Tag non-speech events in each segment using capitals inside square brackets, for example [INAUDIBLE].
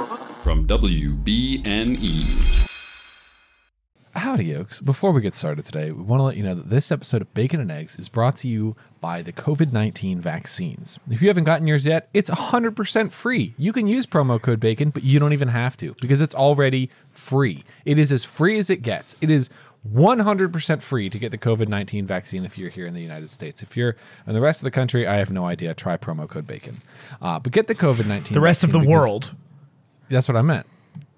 on WBNE. Howdy, Yokes. Before we get started today, we want to let you know that this episode of Bacon and Eggs is brought to you by the COVID 19 vaccines. If you haven't gotten yours yet, it's 100% free. You can use promo code BACON, but you don't even have to because it's already free. It is as free as it gets. It is 100% free to get the COVID 19 vaccine if you're here in the United States. If you're in the rest of the country, I have no idea. Try promo code BACON. Uh, but get the COVID 19 The rest of the world. That's what I meant.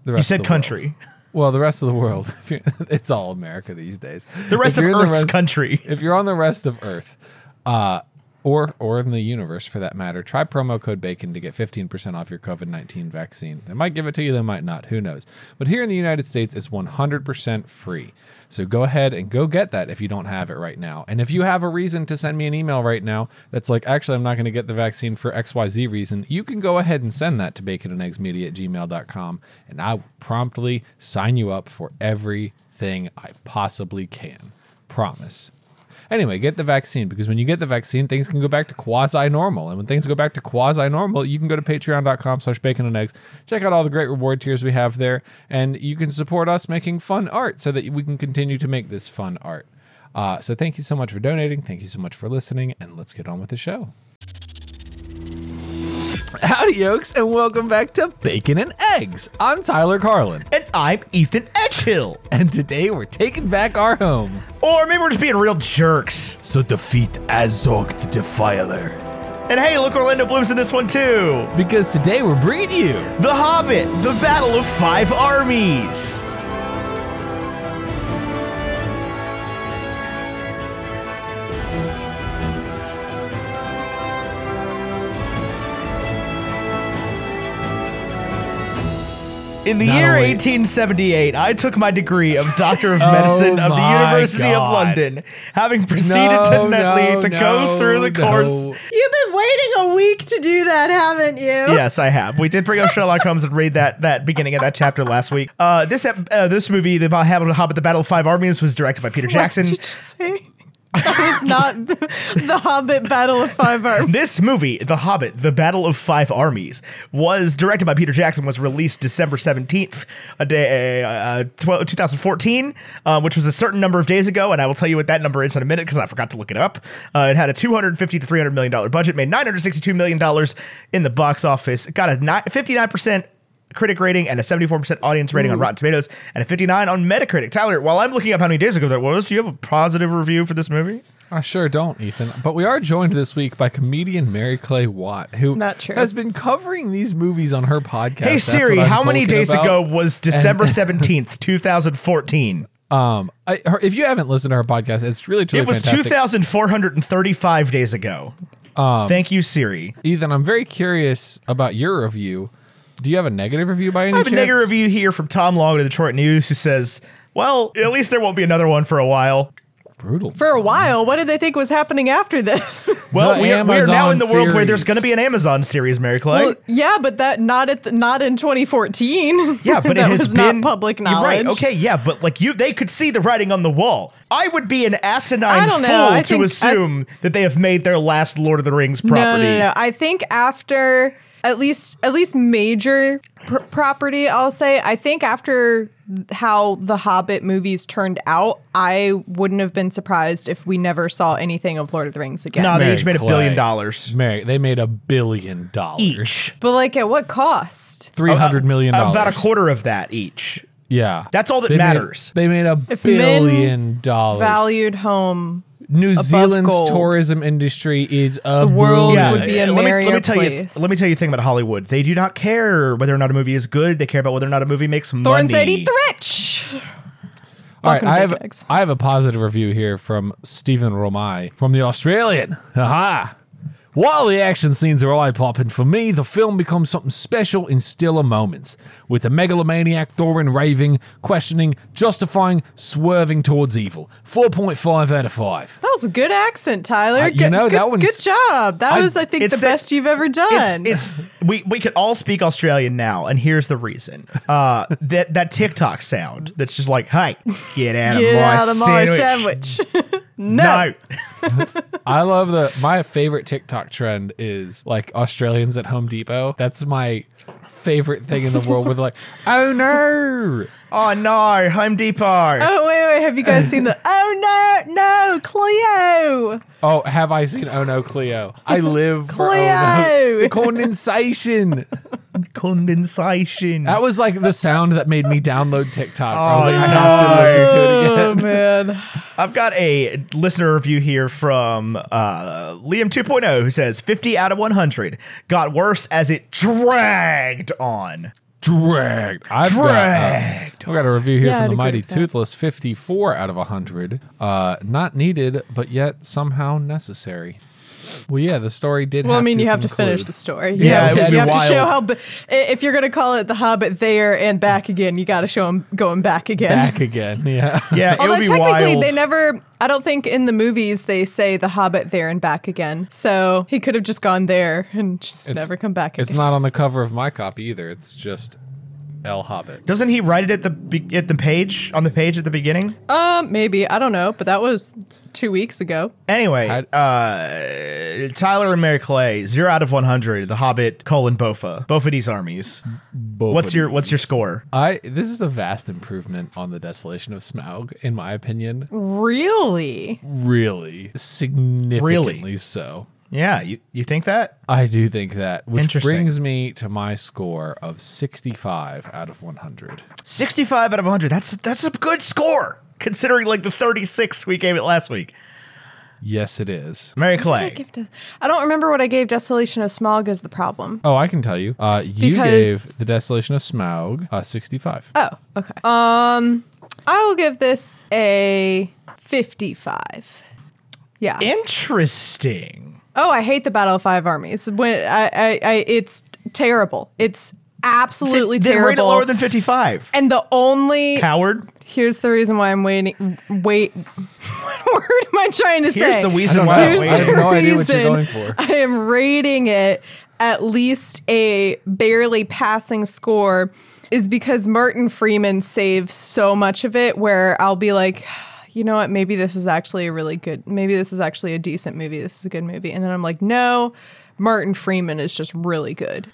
The rest said of the country. world. Well, the rest of the world. [LAUGHS] If you're- it's all America these days. The If rest of you're in the Earth's rest- country. If you're on the rest of Earth, uh, or or in the universe for that matter, try promo code Bacon to get 15% off your COVID 19 vaccine. They might give it to you, they might not. Who knows? But here in the United States, it's 100% free. So go ahead and go get that if you don't have it right now. And if you have a reason to send me an email right now that's like, actually, I'm not going to get the vaccine for XYZ reason, you can go ahead and send that to baconandeggsmedia at gmail.com. And I will promptly sign you up for everything I possibly can. Promise. Anyway, get the vaccine because when you get the vaccine, things can go back to quasi normal. And when things go back to quasi normal, you can go to patreon.com slash bacon and eggs, check out all the great reward tiers we have there, and you can support us making fun art so that we can continue to make this fun art. Uh, so thank you so much for donating. Thank you so much for listening, and let's get on with the show. Howdy, yokes, and welcome back to Bacon and Eggs. I'm Tyler Carlin, And I'm Ethan Edgehill. and today we're taking back our home. Or maybe we're just being real jerks. So defeat Azog the Defiler. And hey, look, Orlando Bloom's in this one too. Because today we're bringing you The Hobbit, the Battle of Five Armies. In the Not year only- Oh 1878, I took my degree of [LAUGHS] Doctor of Medicine of the my University God. of London, having proceeded to Netley to go through the course. You've been waiting a week to do that, haven't you? Yes, I have. We did bring [LAUGHS] up Sherlock Holmes and read that that beginning of that chapter last week. Uh, this ep- uh, this movie, The Hobbit, Hobbit, The Battle of Five Armies, was directed by Peter Jackson. What did [LAUGHS] you say? [LAUGHS] That was not the Hobbit Battle of Five Armies. This movie, The Hobbit, The Battle of Five Armies, was directed by Peter Jackson, was released December 17th, a day, uh, 12, 2014, uh, which was a certain number of days ago, and I will tell you what that number is in a minute because I forgot to look it up. Uh, it had a 250 to $300 million budget, made $962 million in the box office, got a ni- 59% critic rating and a 74% audience rating on Rotten Tomatoes and a 59 on Metacritic. Tyler, while I'm looking up how many days ago that was, do you have a positive review for this movie? I sure don't, Ethan. But we are joined this week by comedian Mary Clay Watt, who Not true. has been covering these movies on her podcast. Hey That's Siri, what I'm how many talking days about. ago was [LAUGHS] December 17th, 2014? Um, I, her, if you haven't listened to her podcast, it's really truly It was fantastic. 2,435 days ago. Um, Thank you, Siri. Ethan, I'm very curious about your review. Do you have a negative review by any I have a chance? negative review here from Tom Long of the Detroit News who says, well, at least there won't be another one for a while. Brutal. For a while, what did they think was happening after this? [LAUGHS] Well, The we are, we are now Amazon in the world where there's series. going to be an Amazon series, Mary Clay. Well, yeah, but that not at the, not in 2014. [LAUGHS] yeah, but it that has was been not public You're Right, knowledge. okay, yeah, but like you, they could see the writing on the wall. I would be an I asinine don't fool know. I to think- I- assume that they have made their last Lord of the Rings No, property. no, no, no. I think after at least at least major pr- property, I'll say. I think after how the Hobbit movies turned out, I wouldn't have been surprised if we never saw anything of Lord of the Rings again. No, they Mary each made a Clay. billion dollars. Mary, they made a billion dollars. Each. But like, at what cost? Three hundred million dollars. Uh, About a quarter of that each. Yeah. That's all that They made- matters. they made a If men billion dollars. Valued home. New Zealand's gold. tourism industry is a booming. world Yeah. would be a uh, let me merrier tell place. you. Let me tell you a thing about Hollywood. They do not care whether or not a movie is good. They care about whether or not a movie makes Thorns money. eighty rich. All right, Welcome to I have Bacon Eggs. I have a positive review here from Stephen Romay from the Australian. Aha. While the action scenes are eye popping for me, the film becomes something special in stiller moments, with the megalomaniac Thorin raving, questioning, justifying, swerving towards evil. 4.5 out of 5. That was a good accent, Tyler. Uh, you Good- know, good, that one's- good job. That I- was, I think, the it's that- best you've ever It's, done. it's we we could all speak Australian now, and here's the reason. [LAUGHS] Uh, that that TikTok sound that's just like, "Hey, get out of Get my out of my sandwich." sandwich. [LAUGHS] No. I love the my favorite TikTok trend is like Australians at Home Depot. That's my favorite thing in the world with like, oh no. Oh no, Home Depot. Oh wait, wait, have you [LAUGHS] guys seen the? Oh no, no, Cleo, Oh, have I seen Oh No Cleo? I live for Oh [LAUGHS] Cleo. No. Condensation. Condensation. That was like the sound that made me download TikTok. I was Oh, like, I have to listen to it again. Oh man, I've got a listener review here from uh, Liam 2.0 who says 50 out of 100 got worse as it dragged [LAUGHS] on. Dragged. I've Dragged. Got, uh, we got a review here Yeah, from I'd the agree Mighty with that. Toothless 54 out of 100. Uh, not needed, but yet somehow necessary. Well, yeah, the story did Well, I have mean, to you have to conclude. finish the story. You Yeah, have it to, would you be have to show wild. how. b- i- If you're going to call it the Hobbit there and back again, you got to show them going back again. back again. [LAUGHS] [LAUGHS] Yeah. Yeah, it Although would Uh, be technically, wild. they never. I don't think in the movies they say the Hobbit there and back again. So he could have just gone there and just never come back again. It's not on the cover of my copy either. It's just El Hobbit. Doesn't he write it at the be- at the page on the page at the beginning? Um, maybe I don't know, but that was two weeks ago. Anyway, uh, Tyler and Mary Clay, zero out of one hundred. The Hobbit: colon Bofa, Bofa's armies. What's your What's your score? I this is a vast improvement on the Desolation of Smaug, in my opinion. Mm. Really? Really, significantly so. Yeah, you you think that? I do think that, which Interesting. brings me to my score of 65 out of 100. Sixty five out of one hundred. That's that's a good score considering like the thirty six we gave it last week. Yes, it is. Mary I, Clay. give Des- I don't remember what I gave Desolation of Smog as the problem. Oh, I can tell you. Uh, you Because- gave the Desolation of Smaug uh, 65. Oh, okay. Um, I will give this a fifty-five. Yeah. Interesting. Oh, I hate the Battle of Five Armies. When I, I, I it's terrible. It's absolutely Then rate it terrible. lower than fifty five. and the only Coward. here's the reason why I'm waiting. Wait, [LAUGHS] what word am I trying to Here's say? the I reason don't why. I'm know. Here's I waiting. have the no idea what reason you're going [LAUGHS] for. I am rating it at least a barely passing score is because Martin Freeman saves so much of it where I'll be like, [SIGHS] you know what, maybe this is actually a really good maybe this is actually a decent movie. This is a good movie. And then I'm like, no, Martin Freeman is just really good.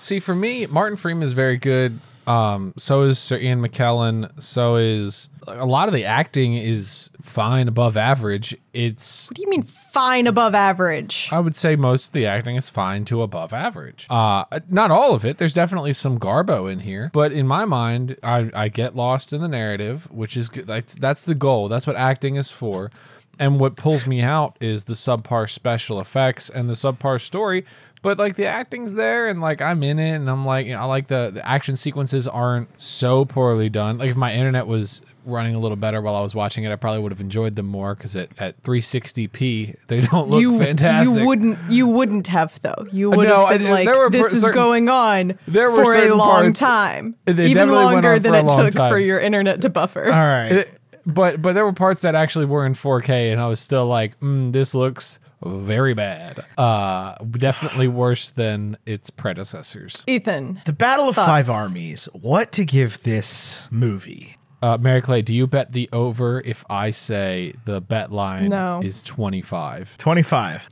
See, for me, Martin Freeman is very good. Um, so is Sir Ian McKellen. So is a lot of the acting is fine, above average. It's What do you mean fine above average? I would say most of the acting is fine to above average. Uh, not all of it. There's definitely some garbo in here, but in my mind, I, I get lost in the narrative, which is good. That's, that's the goal. That's what acting is for. And what pulls me out is the subpar special effects and the subpar story. But like the acting's there, and like I'm in it, and I'm like, you know, I like the, the action sequences aren't so poorly done. Like if my internet was running a little better while I was watching it, I probably would have enjoyed them more because at, at 360p they don't look you fantastic. Uh, you wouldn't you wouldn't have though. You would No, have been I- like there were this per- is certain- going on there were for a certain long parts- time. They Even definitely went longer on than for a it long took for time. your internet to buffer. All right. Uh, It- but but there were parts that actually were in 4K, and I was still like, mm, this looks very bad. Uh, definitely worse than its predecessors. Ethan. the Battle of Five Thoughts? Armies. What to give this movie? Uh, Mary Clay, do you bet the over if I say the bet line No. is 25? 25.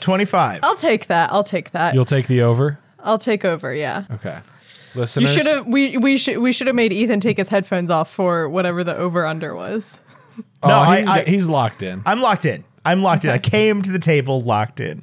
25. I'll take that. I'll take that. You'll take the over? I'll take over, yeah. Okay. You Listeners, should have we we should we should have made Ethan take his headphones off for whatever the over under was. Oh, No, I- he's, I- he's locked in. I'm locked in. I'm locked in. I came to the table locked in.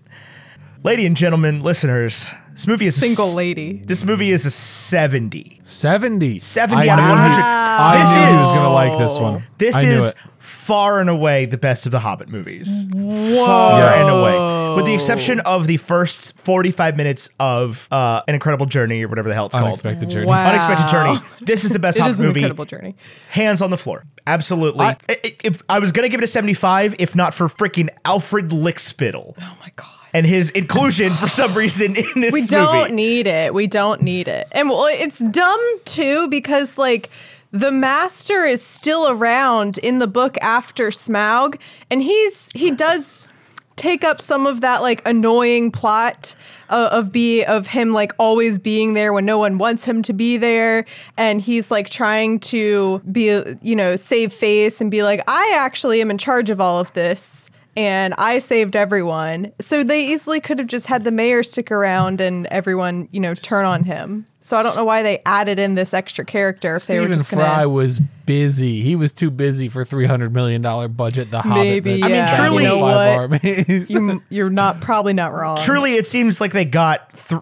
Lady and gentlemen, listeners, this movie is a Single s- lady. This movie is a 70. 70. 70 I out of knew- 100. I This knew he was is- gonna like this one. This I knew is it. far and away the best of the Hobbit movies. Far and away. With the exception of the first 45 minutes of uh, An Incredible Journey or whatever the hell it's called. unexpected journey. Wow. Unexpected Journey. [LAUGHS] This is the best It Hobbit is an movie. incredible journey. Hands on the floor. Absolutely. I, I- I, if, I was going to give it a 75 if not for freaking Alfred Lickspittle. Oh my god. and his inclusion for some reason in this We movie. don't need it. We don't need it. And well, it's dumb too because like the master is still around in the book after Smaug, and he's he does take up some of that like annoying plot uh, of be of him like always being there when no one wants him to be there and he's like trying to be you know save face and be like I actually am in charge of all of this and I saved everyone. So they easily could have just had the mayor stick around and everyone, you know, turn on him. So I don't know why they added in this extra character if they were Stephen just going Fry to. was busy. He was too busy for three hundred million dollar budget. The Hobbit. Maybe, that yeah. battled I mean, truly- the You know five armies. [LAUGHS] You, you're not probably not wrong. Truly, it seems like they got thr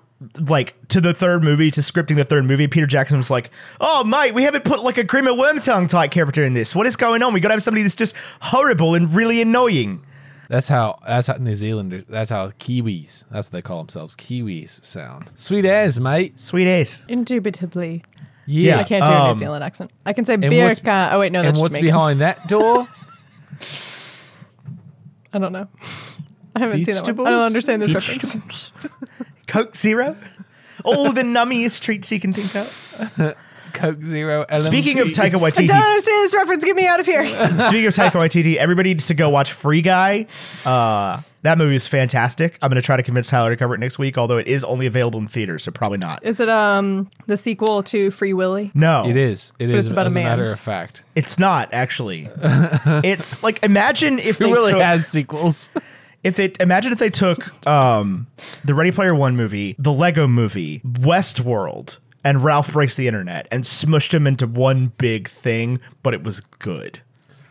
like to the third movie to scripting the third movie. Peter Jackson was like, "Oh, mate, we haven't put like a Grim and Wormtongue type character in this. What is going on? We got to have somebody that's just horrible and really annoying." That's how that's how New Zealanders that's how Kiwis that's what they call themselves Kiwis sound. Sweet as mate. Sweet ace. Indubitably. Yeah. I can't do a um, New Zealand accent. I can say what's- Birka. Oh, wait, no, and that's what's Jamaican. behind that door? I don't know. [LAUGHS] I haven't seen that one. I don't Vegetables? understand this reference. Coke Zero. All the nummiest treats you can think of. [LAUGHS] Coke Zero. LMG. Speaking of Taika [LAUGHS] [LAUGHS] I don't Waititi, understand this reference. Get me out of [LAUGHS] here. speaking of Taika Waititi, everybody needs to go watch Free Guy. Uh, that movie is fantastic. I'm going to try to convince Tyler to cover it next week, although it is only available in theaters, so probably not. Is it um the sequel to Free Willy? No, it is. It is it's about a as a, man. matter of [LAUGHS] fact. It's not [LAUGHS] actually. it's like imagine if It they really took, has [LAUGHS] sequels. if they imagine if they took um, the Ready Player One movie, the Lego Movie, Westworld, and Ralph Breaks the Internet, and smushed them into one big thing, but it was good.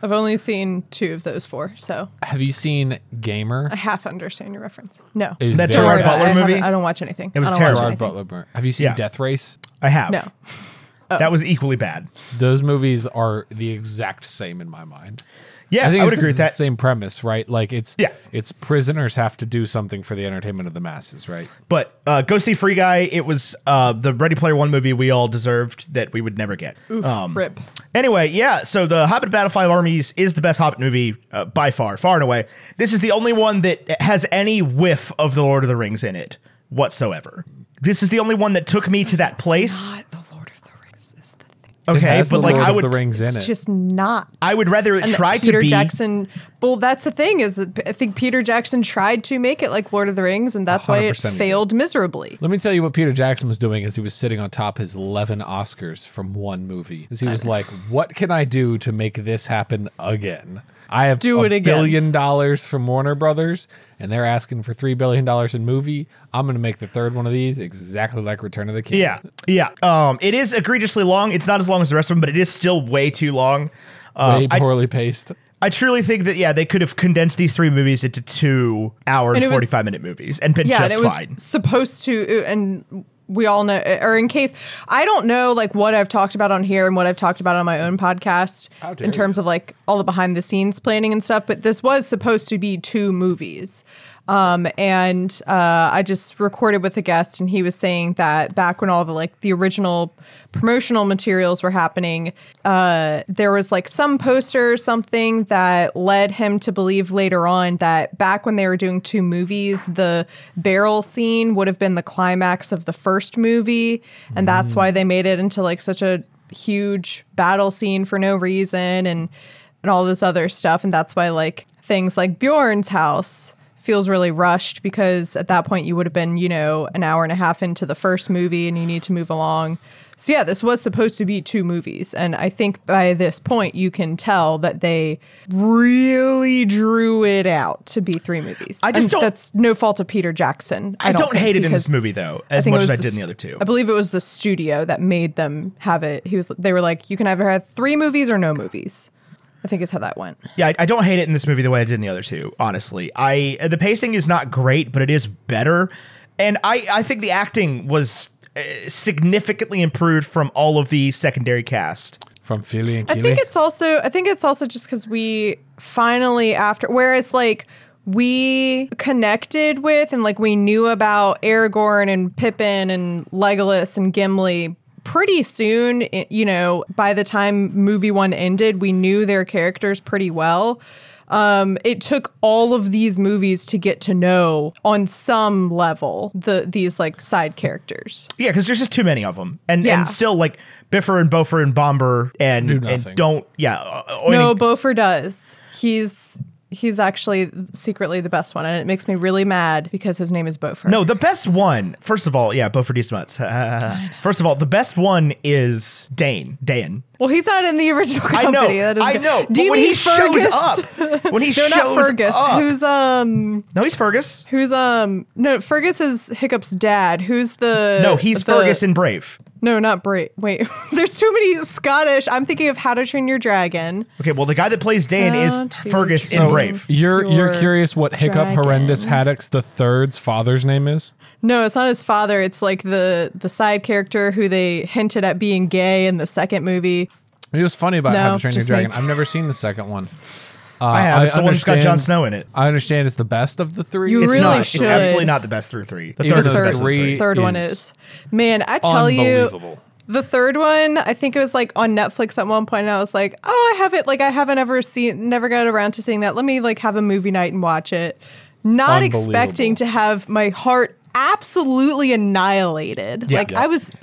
I've only seen two of those four, so Have you seen Gamer? I half understand your reference. No. It was That very Gerard bad. I Butler haven't- movie? I don't watch anything. It was I don't watch terrible. Gerard anything. Butler. Burn. Have you seen Yeah. Death Race? I have. No. Oh. That was equally bad. Those movies are the exact same in my mind. Yeah, I, think it's would 'cause agree with it's the that. Same premise, right? Like it's Yeah. it's prisoners have to do something for the entertainment of the masses, right? But uh, go see Free Guy. It was uh, the Ready Player One movie we all deserved that we would never get. Um, Oof, rip. Anyway, yeah, so the Hobbit Battle Five Armies is the best Hobbit movie uh, by far, far and away. This is the only one that has any whiff of the Lord of the Rings in it whatsoever. This is the only one that took me to that place. Not the Lord of the Rings is the thing. It Okay, has but the like Lord I of would, the rings in It's it. just not. I would rather it And try Peter to be. Jackson. Well, that's the thing is that I think Peter Jackson tried to make it like Lord of the Rings, and that's why it 100% he did. failed miserably. Let me tell you what Peter Jackson was doing as he was sitting on top of his 11 Oscars from one movie. As he was like, what can I do to make this happen again? I have Do a it again. billion dollars from Warner Brothers, and they're asking for $3 billion in movie. I'm going to make the third one of these exactly like Return of the King. Yeah, yeah. Um, it is egregiously long. It's not as long as the rest of them, but it is still way too long. Way Um, I, poorly paced. I truly think that yeah, they could have condensed these three movies into two hour and, And it was- forty five minute movies and been yeah, just and it was fine. supposed to, uh, and we all know, uh, or in case I don't know, like what I've talked about on here and what I've talked about on my own podcast How dare in terms you. of like all the behind the scenes planning and stuff. But this was supposed to be two movies. Um, and uh, I just recorded with a guest, and he was saying that back when all the like the original promotional materials were happening, uh, there was like some poster or something that led him to believe later on that back when they were doing two movies, the barrel scene would have been the climax of the first movie, and that's why they made it into like such a huge battle scene for no reason, and and all this other stuff, and that's why like things like Bjorn's house feels really rushed because at that point you would have been, you know, an hour and a half into the first movie and you need to move along. So yeah, this was supposed to be two movies and I think by this point you can tell that they really drew it out to be three movies. I just And don't- that's no fault of Peter Jackson. I don't think, hate it in this because movie, though, as think much it as was I did in s- the other two. I believe it was the studio that made them have it. He was they were like you can either have three movies or no movies. I think is how that went. Yeah, I, I don't hate it in this movie the way I did in the other two. Honestly, I the pacing is not great, but it is better, and I I think the acting was uh, significantly improved from all of the secondary cast. From Philly and I Keeley. think it's also I think it's also just because we finally after whereas like we connected with and like we knew about Aragorn and Pippin and Legolas and Gimli pretty soon i- you know by the time movie 1 ended we knew their characters pretty well um, it took all of these movies to get to know on some level the these like side characters Yeah, because there's just too many of them, and Yeah. and still like Biffer and Bofer and Bomber and Do and nothing. don't yeah. uh, uh, No, and- Beaufort does. He's He's actually secretly the best one, and it makes me really mad because his name is Beaufort. No, the best one. First of all, yeah, Beaufort D. Smuts. [LAUGHS] first of all, the best one is Dane. Dan. well, he's not in the original I know. company. Oh, That is I good. know. Do you but when mean he Fergus? shows up, when he [LAUGHS] No, shows not Fergus. up, Who's um no, he's Fergus. who's um no Fergus is Hiccup's dad. Who's the No, he's the- Fergus in Brave. No, not Bray. Wait, [LAUGHS] there's too many Scottish. I'm thinking of How to Train Your Dragon. Okay, well, the guy that plays Dan is How to Fergus in train- Brave. You're you're Your curious what Hiccup dragon. Horrendous Haddock's the third's father's name is? No, it's not his father. It's like the the side character who they hinted at being gay in the second movie. It was funny about No, How to Train Your just me. Dragon. I've never seen the second one. Uh, I have. It's the one that's got understand- Jon Snow in it. I understand it's the best of the three. You It's really not. should. It's absolutely not the best through three. The Even third is though the best three- through three. Third one is is man. I tell you, unbelievable. the third one. I think it was like on Netflix at one point, and I was like, oh, I haven't like I haven't ever seen, never got around to seeing that. Let me like have a movie night and watch it. Not Unbelievable. expecting to have my heart absolutely annihilated. Yeah. like Yeah. I was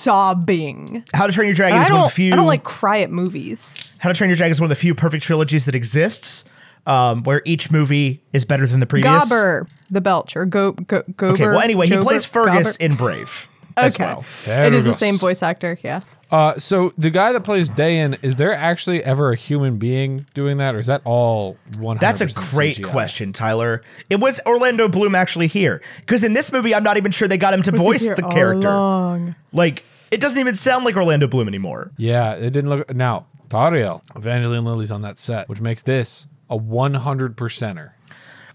sobbing. How to Train Your Dragon I is one of the don't, few. I don't like cry at movies. How to Train Your Dragon is one of the few perfect trilogies that exists, um, where each movie is better than the previous. Gobber, the belch, or go, go, Gober. Okay. Well, anyway, Jober, he plays Fergus Gobber. in Brave as Okay, well. There it we is the go. same voice actor. Yeah, Uh, so the guy that plays Dayan, is there actually ever a human being doing that, or is that all one? That's a great question, Tyler. It was Orlando Bloom actually here because in this movie, I'm not even sure they got him to Was he voice here the all character. along? Like, it doesn't even sound like Orlando Bloom anymore. Yeah, it didn't look. Now Tariel, Evangeline Lilly's on that set, which makes this a one hundred percenter.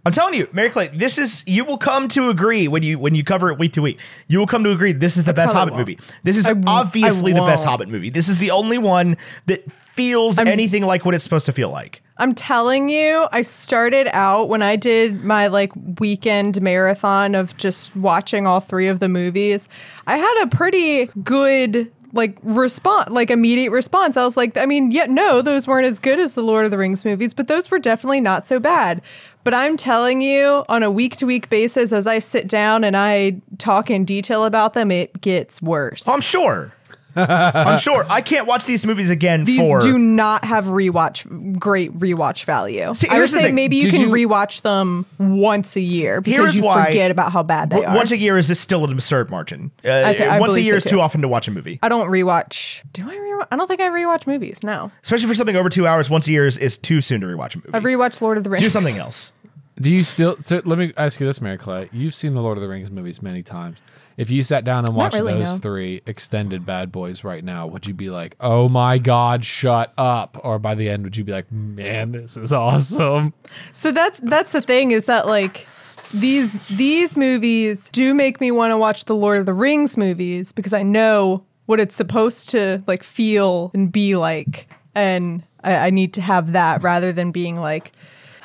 I'm telling you, Mary Clay, this is you will come to agree when you when you cover it week to week. You will come to agree this is the best probably Hobbit won't. movie. This is I w- I obviously the best won't. Hobbit movie. This is the only one that feels anything like what it's supposed to feel like. I'm telling you, I started out when I did my like weekend marathon of just watching all three of the movies. I had a pretty good like response, like immediate response. I was like, I mean, yeah, no, those weren't as good as the Lord of the Rings movies, but those were definitely not so bad. But I'm telling you, on a week to week basis, as I sit down and I talk in detail about them, it gets worse. Oh, I'm sure. [LAUGHS] I'm sure. I can't watch these movies again These for do not have rewatch great rewatch value. See, I would here's the say thing. maybe you Did can you- rewatch them once a year because Here's you why- forget about how bad they w- are. once a year is this still an absurd margin. Uh, thi- I once a believe year so, is too. too often to watch a movie, I don't rewatch. Do I rewatch? I don't think I rewatch movies. No, especially for something over two hours. Once a year is, is too soon to rewatch a movie. I rewatch Lord of the Rings. [LAUGHS] Do something else. Do you still? So let me ask you this, Mary Clay. You've seen the Lord of the Rings movies many times. If you sat down and watched really, those no. three extended bad boys right now, would you be like, "Oh my God, shut up"? Or by the end, would you be like, "Man, this is awesome"? So that's that's the thing is that like these these movies do make me want to watch the Lord of the Rings movies because I know what it's supposed to like feel and be like, and I, I need to have that rather than being like,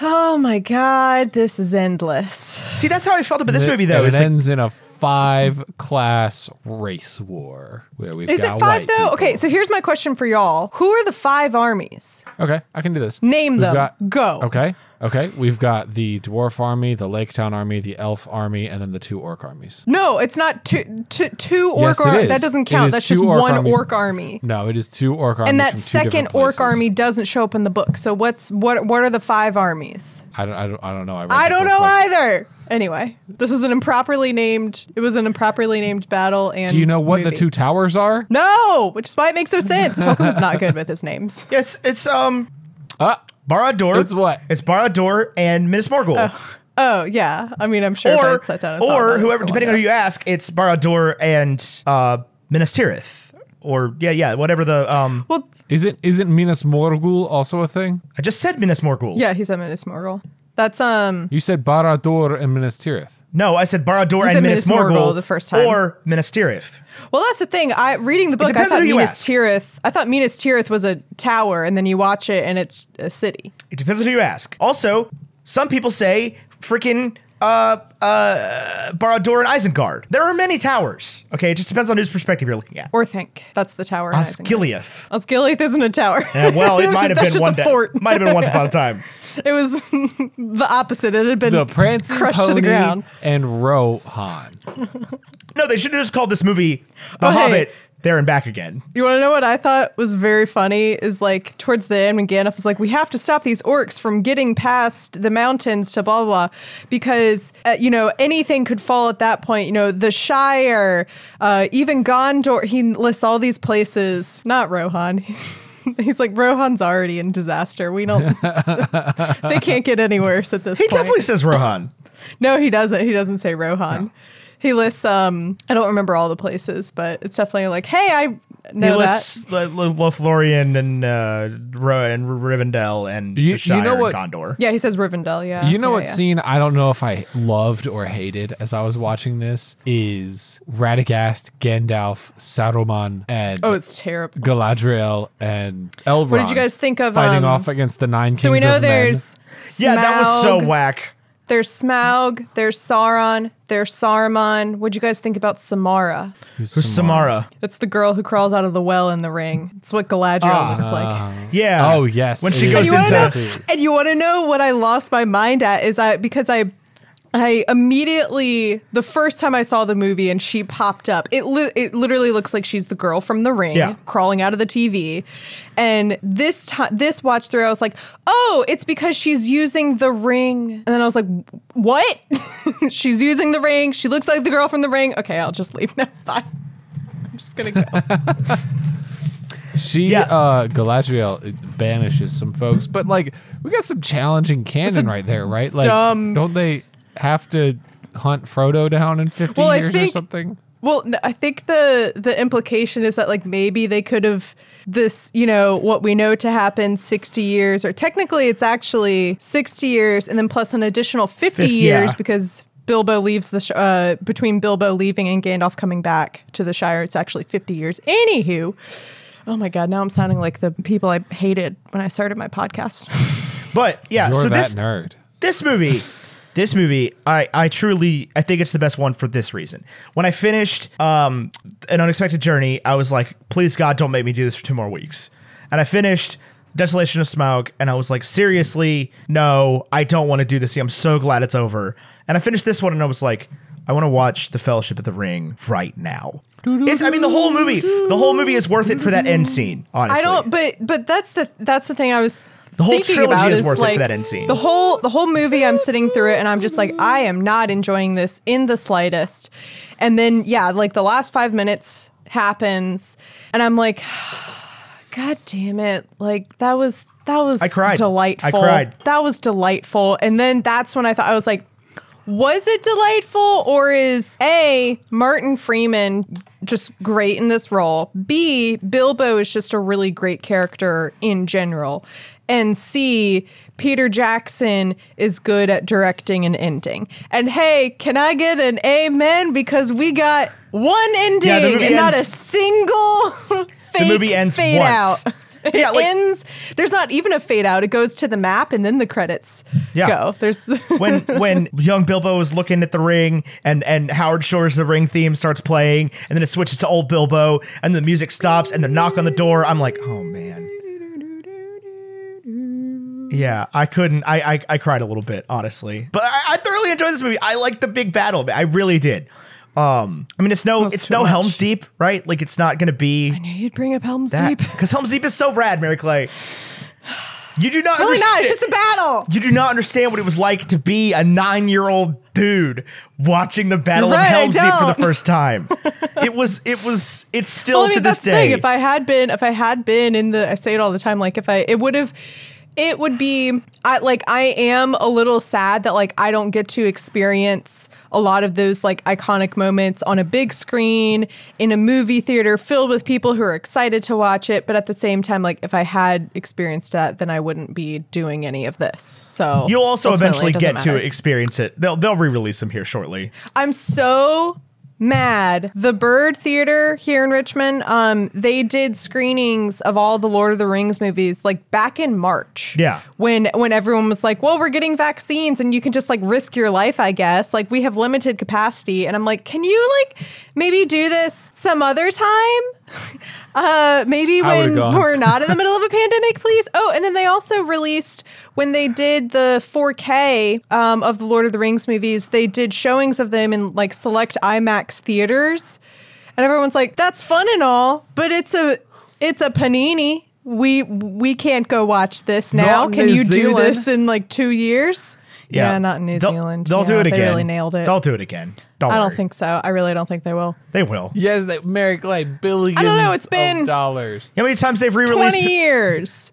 oh my god, this is endless. See, that's how I felt about this It- movie, though. and It's It like, ends in a five-class race war. Where we've Is got it five white though? people. Okay, so here's my question for y'all: Who are the five armies? Okay, I can do this. Name them. Go. Okay. Okay. We've got the dwarf army, the lake town army, the elf army, and then the two orc armies. No, it's not two two, two orc. Yes, it army. is. That doesn't It count. is That's just two orc one armies. orc army. No, it is two orc armies. and that from two second different orc places. army doesn't show up in the book. So what's what? What are the five armies? I don't. I don't. I don't know. read I the don't book, know but- either. Anyway, this is an improperly named. It was an improperly named battle. And Do you know what the movie. two towers are? No, which is why it makes no sense. Tolkien's not good with his names. yes, it's um, Barad-dûr. Uh, It's what? It's Barad-dûr and Minas Morgul. Oh yeah, I mean I'm sure. if I or had sat down and thought about or it, whoever, I depending on wonder. who you ask, it's Barad-dûr and uh, Minas Tirith, or yeah, yeah, whatever the um. Well, Isn't isn't Minas Morgul also a thing? I just said Minas Morgul. yeah, he's a Minas Morgul. That's um. You said Barad-dûr and Minas Tirith. No, I said Barad-dûr and said Minas, Minas Morgul, Morgul the first time. or Minas Tirith. Well, that's the thing. I reading the book. I depends on thought who you Minas ask. Tirith. I thought Minas Tirith was a tower, and then you watch it, and it's a city. It depends on who you ask. Also, some people say freaking uh uh Barad-dûr and Isengard. There are many towers. Okay, it just depends on whose perspective you're looking at. Or think that's the tower. in Isengard. Osgiliath. Osgiliath isn't a tower. Yeah, well, [LAUGHS] [LAUGHS] it might have That's been just one a day. fort. Might have been once upon a [LAUGHS] time. It was [LAUGHS] the opposite. It had been The [LAUGHS] prancing crushed pony to the ground. Uh, and Rohan. No, they should have just called this movie The Oh, hey, Hobbit there and back again. You want to know what I thought was very funny is like towards the end when Gandalf was like, "We have to stop these orcs from getting past the mountains to blah blah,", blah because uh, you know anything could fall at that point. You know the Shire, uh, even Gondor. He lists all these places. Not Rohan. [LAUGHS] He's like Rohan's already in disaster. [LAUGHS] We don't. [LAUGHS] they can't get any worse at this. He point. definitely says [CLEARS THROAT] Rohan. No, he doesn't. He doesn't say Rohan. He lists um I don't remember all the places, but it's definitely like, hey, I He know that. lists L- L- Lothlorien and uh, Ro- and Rivendell and You- the you Shire know what- and Gondor. Yeah, he says Rivendell, yeah. You know yeah, what yeah. scene I don't know if I loved or hated as I was watching this is Radagast, Gandalf, Saruman, and Oh, it's terrible. Galadriel and Elrond. What did you guys think of fighting um, off against the nine kings? So we know of Men. there's Yeah, that was so Smaug, whack. There's Smaug, there's Sauron, there's Saruman. What'd you guys think about Samara? Who's Samara? That's the girl who crawls out of the well in the ring. It's what Galadriel Ah. looks like. Yeah. Oh, yes, When it she is. goes And you into wanna know- and you want to know what I lost my mind at is I because I I immediately the first time I saw the movie and she popped up. It li- it literally looks like she's the girl from The Ring Yeah. crawling out of the TV. And this time this watch through I was like, "Oh, it's because she's using the ring." And then I was like, "What? [LAUGHS] she's using the ring. She looks like the girl from The Ring." Okay, I'll just leave now. [LAUGHS] Bye. I'm just going to go. She Yeah. uh Galadriel banishes some folks, but like we got some challenging canon right there, right? Like dumb- don't they have to hunt Frodo down in 50 Well, I years think- or something? Well, n- I think the the implication is that like maybe they could have this, you know, what we know to happen 60 years or technically it's actually 60 years and then plus an additional 50 Fif- years yeah. because Bilbo leaves the sh- uh, between Bilbo leaving and Gandalf coming back to the Shire, it's actually 50 years. Anywho, oh my god, now I'm sounding like the people I hated when I started my podcast. [LAUGHS] But yeah, You're so that this nerd. this movie this movie I, I truly i think it's the best one for this reason when i finished um, an unexpected journey i was like please god don't make me do this for two more weeks and i finished desolation of smaug and i was like seriously no i don't want to do this i'm so glad it's over and i finished this one and i was like i want to watch the fellowship of the ring right now it's, i mean the whole movie the whole movie is worth it for that end scene honestly I don't, but but that's the that's the thing I was. The whole thinking trilogy about is worth it for like, that end scene. The whole the whole movie, I'm sitting through it, and I'm just like, I am not enjoying this in the slightest. And then yeah, like the last five minutes happens, and I'm like, [SIGHS] God damn it! Like that was that was I cried. I delightful. cried. That was delightful. And then that's when I thought I was like, was it delightful or is A, Martin Freeman just great in this role? B, Bilbo is just a really great character in general. And C, Peter Jackson is good at directing and ending. And hey, can I get an amen? Because we got one ending Yeah, the movie and not a ends- single [LAUGHS] fake movie ends fade once. [LAUGHS] out. It Yeah, like- ends. There's not even a fade out. It goes to the map and then the credits Yeah. go. There's when when young Bilbo is looking at the ring and and Howard Shore's the ring theme starts playing and then it switches to old Bilbo and the music stops and the knock on the door I'm like oh man yeah I couldn't I I, I cried a little bit honestly but I, I thoroughly enjoyed this movie I liked the big battle I really did um I mean it's no was it's too no much. Helm's Deep right like it's not gonna be [LAUGHS] You'd bring up Helm's that Deep. because Helm's Deep is so rad Mary Clay you do not Really not. understand- It's just a battle. you do not understand what it was like to be a nine year old dude watching the Battle Right, I of Helm's Deep for the don't. first [LAUGHS] time. it was, it was, it's still Well, I mean, to that's this the thing. day. If I had been, if I had been in the, I say it all the time. Like if I, it would have, it would be. I like I am a little sad that like I don't get to experience a lot of those like iconic moments on a big screen in a movie theater filled with people who are excited to watch it. But at the same time, like if I had experienced that, then I wouldn't be doing any of this. So You'll also ultimately, eventually it doesn't get matter. to experience it. They'll they'll re release them here shortly. I'm so mad. The Bird Theater here in Richmond, um, they did screenings of all the Lord of the Rings movies like back in March. Yeah. When when everyone was like, "Well, we're getting vaccines and you can just like risk your life, I guess. Like we have limited capacity." And I'm like, "Can you like maybe do this some other time?" Uh, maybe I when would've gone. we're not [LAUGHS] in the middle of a pandemic, please. Oh, and then they also released when they did the 4K um, of the Lord of the Rings movies. They did showings of them in like select IMAX theaters, and everyone's like, "That's fun and all, but it's a it's a panini. We we can't go watch this now. in Can New you do Zealand." this in like two years? Yeah, not in New They'll- Zealand. They'll do Yeah, it again. They really nailed it. They'll do it again. Don't I don't worry. think so. I really don't think they will. they will. Yes, that Merrick like billions I don't know, it's been- of dollars. You know how many times they've re-released? Twenty years,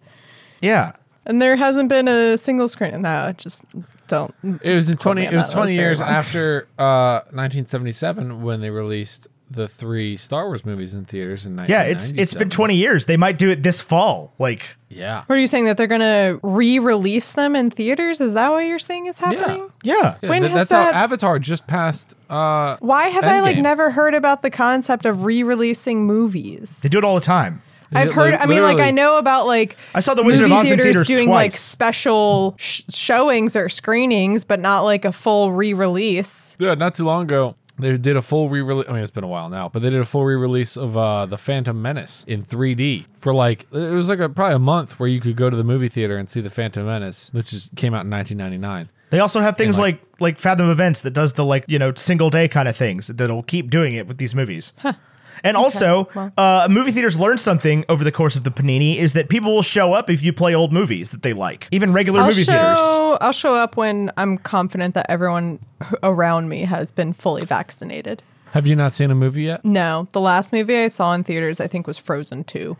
Yeah, and there hasn't been a single screen. No, I just don't. It was in twenty. on It was that, that was twenty very years wrong. after uh, 1977 when they released the three Star Wars movies in theaters in yeah. It's it's 1997. been twenty years. They might do it this fall. Like Yeah, What are you saying that they're gonna re-release them in theaters? Is that what you're saying is happening? yeah, yeah When th- has that's how that- Avatar just passed. Uh, Why have I like Endgame. never heard about the concept of re-releasing movies? they do it all the time. I've li- heard. I mean, like literally- I know about like I saw The Wizard of movie Oz in theaters theaters doing like twice. special sh- showings or screenings, but not like a full re-release. yeah, not too long ago. They did a full re-release. I mean, it's been a while now, but they did a full re-release of uh, the Phantom Menace in 3D for like it was like a, probably a month where you could go to the movie theater and see the Phantom Menace, which is, came out in 1999. They also have things And, like, like Fathom Events that does the like you know single day kind of things that'll keep doing it with these movies. And also, well. uh, movie theaters learned something over the course of the panini is that people will show up if you play old movies that they like, even regular I'll movie theaters. show. I'll show up when I'm confident that everyone h- around me has been fully vaccinated. Have you not seen a movie yet? No, the last movie I saw in theaters, I think, was Frozen Two.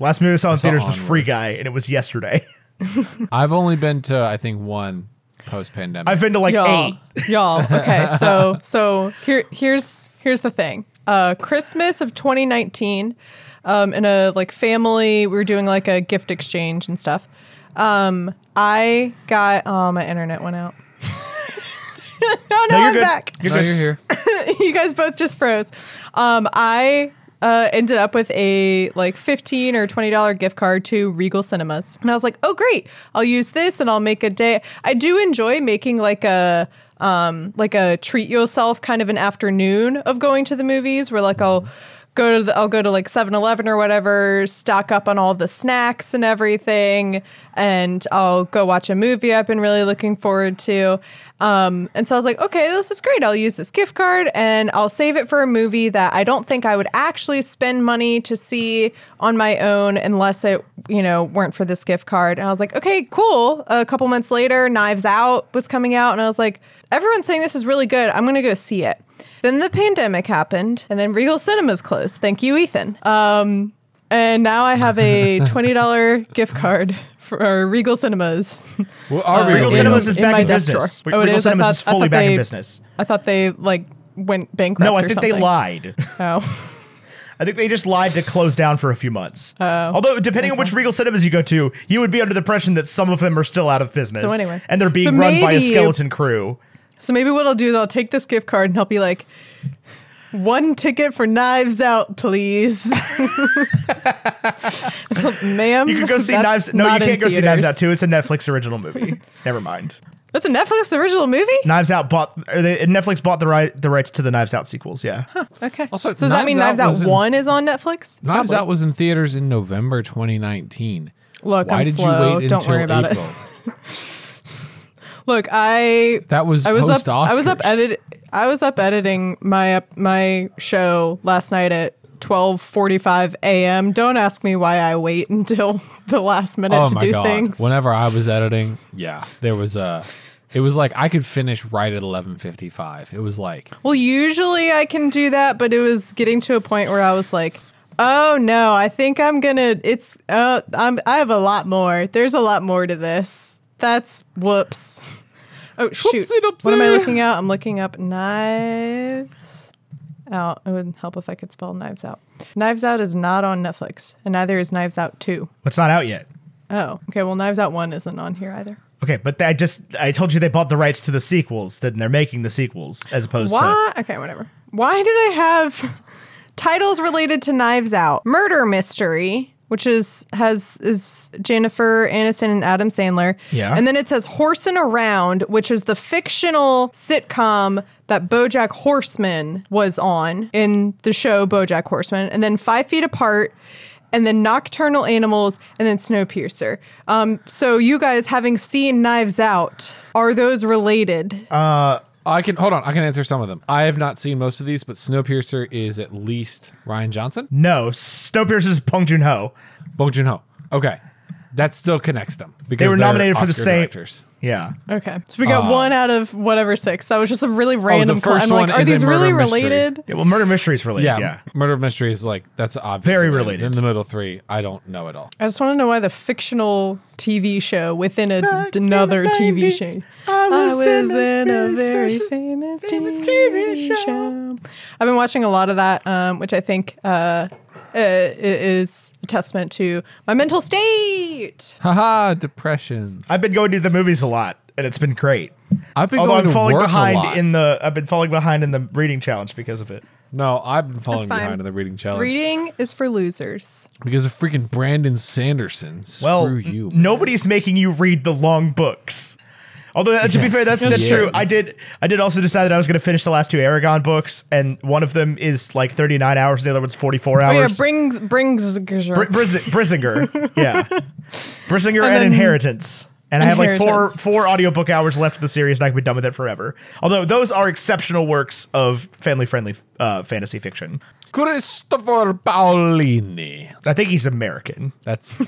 Last movie I saw in theaters was Onward. Free Guy, and it was yesterday. [LAUGHS] I've only been to I think one post-pandemic. I've been to like eight. y'all, y'all. [LAUGHS] Okay, so so here here's here's the thing. Uh, Christmas of 2019, um, in a like family, we were doing like a gift exchange and stuff. Um, I got oh my internet went out. [LAUGHS] no, no, No, you're I'm good. back You're No, good. you're here. [LAUGHS] you guys both just froze. Um, I uh, ended up with a like fifteen or twenty dollar gift card to Regal Cinemas, and I was like, "Oh, great! I'll use this, and I'll make a day." I do enjoy making like a um, like a treat yourself kind of an afternoon of going to the movies, where like I'll. Go to the, I'll go to like 7-Eleven or whatever, stock up on all the snacks and everything, and I'll go watch a movie I've been really looking forward to. Um, and so I was like, okay, this is great. I'll use this gift card and I'll save it for a movie that I don't think I would actually spend money to see on my own unless it, you know, weren't for this gift card. And I was like, okay, cool. A couple months later, Knives Out was coming out, and I was like, everyone's saying this is really good. I'm gonna go see it. Then the pandemic happened, and then Regal Cinemas closed. Thank you, Ethan. Um, and now I [LAUGHS] have a twenty dollar gift card for Regal Cinemas. Well, are we Regal going? Cinemas is in back my in desk business. drawer. Oh, it Regal is? I Cinemas thought- is I thought fully back in they- business. I thought they like went bankrupt. No, I or think they something. lied. Oh, I think they just lied to close down for a few months. Although, depending on which Regal cinemas you go to, you would be under the impression that some of them are still out of business. So anyway. and they're being So run by a maybe- skeleton crew. so maybe what I'll do is I'll take this gift card and I'll be like, one ticket for Knives [LAUGHS] Out, please, [LAUGHS] ma'am. You could [LAUGHS] go see that's Knives. No, you not in can't go see Knives theaters. Out too. It's a Netflix original movie. [LAUGHS] Never mind. That's a Netflix original movie. Knives Out bought. Or they, Netflix bought the right the rights to the Knives Out sequels. Yeah. Okay. Also, so does that mean Knives Knives Out Out was in- One is on Netflix? Knives Probably. Out was in theaters in November 2019. Look, Why I'm did you Oh, slow. wait Don't until worry about it. April? [LAUGHS] Look, I That was [LAUGHS] I was up. post-Oscars. I was up edit. I was up editing my up my show last night at. 12:45 a.m. Don't ask me why I wait [LAUGHS] until the last minute Oh to my do god! things. Whenever I was editing, yeah, there was a. It was like I could finish right at 11:55. It was like Well, usually I can do that, but it was getting to a point where I was like, "Oh no, I think I'm gonna." It's uh, I'm I have a lot more. There's a lot more to this. That's whoops. [LAUGHS] Oh shoot! Whoopsie-doopsie. What am I looking at? I'm looking up knives out. It would help if I could spell knives out. Knives out is not on Netflix, and neither is Knives Out two. It's not out yet. Oh, okay. Well, Knives Out one isn't on here either. Okay, but I just I told you they bought the rights to the sequels. Then they're making the sequels as opposed to. Why? Okay, whatever. Why do they have [LAUGHS] titles related to Knives Out? Murder Mystery, which is has is Jennifer Aniston and Adam Sandler. Yeah. And then it says Horsin' Around, which is the fictional sitcom that BoJack Horseman was on in the show BoJack Horseman, and then Five Feet Apart. And then Nocturnal Animals, and then Snowpiercer. Um, so, you guys, having seen Knives Out, are those related? I can hold on. I can answer some of them. I have not seen most of these, but Snowpiercer is at least Ryan Johnson, No, Snowpiercer's Pong Joon Ho. Bong Joon Ho. Okay, that still connects them because They were they're nominated for the Oscar same- directors. Yeah. Okay, so we got one out of whatever six. That was just a really random. cl- first I'm one like, are is a these really murder mystery. related? Yeah, well, murder mysteries related. Yeah, Yeah. murder mystery is like that's obvious. Very And related. Then the middle three, I don't know at all. I just want to know why the fictional TV show within a, another TV show. I was, in a very famous, TV, show. I've been watching a lot of that, um, which I think uh, uh, is a testament to my mental state. Haha, depression. I've been going to the movies a lot, and it's been great. I've been Although going I'm to falling work a behind lot. in the, I've been falling behind in the reading challenge because of it. no, I've been falling That's fine. behind in the reading challenge Reading is for losers. because of freaking Brandon Sanderson. Well, Screw you. man. nobody's making you read the long books. Although uh, to be Yes. fair, that's Yes. that's Yes. true. I did I did also decide that I was going to finish the last two Aragon books, and one of them is like 39 hours, the other one's 44 Oh yeah, hours. brings brings. Br- Bris- [LAUGHS] Brisinger, yeah, Brisinger and, then- Inheritance. And I have like four Inheritance. four audiobook hours left of the series, and I can be done with it forever. Although those are exceptional works of family friendly uh, fantasy fiction. Christopher Paolini. I think he's American. [LAUGHS] That's.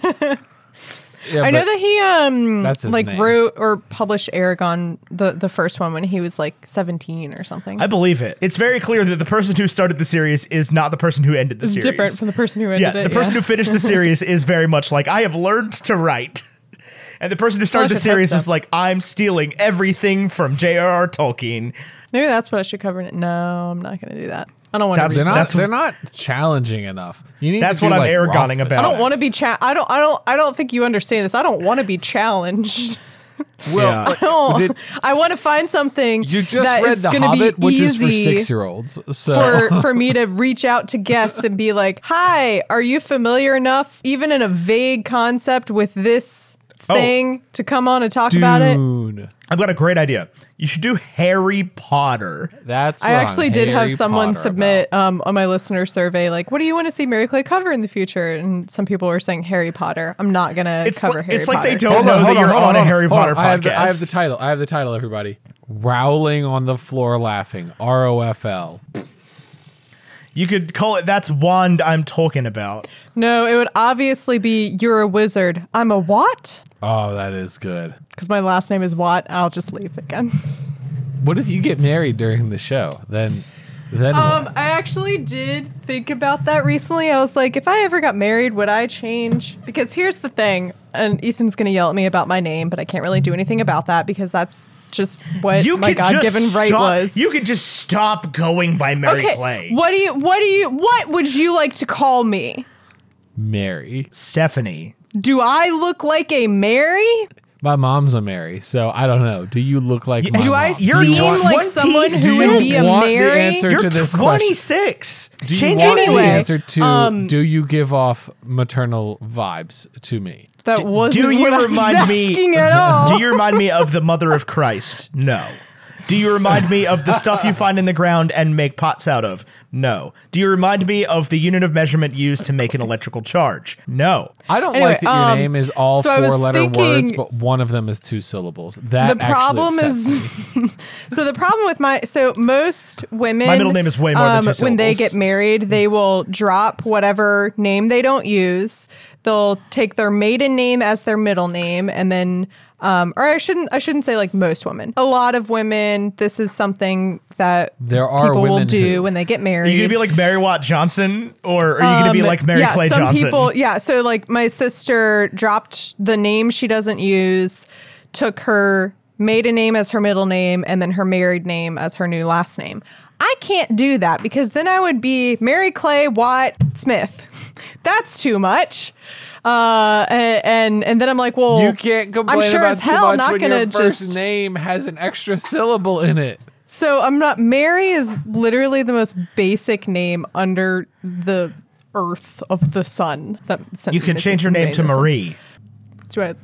Yeah, I but- know that he um That's his like name. wrote or published Aragon the the first one when he was like 17 or something. I believe it. It's very clear that the person who started the series is not the person who ended the it's series. different from the person who yeah, ended it. the person yeah. who finished [LAUGHS] the series is very much like I have learned to write. And the person who started the should hope series was so. like, I'm stealing everything from J.R.R. Tolkien. Maybe that's what I should cover. in it. No, I'm not going to do that. I don't want to. That's- They're not, that's- they're not challenging enough. You need That's to do, what I'm like, aragoning rough about. I stuff. don't want to be cha- I don't. I don't. I don't think you understand this. I don't want to be challenged. [LAUGHS] Well, Yeah. No, Did- I want to find something you just that read is The going to Hobbit, be which is for easy six year olds. So [LAUGHS] for for me to reach out to guests and be like, "Hi, are you familiar enough, even in a vague concept, with this Oh. thing to come on and talk about it?" Dune. I've got a great idea. You should do Harry Potter. That's I what I'm actually did have Harry someone Potter submit um, on my listener survey, like, "What do you want to see Mary Clay cover in the future?" And some people were saying Harry Potter. I'm not gonna It's cover like- Harry it's Potter. like they about. don't- know that you're on a Harry Potter I have, the, I have podcast. the title. I have the title. Everybody, rowling on the floor laughing. R O F L. You could call it That's Wand I'm Tolkien About. No, it would obviously be "You're a wizard." I'm a what? Oh, that is good. Because my last name is Watt. I'll just leave again. What if you get married during the show? Then, then Um, what? I actually did think about that recently. I was like, if I ever got married, would I change? Because here's the thing, and Ethan's gonna yell at me about my name, but I can't really do anything about that because that's just what You my could just God-given right stop, was. You could just stop going by Mary okay, Clay. what do you, what do you, what would you like to call me? Mary. Stephanie. Do I look like a Mary? My mom's a Mary, so I don't know. Do you look like? my Do I mom? seem like someone who Do would you be a want The Mary? answer You're to this question. 26. Do you Change want your anyway. Um, the name. answer to do you give off maternal vibes to me? That wasn't you what I was remind me- asking [LAUGHS] at [LAUGHS] all. Do you remind me of the mother of Christ? No. Do you remind me of the stuff you find in the ground and make pots out of? No. Do you remind me of the unit of measurement used to make an electrical charge? No. I don't Anyway, like that your um, name is all so I was four letter thinking- words, but one of them is two syllables. That the problem actually upsets is [LAUGHS] so the problem with my so most women um, My middle name is way more than two when they syllables. Mm. get married they will drop whatever name they don't use they'll take their maiden name as their middle name and then um, or I shouldn't I shouldn't say like most women a lot of women this is something that There are people will women do who- when they get Are married you going to be like Mary Watt Johnson or are you going to be um, like Mary yeah, Clay some Johnson? people. Yeah, so like my sister dropped the name she doesn't use, took her maiden name as her middle name, and then her married name as her new last name. I can't do that because then I would be Mary Clay Watt Smith. [LAUGHS] That's too much. Uh, a- and and then I'm like, well, you can't complain I'm sure about as too hell much not when gonna your first just name has an extra syllable in it. so I'm not. Mary is literally the most basic name under the earth of the sun. That You can change your name to Marie. Do I,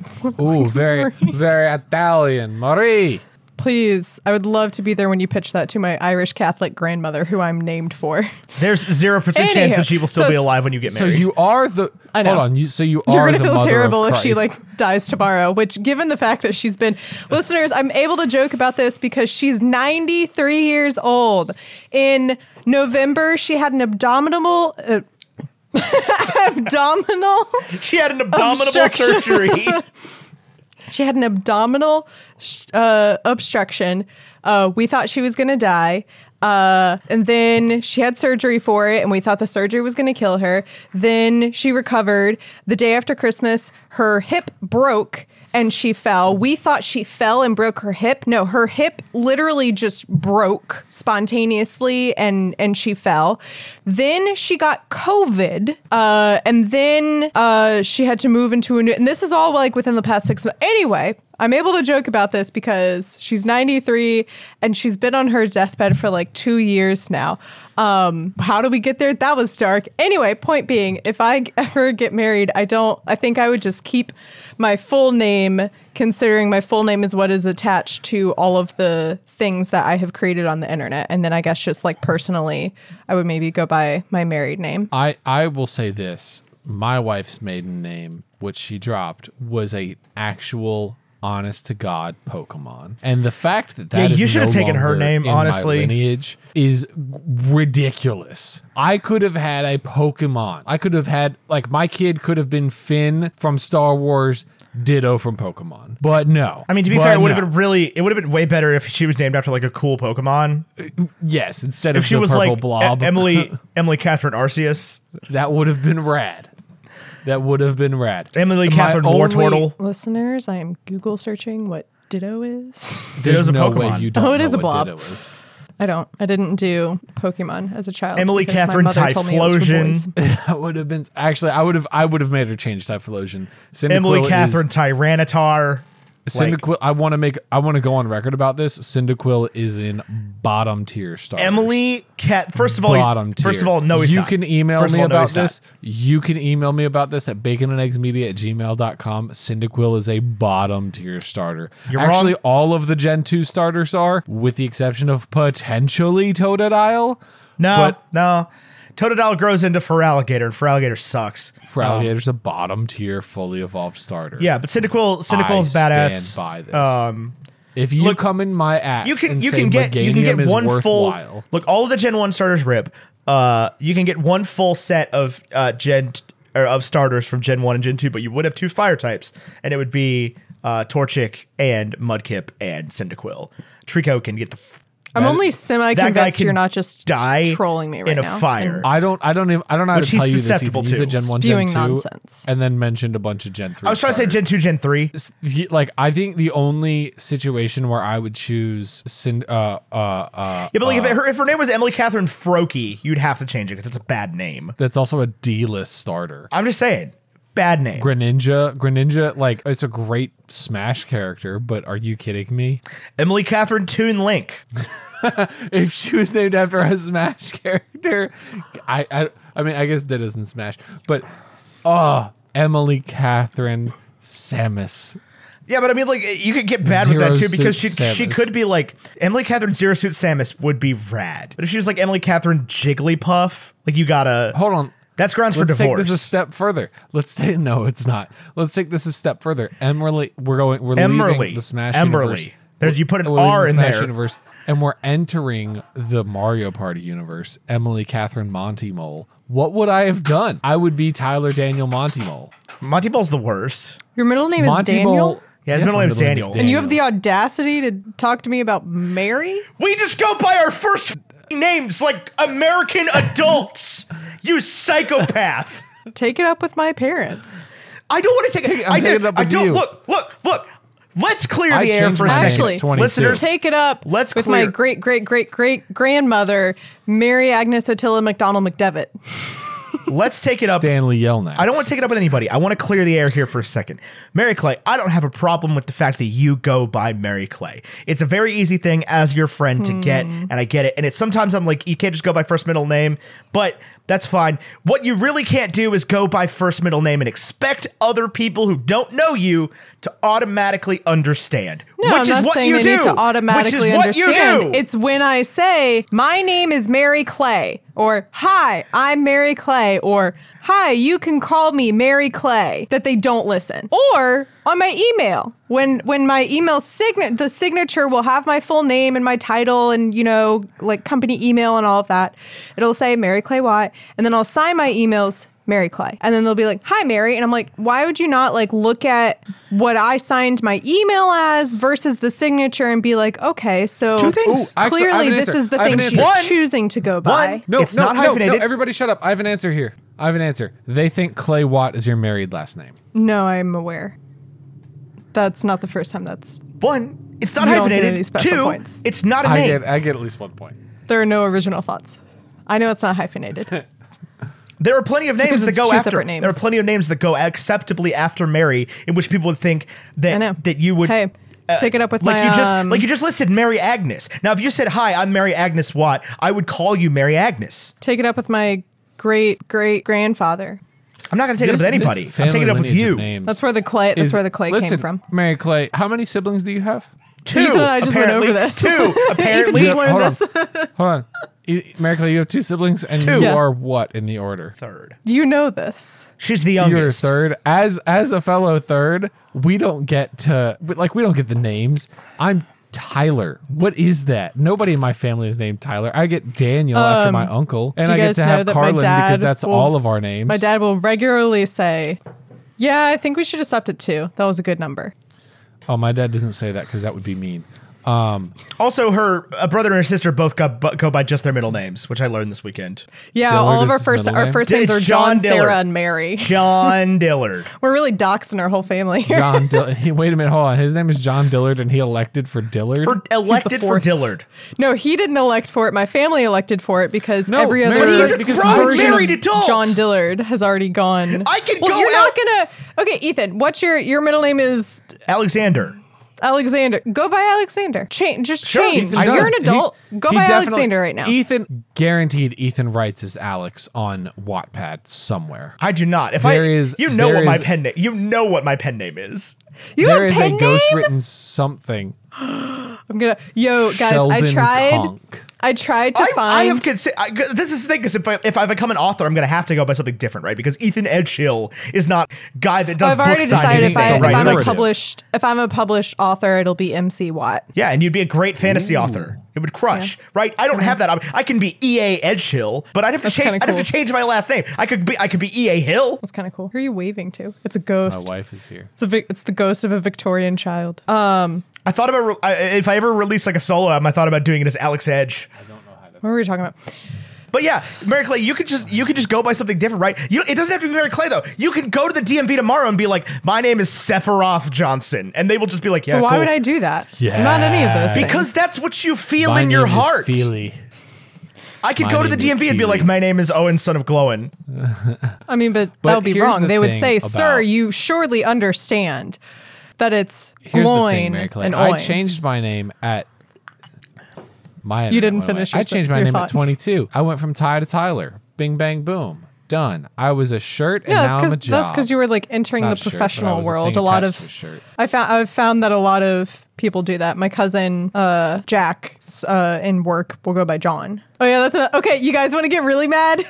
Ooh, very very Italian, Marie. [LAUGHS] Please, I would love to be there when you pitch that to my Irish Catholic grandmother, who I'm named for. [LAUGHS] There's zero percent chance Anywho, that she will still so be s- alive when you get So married. you are the. I know. Hold on. You, so you You're are gonna the feel mother of terrible if she Christ. like dies tomorrow. Which, given the fact that she's been listeners, I'm able to joke about this because she's 93 years old. In November, she had an abdominal uh, [LAUGHS] abdominal. she had an abominable [LAUGHS] Obstruction. surgery. She had an abdominal sh- uh, obstruction. Uh, we thought she was going to die. Uh, and then she had surgery for it, and we thought the surgery was going to kill her. Then she recovered. The day after Christmas, her hip broke and she fell. We thought she fell and broke her hip. No, her hip literally just broke spontaneously and and she fell. Then she got COVID, uh, and then uh, she had to move into a new. And this is all like within the past six months. Anyway, I'm able to joke about this because she's 93 and she's been on her deathbed for like two years now. Um, how do we get there? That was dark. Anyway, point being, if I ever get married, I don't. I think I would just keep my full name, considering my full name is what is attached to all of the things that I have created on the internet, and then I guess just like personally, I would maybe go by my married name. I I will say this: my wife's maiden name, which she dropped, was a actual. Honest to God, Pokemon, and the fact that that Yeah, is you should no have taken her longer name, in my honestly. lineage is ridiculous. I could have had a Pokemon. I could have had like my kid could have been Finn from Star Wars, Ditto from Pokemon. But no, I mean, to be But fair, it would have no. been really. It would have been way better if she was named after like a cool Pokemon. yes. Instead If of she the was purple like E- blob, Emily, Emily Catherine Arceus, that would have been rad. That would have been rad. Emily My Catherine only- Wartortle. Listeners, I am Google searching what Ditto is. There's Ditto's a no Pokemon. way you don't Oh, it know is a what blob. Ditto is. I don't. I didn't do Pokemon as a child. Emily because my Catherine mother told me it was for Typhlosion. boys. [LAUGHS] That would have been actually. I would have. I would have made her change Typhlosion. Cyndaquil Emily is- Catherine Tyranitar. like- Cyndaquil. I want to make. I want to go on record about this. Cyndaquil is in bottom tier star. Emily Cat. First of all, Bottom tier. first of all, no, he's you not. can email First of me all, no, about he's not. this. You can email me about this at baconandeggsmedia at gmail.com. Cyndaquil is a bottom tier starter. You're Actually, wrong. all of the Gen 2 starters are, with the exception of potentially Totodile. No, But- no. Totodile grows into Feraligatr, and Feraligatr sucks. Feraligator's a bottom tier fully evolved starter. Um, Yeah, but Cyndaquil, I Cyndaquil's badass. Stand by this. Um, if you look- come in my ass, you can and you say can get you can Meganium get is one full worthwhile, look all of the Gen one starters rip. Uh, you can get one full set of uh, Gen t- or of starters from Gen one and Gen two, but you would have two fire types, and it would be uh, Torchic and Mudkip and Cyndaquil. Trico can get the f- I'm That- only semi that guy convinced can you're not just die trolling me right in a now. fire. I don't. I don't. Even, I don't know how Which to he's tell you this. susceptible Ethan. You said to. Gen one, Spewing Gen two, nonsense. and then mentioned a bunch of Gen three. I was trying to say starters. Gen two, Gen three. he- like I think the only situation where I would choose Cind- uh, uh, uh, Yeah, but like if, her, if her name was Emily Catherine Froki, you'd have to change it because it's a bad name. that's also a D list starter. I'm just saying, bad name. Greninja, Greninja, like it's a great Smash character, but are you kidding me? Emily Catherine Toon Link. If she was named after a Smash [LAUGHS] character, I, I, I mean, I guess that isn't Smash, but oh, Emily Catherine Samus. Yeah, but I mean, like eh, you could get bad with Zero that too because she Suit she Samus. could be like Emily Catherine Zero Suit Samus would be rad, but if she was like Emily Catherine Jigglypuff, like you gotta Hold on. That's grounds for Let's take divorce. this a step further. Let's take [LAUGHS] no, it's not. Let's take this a step further. Emerly, we're going. We're Emerly, leaving the Smash universe. Emberly. There, you put an We're leaving R the in Smash there. universe, and we're entering the Mario Party universe. Emily Catherine Monty Mole. What would I have done? I would be Tyler Daniel Monty Mole. Monty Ball's the worst. Your middle name Monty is Daniel, Mole. Yeah, his Yes, middle my name's Daniel. is And and you have the audacity to talk to me about Mary. We just go by our first f***ing names like American adults. you psychopath. Take it up with my parents. I don't want to take it. I'm I taking did. it up I with don't you. look. Look. Look. Let's clear I the air changed for a my name second. at Actually, 22. listeners, Take it up Let's with my clear- great great great great grandmother, Mary Agnes Ottila McDonald McDevitt. let's take it up. Stanley Yelnats. I don't want to take it up with anybody. I want to clear the air here for a second. Mary Clay, I don't have a problem with the fact that you go by Mary Clay. It's a very easy thing as your friend to get, and I get it. And it's sometimes I'm like, you can't just go by first middle name, but That's fine. What you really can't do is go by first middle name and expect other people who don't know you to automatically understand. No, which I'm is not what saying you they do. need to which automatically is what understand. you do. It's when I say, "My name is Mary Clay," or "Hi, I'm Mary Clay," or "Hi, you can call me Mary Clay," that they don't listen. Or on my email, when when my email sign the signature will have my full name and my title and you know like company email and all of that. It'll say Mary Clay Watt, and then I'll sign my emails Mary Clay. And then they'll be like, "Hi Mary." And I'm like, "Why would you not like look at what I signed my email as versus the signature and be like, "Okay, so Two things. Ooh, I- actually, I have clearly an this answer. is the I have thing an she's answer. One. choosing to go by." One. No, It's no, not no, no, hyphenated. everybody shut up. I have an answer here. I have an answer. They think Clay Watt is your married last name. No, I'm aware. That's not the first time that's One, it's not You don't get hyphenated. any special Two, points. it's not a I name. get I get at least one point. there are no original thoughts. I know it's not hyphenated. [LAUGHS] There are plenty of because names that it's go two after. separate names. There are plenty of names that go acceptably after Mary, in which people would think I know. that that you would. Hey, uh, take it up with like my you just um, like you just listed Mary Agnes. Now, if you said hi, I'm Mary Agnes Watt, I would call you Mary Agnes. take it up with my great great grandfather. I'm not going to take This- it up with anybody. this I'm taking family it up with lineage of you. names That's where the clay that's is- where the clay listen, came from. Mary Clay, how many siblings do you have? Two. Ethan and I just went apparently- over this. [LAUGHS] Two. Apparently, just learned hold this. On. hold on. E- Mary Clay, you have two siblings, and Two. you Yeah. are what in the order? third. You know this. She's the You're a youngest. third. As as a fellow third, we don't get to we- like we don't get the names. I'm Tyler. What is that? Nobody in my family is named Tyler. I get Daniel after my uncle, and Um, do I you get guys to know have that my Carlin because dad that's will- all of our names. My dad will regularly say, "Yeah, I think we should have stopped at two. That was a good number." Oh, my dad doesn't say that because that would be mean. Also, her a brother and her sister both go, bu- go by just their middle names, which I learned this weekend. Yeah, Dillard all of is our his first middle our name? first It's names are John John, Dillard. Sarah, and Mary. John Dillard. We're really doxing our whole family here. John. Dill- [LAUGHS] he, wait a minute. Hold on. His name is John Dillard, and he elected for Dillard. For, elected for fourth. Dillard. No, he didn't elect for it. My family elected for it because No, every Mary other But he's a because grown version of married adult. John Dillard has already gone. I can well, go You're out- not gonna. Okay, Ethan. What's your your middle name is Alexander. Alexander. Go by Alexander. Change. Just Sure, change. Ethan Ethan You're does. an adult. He- go he by definitely- Alexander right now. Ethan guaranteed Ethan writes as Alex on Wattpad somewhere. I do not. If There I, is- you know there what my is- pen name. You know what my pen name is. you There have is a pen a name. ghostwritten something. I'm gonna. Yo, guys. I Sheldon tried. Conk. I tried to I, find. I have considered. This is the thing. Because if I, if I become an author, I'm going to have to go by something different, right? Because Ethan Edgehill is not guy that does oh, I've book already decided signings. if, I, that's a if I'm a narrative. published if I'm a published author, it'll be MC Watt. Yeah, and you'd be a great fantasy author. It would crush, right? I don't have that. op- I can be E EA Edgehill, but I'd have to Uh-huh. That's change. kinda I'd have to cool. change my last name. I could be. I could be EA Hill. That's kind of cool. Who are you waving to? It's a My ghost. wife is here. It's a vic- it's the ghost of a Victorian child. Um, I thought about re- I, if I ever released like a solo album. I thought about doing it as Alex Edge. what were we talking about? But yeah, Mary Clay, you could just you could just go by something different, right? You it doesn't have to be Mary Clay though. You could go to the DMV tomorrow and be like, "My name is Sephiroth Johnson," and they will just be like, "Yeah, Why cool." would I do that? I'm not any of Yes. those. Because things. that's what you feel My in your name is heart. Feely. I could My go to the name is DMV and be like, Feely. "My name is Owen, son of Glowin." I mean, but, But that would be here's wrong. the they would thing say, "Sir, about- you surely understand that it's Here's the loin thing, Mary Clay. and I oin." changed my name at my. You didn't went away. finish I your- changed my your name at thought. 22. I went from Ty to Tyler. Bing bang boom. Done. I was a shirt and Yeah, now that's I'm a because job. that's because you were like entering Not a the shirt, but I professional was a world. A, thing lot attached of to a shirt. I found I've found that a lot of people do that. My cousin uh, Jack s- uh, in work will go by John. Oh yeah, that's a, okay. You guys want to get really mad?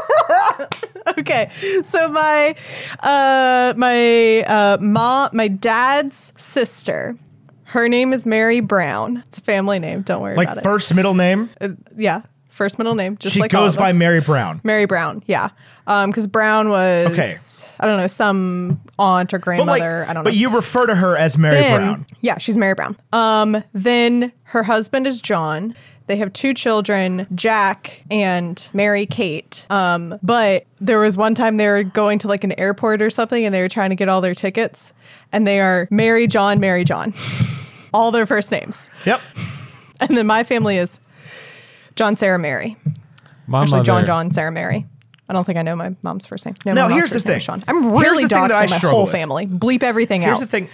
[LAUGHS] okay, so my uh, my uh, mom, my dad's sister. Her name is Mary Brown. It's a family name. Don't worry Like about it. first middle name, Yeah, first middle name. Just she like oh, all goes of by us. Mary Brown. Mary Brown, yeah. Um, because Brown was Okay. I don't know, some aunt or But like, grandmother. I don't know. but you refer to her as Mary then, Brown. Yeah, she's Mary Brown. Um, then her husband is John. They have two children, Jack and Mary Kate. Um, but there was one time they were going to like an airport or something and they were trying to get all their tickets and they are Mary John, Mary John. [LAUGHS] all their first names. Yep. And then my family is John, Sarah, Mary. my Actually, John, mother- John, Sarah, Mary. I don't think I know my mom's first name. No, Now, my here's mom's the first name thing. is Sean. I'm Here's really the thing that I doxing my struggle whole with. family. Bleep everything Here's out. the thing.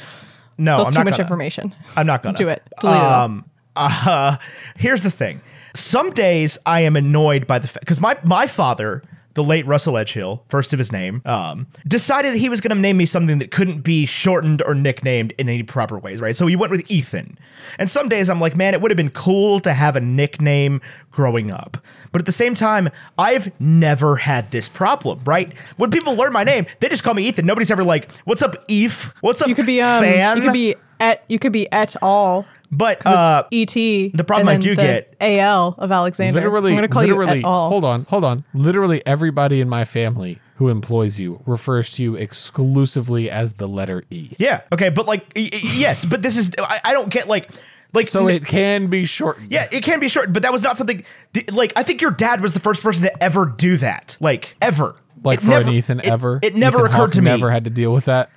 No, That's I'm too not much gonna. information. I'm not gonna Um, Do it. Delete it all. uh, here's the thing. Some days I am annoyed by the fact because my my father the late Russell Edgehill, first of his name, um, decided that he was going to name me something that couldn't be shortened or nicknamed in any proper ways, right? So he went with Ethan. And some days I'm like, man, it would have been cool to have a nickname growing up. But at the same time, I've never had this problem, right? When people learn my name, they just call me Ethan. Nobody's ever like, what's up, Eve? What's up, You could be um, fan? you could be et you could be et al. but 'cause uh, it's et. the problem and I then do the get- al of Alexander. Literally, I'm gonna call literally, you et al. hold on, hold on. Literally, everybody in my family who employs you refers to you exclusively as the letter E. Yeah. Okay. But like, y- y- yes. But this is I, I don't get like, like. So it can be shortened. yeah, it can be short, but that was not something. th- Like, I think your dad was the first person to ever do that. Like, ever. Like It for never- an Ethan it- ever. It, never Ethan occurred Hawke to me. Never had to deal with that.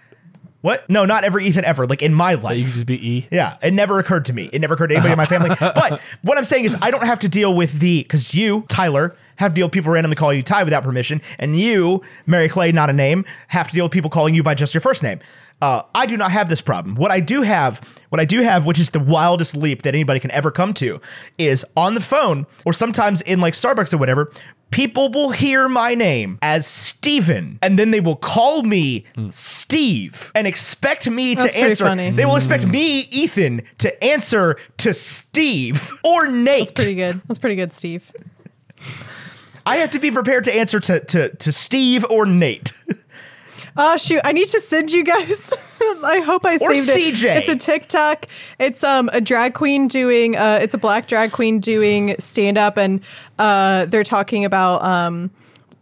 what? No, not every Ethan ever. Like in my You life. could just be E. Yeah, it never occurred to me. It never occurred to anybody in my family. But what I'm saying is, I don't have to deal with the because you, Tyler, have to deal with people randomly call you Ty without permission, and you, Mary Clay, not a name, have to deal with people calling you by just your first name. Uh, I do not have this problem. What I do have, what I do have, which is the wildest leap that anybody can ever come to, is on the phone or sometimes in like Starbucks or whatever. People will hear my name as Steven, and then they will call me Steve and expect me That's to pretty answer. funny. They will expect me, Ethan, to answer to Steve or Nate. That's pretty good. That's pretty good, Steve. I have to be prepared to answer to to, to Steve or Nate. [LAUGHS] Oh shoot! I need to send you guys. [LAUGHS] I hope I Or saved CJ. it. It's a TikTok. It's um a drag queen doing. Uh, it's a black drag queen doing stand up, and uh, they're talking about um.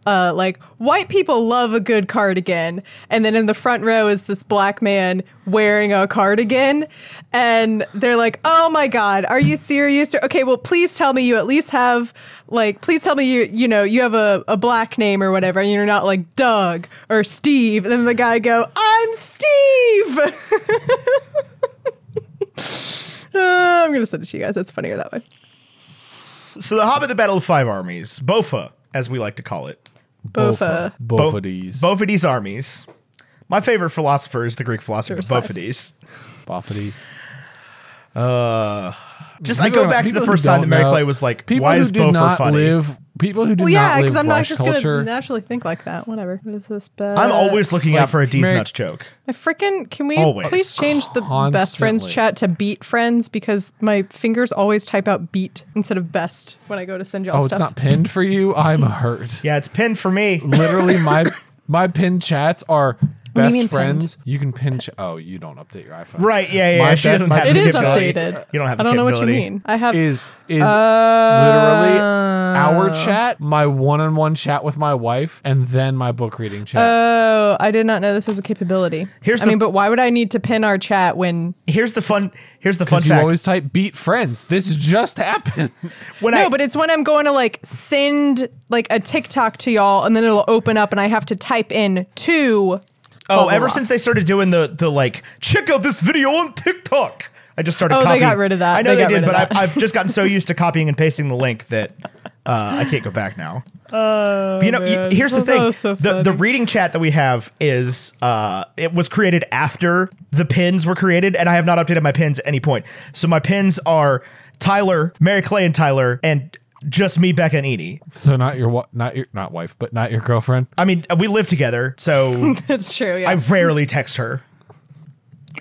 Uh, like white people love a good cardigan, and then in the front row is this black man wearing a cardigan, and they're like, "Oh my god, are you serious? Okay, well, please tell me you at least have like, please tell me you you know you have a, a black name or whatever, and you're not like Doug or Steve." And then the guy go, "I'm Steve." [LAUGHS] Uh, I'm gonna send it to you guys. It's funnier that way. So the Hobbit, the Battle of Five Armies, Bofa, as we like to call it, Bofa. Both of these. Both of these armies. My favorite philosopher is the Greek philosopher There's five. Bophades. Both of these. Just I People go back to people the who first time that don't Mary know- Clay was like, people "Why who is do Bofa not funny?" Live, people who do Well, yeah, not because live I'm not Welsh just culture. gonna naturally think like that. Whatever. What is this? I'm always looking out for a D's Mary- nuts joke. I freaking can we Always. please change the best friends Constantly. chat to beat friends because my fingers always type out beat instead of best when I go to send y'all oh, stuff. it's not pinned for you. I'm hurt. [LAUGHS] Yeah, it's pinned for me. Literally, my my pinned chats are you best mean friends. You can pin. Ch- oh, you don't update your iPhone. Right? Yeah, yeah. My yeah, She bad- doesn't my have bad. it the is capabilities. updated. You don't have. I the don't know what you capability. mean. I [LAUGHS] have is is literally our chat, my one-on-one chat with my wife, and then my book reading chat. Oh, I did not know this was a capability. Here's I the- mean, but why would I need to pin our chat when Here's the fun. [LAUGHS] Here's the fun Because you fact. always type "beat friends." This just happened. [LAUGHS] when No, I, but it's when I'm going to like send like a TikTok to y'all and then it'll open up and I have to type in two. Oh, blah, ever blah. [LAUGHS] since they started doing the the like, check out this video on TikTok. I just started. Oh, they copying. got rid of that. I know They they, got did, rid of but I've, that. I've just gotten so used to copying and pasting the link that uh, I can't go back [LAUGHS] now. But you know, y- Oh, man. here's the That thing: was so the, the funny. reading chat that we have is uh, it was created after the pins were created, and I have not updated my pins at any point. So my pins are Tyler, Mary Clay, and Tyler, and just me, Becca, and Edie. So not your wa- not your not wife, but not your girlfriend. I mean, we live together, [LAUGHS] so That's true. Yeah, I rarely text her.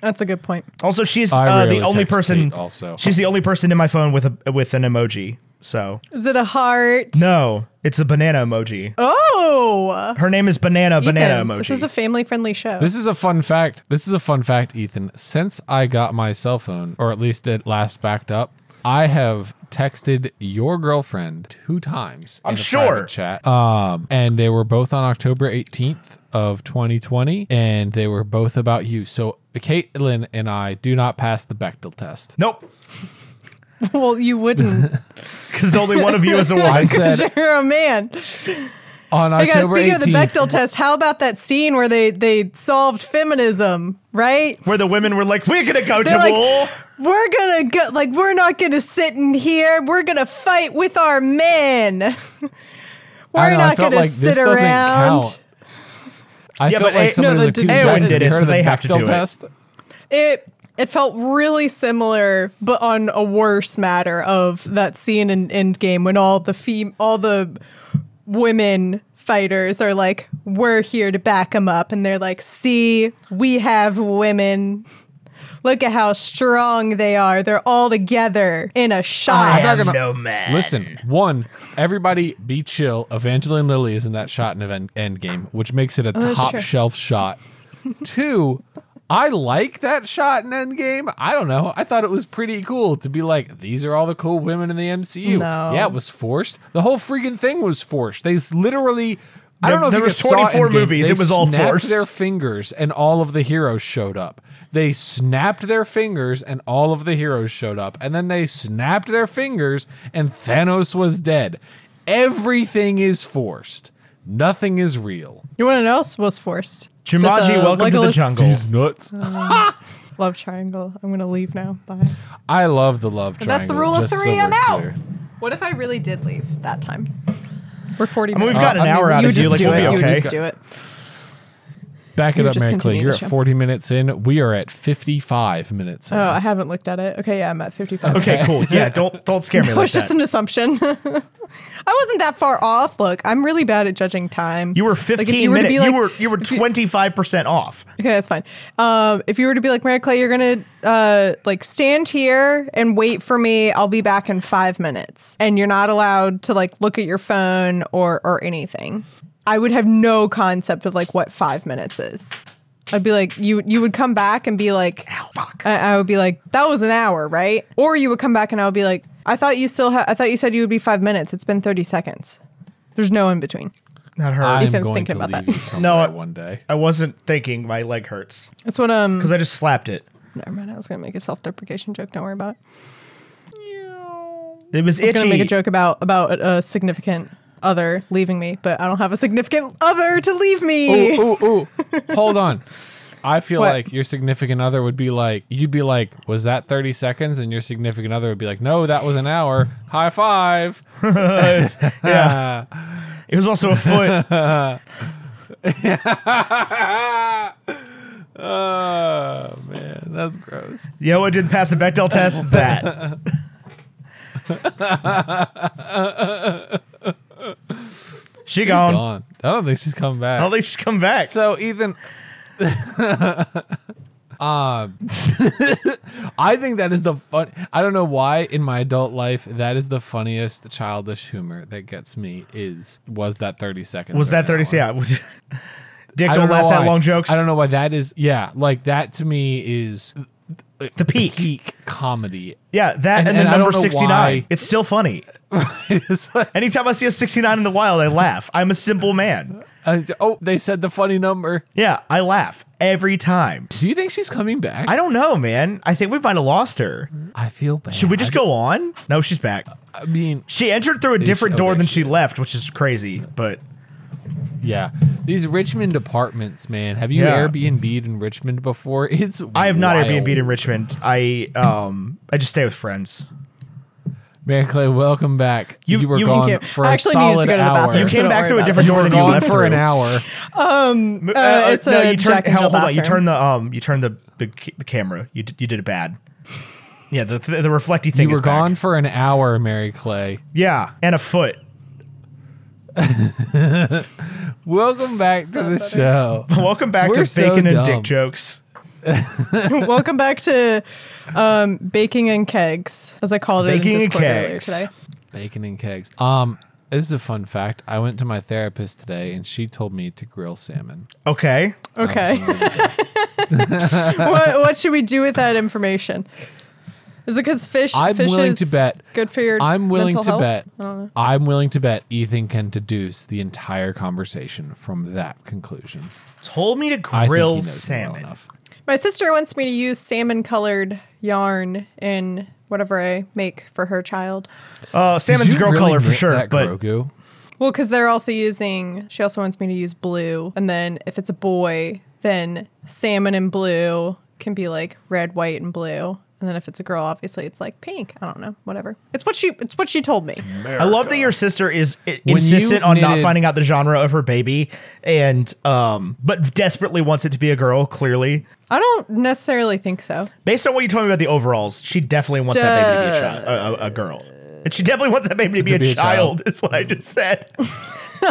that's a good point. Also, she's I uh, rarely the only text person. Kate also. she's the only person in my phone with a with an emoji. So Is it a heart? no, it's a banana emoji. Oh, Her name is banana banana Ethan, emoji. This is a family-friendly show. This is a fun fact. This is a fun fact, Ethan. Since I got my cell phone, or at least it last backed up, I have texted your girlfriend two times. in I'm a sure. private Chat. Um, and they were both on October 18th of 2020, and they were both about you. So Caitlin and I do not pass the Bechtel [LAUGHS] test. nope, [LAUGHS] well, you wouldn't. because only one of you [LAUGHS] is a woman. I [LAUGHS] said You're a man. on Hey guys, October speaking of the 18th. [LAUGHS] Bechtel test, how about that scene where they they solved feminism? Right? Where the women were like, "We're gonna go to They're like- war." We're gonna go. Like, we're not gonna sit in here. We're gonna fight with our men. [LAUGHS] I We're know, I not felt gonna like this sit doesn't around. count. I Yeah, felt but like A- somebody no, was the like, did- "Dude, Eowyn guys, did it, you heard so of the they have to Bechdel do it." test? It it felt really similar, but on a worse matter of that scene in Endgame when all the fem- all the women fighters are like, we're here to back them up. And they're like, see, we have women. Look at how strong they are. They're all together in a I shot. not am gonna- no man. Listen, one, everybody be chill. Evangeline Lilly is in that shot in Event Endgame, which makes it a Oh, that's top true. shelf shot. Two, I like that shot in Endgame. I don't know. I thought it was pretty cool to be like, these are all the cool women in the MCU. No. Yeah, it was forced. The whole freaking thing was forced. They s- literally. I don't There- know. If there you was guys saw 24 Endgame, movies. they It was all snapped forced. Their fingers and all of the heroes showed up. They snapped their fingers and all of the heroes showed up. And then they snapped their fingers and Thanos was dead. Everything is forced. Nothing is real. You want to know what else was forced? Jumanji, This, welcome to the Legolas jungle. These nuts. Love triangle. I'm going to leave now. Bye. I love the love triangle. that's the rule of just so three. we're I'm out. clear. What if I really did leave that time? We're 40 I mean, we've minutes. got Uh, an I mean, hour you out you of would you. just Like do we'll it. be You would okay. just do it. Back it You up, just Mary Clay. continue You're the at show. 40 minutes in. We are at 55 minutes in. Oh, I haven't looked at it. Okay, yeah, I'm at 55. [LAUGHS] Okay, cool. Yeah, don't don't scare me It like was just that. an assumption. [LAUGHS] I wasn't that far off. Look, I'm really bad at judging time. You were Like, if 15 were to minutes. be You like- were you were 25% [LAUGHS] off. Okay, that's fine. Um, if you were to be like Mary Clay, you're gonna uh, like stand here and wait for me. I'll be back in five minutes, and you're not allowed to like look at your phone or or anything. I would have no concept of like what five minutes is. I'd be like, you you would come back and be like, I, I would be like, that was an hour, right? Or you would come back and I would be like, I thought you still, ha- I thought you said you would be five minutes. It's been thirty seconds. There's no in between. Not her. I'm I, Ethan's going thinking to about leave that. you somewhere I- one day. wasn't thinking my leg hurts That's what um. cuz I just slapped it. Never mind. I was gonna make a self-deprecation joke. Don't worry about it. It was I was itchy. gonna make a joke about about a significant other leaving me, but I don't have a significant other to leave Oh, me. ooh, ooh, ooh. [LAUGHS] Hold on. I feel What? like your significant other would be like, you'd be like, was that 30 seconds? And your significant other would be like, no, that was an hour. High [LAUGHS] five. Yeah. it was [LAUGHS] also a foot. Oh, man. That's gross. you know what didn't pass the [LAUGHS] Bechdel test? That. she gone. Gone. I don't think she's coming back. I don't think she's come back. So [LAUGHS] Ethan, um, [LAUGHS] I think that is the fun. I don't know why in my adult life that is the funniest childish humor that gets me. Is was that thirty seconds? was or that an 30 hour? yeah. [LAUGHS] Dick I don't, know last that why. long jokes. I don't know why that is. Yeah, like that to me is The peak. peak comedy. [LAUGHS] Yeah, that And- and, and then I don't number know 69. why. It's still funny. It's like, Anytime I see a 69 in the wild, I laugh. I'm a simple man. uh, oh, they said the funny number. Yeah, I laugh every time. Do you think she's coming back? I don't know, man. I think we might have lost her. I feel bad. Should we just go on? No, she's back. I mean, She entered through a different okay, door than she she left, which is crazy, but Yeah. These Richmond apartments, man. Have you Yeah. Airbnb'd in Richmond before? [LAUGHS] It's I have not wild. Airbnb'd in Richmond. I um I just stay with friends. Mary Clay, welcome back. You, You- were you- [LAUGHS] gone Thank you. for I a actually needed to solid go to the hour. bathroom. oh. You So came don't back worry to a about different [LAUGHS] door than you gone left for an through. hour. M- Uh, it's a you turned, Jack and hell, Jill hold on. You bathroom. turned the um you turned the the, ca- the camera. You d- you did it bad. Yeah, the the, the reflecty thing You were is back. gone for an hour, Mary Clay. Yeah, and a foot. [LAUGHS] Welcome back to the show. Welcome back We're to so bacon and dumb. dick jokes. Welcome back to um, baking and kegs, as I called it Baking in and Discord earlier kegs. today. Bacon and kegs. Um, this is a fun fact. I went to my therapist today and she told me to grill salmon. Okay. [LAUGHS] Okay, [LAUGHS] what what should we do with that information? Is it because fish? I'm fish willing is to bet. Good for your. I'm willing mental to health? bet. I'm willing to bet Ethan can deduce the entire conversation from that conclusion. Told me to I think he grill knows me well salmon. enough. My sister wants me to use salmon colored yarn in whatever I make for her child. uh, salmon's Did you girl really color for knit sure, that but Grogu? Well, because they're also using. She also wants me to use blue, and then if it's a boy, then salmon and blue can be like red, white, and blue. And then if it's a girl, obviously it's like pink. I don't know, whatever. It's what she. It's what she told me. Mm. I love that your sister is i- When insistent you on not knitted- finding out the genre of her baby, and um, but desperately wants it to be a girl. Clearly, I don't necessarily think so. based on what you told me about the overalls, she definitely wants that baby to be a, Duh. child, a, a, a girl. And she definitely wants that baby to be, a, be a child, child. [LAUGHS] Is what I just said. [LAUGHS]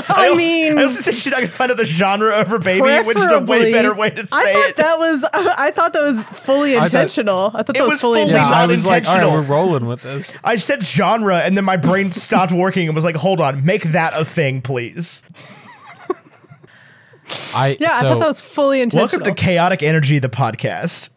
I, mean, I also said she's not gonna find out the genre of her baby, which is a way preferably- better way to say I thought it. that was. I thought that was fully thought- intentional. I thought It that was was fully. fully Yeah, intentional. I not was like, all right, intentional. we're rolling with this. I said genre, and then my brain stopped working and was like, "Hold on, make that a thing, please." [LAUGHS] I Yeah, so, I thought that was fully intentional. Welcome to Chaotic Energy, the podcast.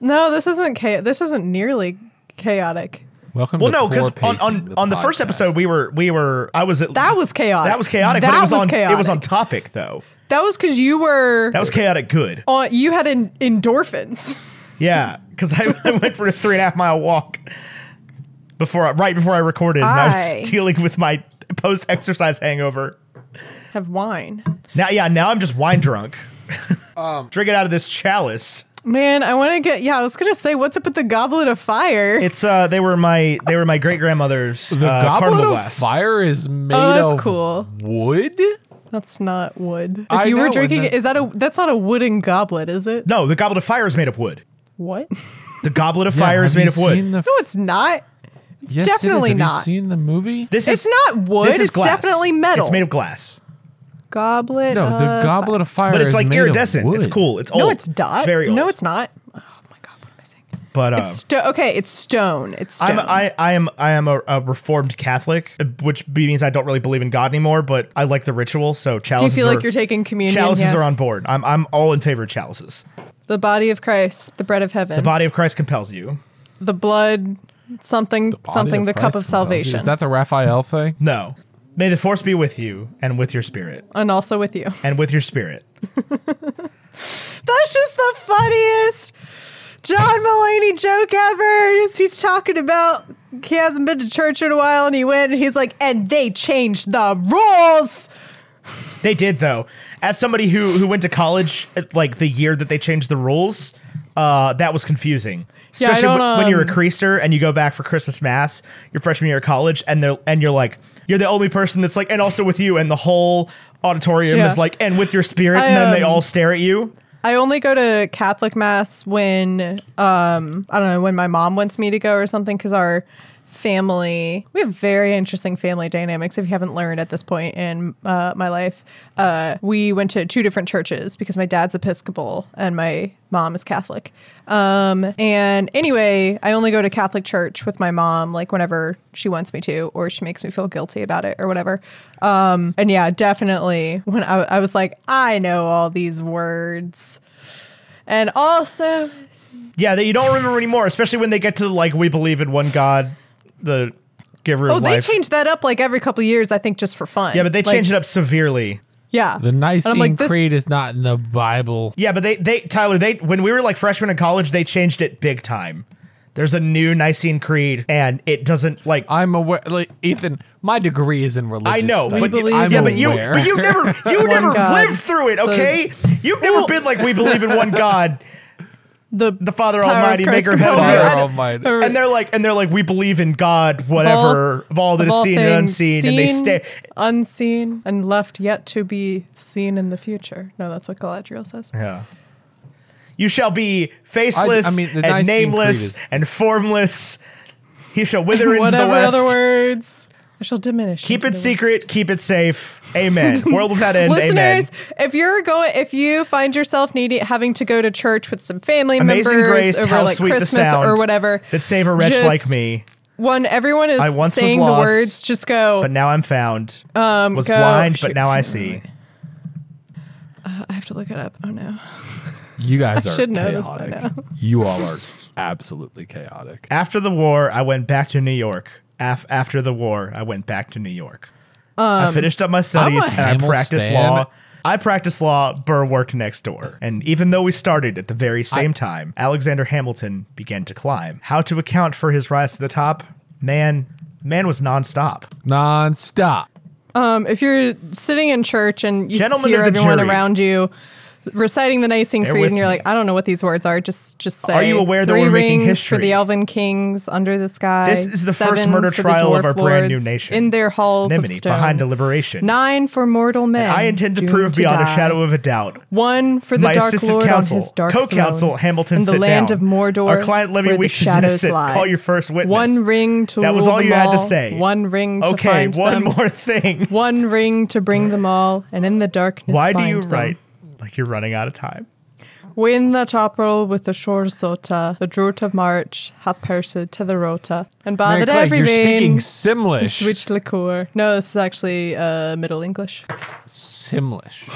no, this isn't chaotic. This isn't nearly chaotic. welcome. Well, to no, because poor on on, pacing, on the first podcast. episode we were we were I was at, That was chaotic. that was chaotic, That but it was, was on it was chaotic. on topic though. That was because you were. That was chaotic good. on, you had en- endorphins. Yeah, because I, I went for a three and a half mile walk before I, right before I recorded. and I I- was dealing with my post exercise hangover. Have wine. Now, yeah, now I'm just [LAUGHS] wine drunk. Um, Drink it out of this chalice. Man, I want to get. Yeah, I was gonna say, what's up with the goblet of fire? It's uh, they were my they were my great grandmother's the uh, goblet carnival of glass. fire is made Oh, that's of cool. wood. that's not wood. If I you know, were and drinking, that- is that a? That's not a wooden goblet, is it? No, the goblet of fire is made of wood. What? [LAUGHS] No, The goblet of fire Yeah, is have made you of wood. seen the f- it's not. yes, it is. definitely Have you not. seen the movie? this It's is not wood, This is it's definitely metal. It's made of glass, Goblet. No, of the goblet of fire. but it's is like made of iridescent. It's wood. cool. It's old. No, it's not. Oh, It's very old. No, it's not. Oh my god, what am I saying? but uh, Sto- okay, it's stone. It's stone. I'm, I, I am I am a, a reformed Catholic, which means I don't really believe in God anymore. But I like the ritual, so Do you chalices. feel are, like you're taking communion? chalices Yeah. are on board. I'm I'm all in favor of chalices. the body of Christ, the bread of heaven, the, The body of Christ compels you. blood, something, Body something, of the cup Christ of compels you. salvation, Is that the Raphael thing? No, may the force be with you and with your spirit and also with you. [LAUGHS] and with your spirit. That's just the funniest John Mulaney joke ever. He's, he's talking about he hasn't been to church in a while, and he went, and he's like, and they changed the rules. They did though. As somebody who who went to college at, like the year that they changed the rules, uh, that was confusing. Yeah, I Especially don't, when, when you're a um, creaster and you go back for Christmas mass your freshman year of college, and they're and you're like you're the only person that's like, and also with you, and the whole auditorium Yeah. is like, and with your spirit, I, and then they um, all stare at you. I only go to Catholic mass when um I don't know when my mom wants me to go or something because our family we have very interesting family dynamics if you haven't learned at this point in uh, my life uh, we went to two different churches because my dad's episcopal and my mom is catholic um, and anyway i only go to catholic church with my mom like whenever she wants me to or she makes me feel guilty about it or whatever um, and yeah definitely when I, I was like i know all these words and also Yeah, that you don't remember anymore, especially when they get to like we believe in one God, the giver Oh, of they life. change that up like every couple years, I think, just for fun. yeah, but they changed it up severly. Yeah. The Nicene like, this- Creed is not in the Bible. Yeah, but they they Tyler they when we were like freshmen in college they changed it big time. There's a new Nicene Creed and it doesn't like I, I'm aware, like Ethan. My degree is in religion. know, but believe I'm yeah, aware. but you but you [LAUGHS] never you One never God. lived through it, okay? You've never been like we believe in one God, The, the Father Power of Almighty, Christ Maker of heaven. compels Father you. and earth. Almighty. I- And they're like and they're like we believe in God, whatever of all, that of is all seen and things unseen, and they seen, stay. unseen and left yet to be seen in the future. No, that's what Galadriel says. Yeah. You shall be faceless I mean, the and Nicene Creed nameless is- and formless. He shall [LAUGHS] wither into the Whatever west. other words, I shall diminish. Keep into it the secret. Keep it safe. Amen. World without end. amen. Listeners, if you're going, if you find yourself needing having to go to church with some family Amazing members grace, over how like sweet Christmas the sound or whatever, that save a wretch just- like me. when everyone is I once was saying the lost, words, just go. But now I'm found. Um, was go- blind, shoot. but now I see. I have to look it up. Oh no. You guys I are should know this by chaotic. now. You all are absolutely chaotic. After the war, I went back to New York. Af- after the war, I went back to New York. I finished up my studies I'm a and I Hamel practiced stan. law. I practiced law. Burr worked next door, and even though we started at the very same time, Alexander Hamilton began to climb. How to account for his rise to the top? Man, man was nonstop. Non-stop. Um, if you're sitting in church and you Gentlemen hear of the everyone jury. around you reciting the Nicene Bear Creed, with and you're me. like, I don't know what these words are. Just, just say. Are you aware that three we're making rings history? for the Elven Kings under the sky? This is the first seven murder for the trial of dwarf our brand new lords nation. in their halls of Nimini stone. behind deliberation. Nine for mortal men. I intend to doomed prove beyond die. a shadow of a doubt. One for the My Dark assistant Lord counsel, on his dark co-counsel throne, Hamilton, in the sit land down. of Mordor. Our client, Levy where the Weeks, is shadows innocent. lie. Call your first witness. One ring to That was rule all you them had to all, say. One ring to Okay, find one them, more thing. One ring to bring them all, and in the [LAUGHS] darkness Why do find you them. write like you're running out of time? When the topperel with the shore sota, the drought of March hath pierced to the rota, and Mary bothered Clegg, every you're speaking vein. Simlish. Switch liqueur. No, this is actually uh, Middle English. Simlish.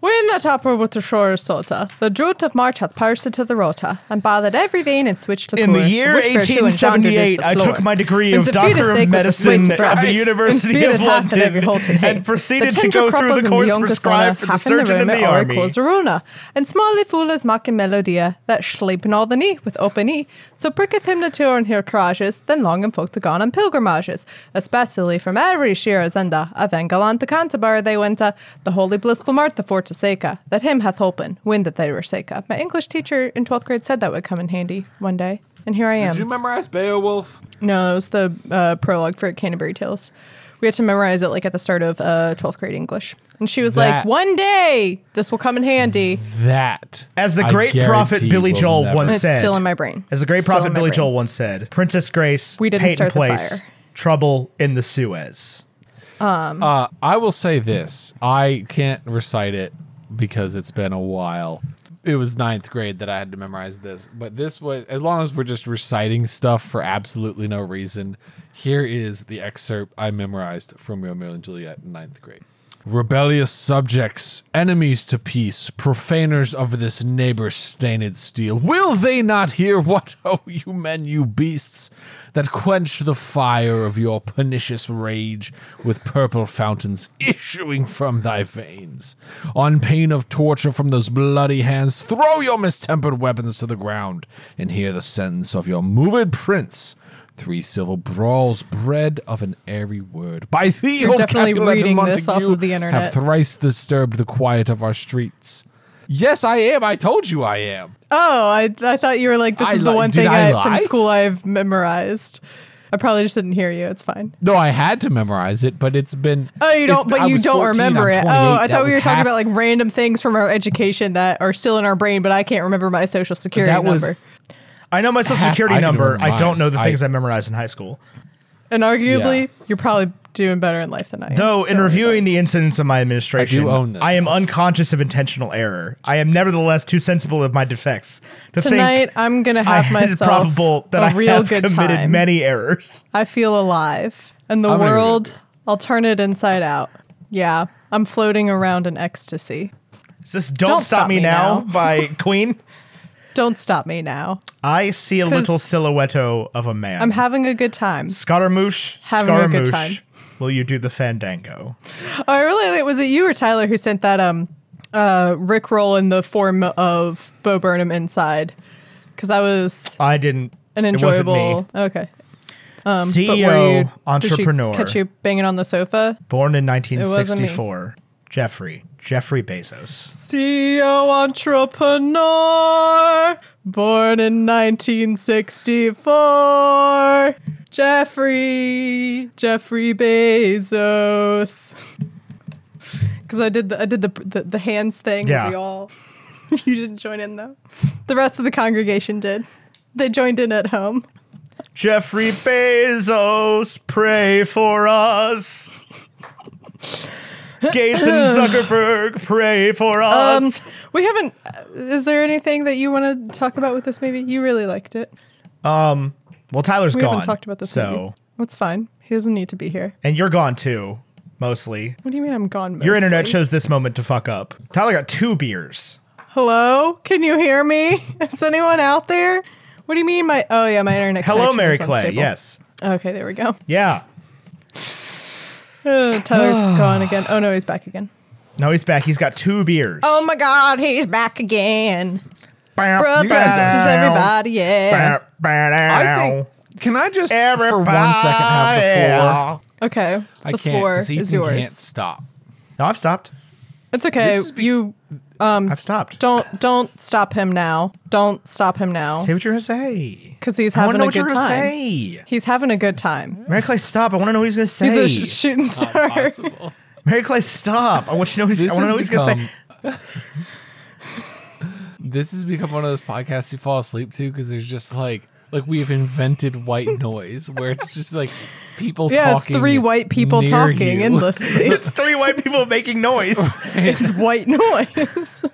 When the topper with the shore sota, the drought of March hath pierced to the rota, and bothered every vein and switched liqueur. In the year which virtue engendered 1878 is the I floor. took my degree And of Sophia Doctor Sake with of the Medicine sweets at the bride. University Inspired of hath and every London holt in hate. and proceeded The to go tender through the cropos course and yonkers prescribed for the gonna happen surgeon and room the at army. Oracles Aruna, and smally fool is mocking melodia that sleeping all the knee with open e, so pricketh him to tear on her courages, then long and folk to gone on pilgrimages, especially from every sheer azenda of Engalan to Canterbury they went to the holy blissful Martha for to Seca, that him hath holpen, when that they were Seca. My English teacher in twelfth grade said that would come in handy one day, and here I am. Did you memorize Beowulf? No, it was the uh, prologue for Canterbury Tales. We had to memorize it like at the start of uh, 12th grade English. And she was That- like, one day this will come in handy. That. As the I great prophet guarantee Billy will Joel never- And once- it's Said. still in my brain. As the great It's still in prophet my Billy brain. Joel once said, Princess Grace, We didn't Peyton start the Place, fire. trouble in the Suez. Uh, I will say this. I can't recite it because it's been a while. It was ninth grade that I had to memorize this. But this was, as long as we're just reciting stuff for absolutely no reason, here is the excerpt I memorized from Romeo and Juliet in ninth grade. Rebellious subjects, enemies to peace, profaners of this neighbor stained steel, will they not hear what, [LAUGHS] O you men, you beasts, that quench the fire of your pernicious rage with purple fountains issuing from thy veins? On pain of torture from those bloody hands, throw your mistempered weapons to the ground, and hear the sentence of your moved prince. Three civil brawls bred of an airy word. By thee, You're O definitely Capulet and reading this off Montague, of the internet. Have thrice disturbed the quiet of our streets. Yes, I am. I told you I am. Oh, I, I thought you were like, this I is the li- one did thing I I from lie? school I've memorized. I probably just didn't hear you. It's fine. No, I had to memorize it, but it's been. Oh, you it's don't, been- I but you was don't 14, remember I'm it. 28, Oh, I that thought we was were talking half- about like random things from our education that are still in our brain, but I can't remember my social security That was- number. I know my social Ha- [LAUGHS] security I can number. remember I don't mine. know the I- things I memorized in high school. And arguably, you're probably doing better in life than I am. Though, in reviewing the incidents of my administration, I do own this I am house. unconscious of intentional error. I am nevertheless too sensible of my defects to Tonight, think I'm gonna [LAUGHS] I- have [LAUGHS] it is myself probable that a I real have good committed time. many errors. I feel alive, and the I'm gonna read world. it. I'll turn it inside out. Yeah, I'm floating around in ecstasy. Is this "Don't, Stop, Me, now, [LAUGHS] by Queen? Don't stop me now. I see a little 'Cause silhouetto of a man. I'm having a good time. Scaramouche, having a good Scaramouche, time. will you do the fandango? Oh, I really was it you or Tyler who sent that um uh Rick roll in the form of Bo Burnham inside because I was I didn't. an It enjoyable. wasn't me. Okay, but were you- CEO, did she entrepreneur, catch you banging on the sofa. born in wasn't me. 1964. Jeffrey, Jeffrey Bezos. CEO entrepreneur, born in 1964. Jeffrey, Jeffrey Bezos. Because I did the I did the the, the hands thing. Yeah. We all. [LAUGHS] you didn't join in though. The rest of the congregation did. They joined in at home. Jeffrey Bezos, pray for us. Gates and [SIGHS] Zuckerberg, pray for Um, us. we haven't. Is there anything that you want to talk about with this movie? You really liked it. well, Tyler's We gone. haven't talked about this so, movie. That's fine. He doesn't need to be here. and you're gone too, mostly. What do you mean I'm gone? Mostly? Your internet chose this moment to fuck up. Tyler got two beers. Hello, can you hear me? [LAUGHS] Is anyone out there? What do you mean my? Oh yeah, my internet. Hello, connection Mary is Clay. unstable. Yes. Okay, there we go. Yeah. [SIGHS] Uh, Tyler's gone again. Oh no, he's back again. No, he's back. He's got two beers. Oh my God, he's back again. Brothers, Brothers, sisters, everybody, yeah. I think. Can I just for one second have the floor? Everybody. Okay, I the can't. floor 'cause Ethan is yours. can't stop. No, I've stopped. It's okay. This is be- you I've stopped. Um, don't don't stop him now. Don't stop him now Say what you're gonna say. because he's I want to having know a what you're good gonna time. say. He's having a good time. Mary Clay, stop! I want to know what he's gonna say. He's a sh- shooting star. Possible. Mary Clay, stop! I want you to know what he's, This I want has to know what he's gonna say. [LAUGHS] this has become one of those podcasts you fall asleep to because there's just like like we've invented white noise where it's just like people Yeah, it's talking three white people near talking you. [LAUGHS] endlessly. It's three white people making noise. it's white noise.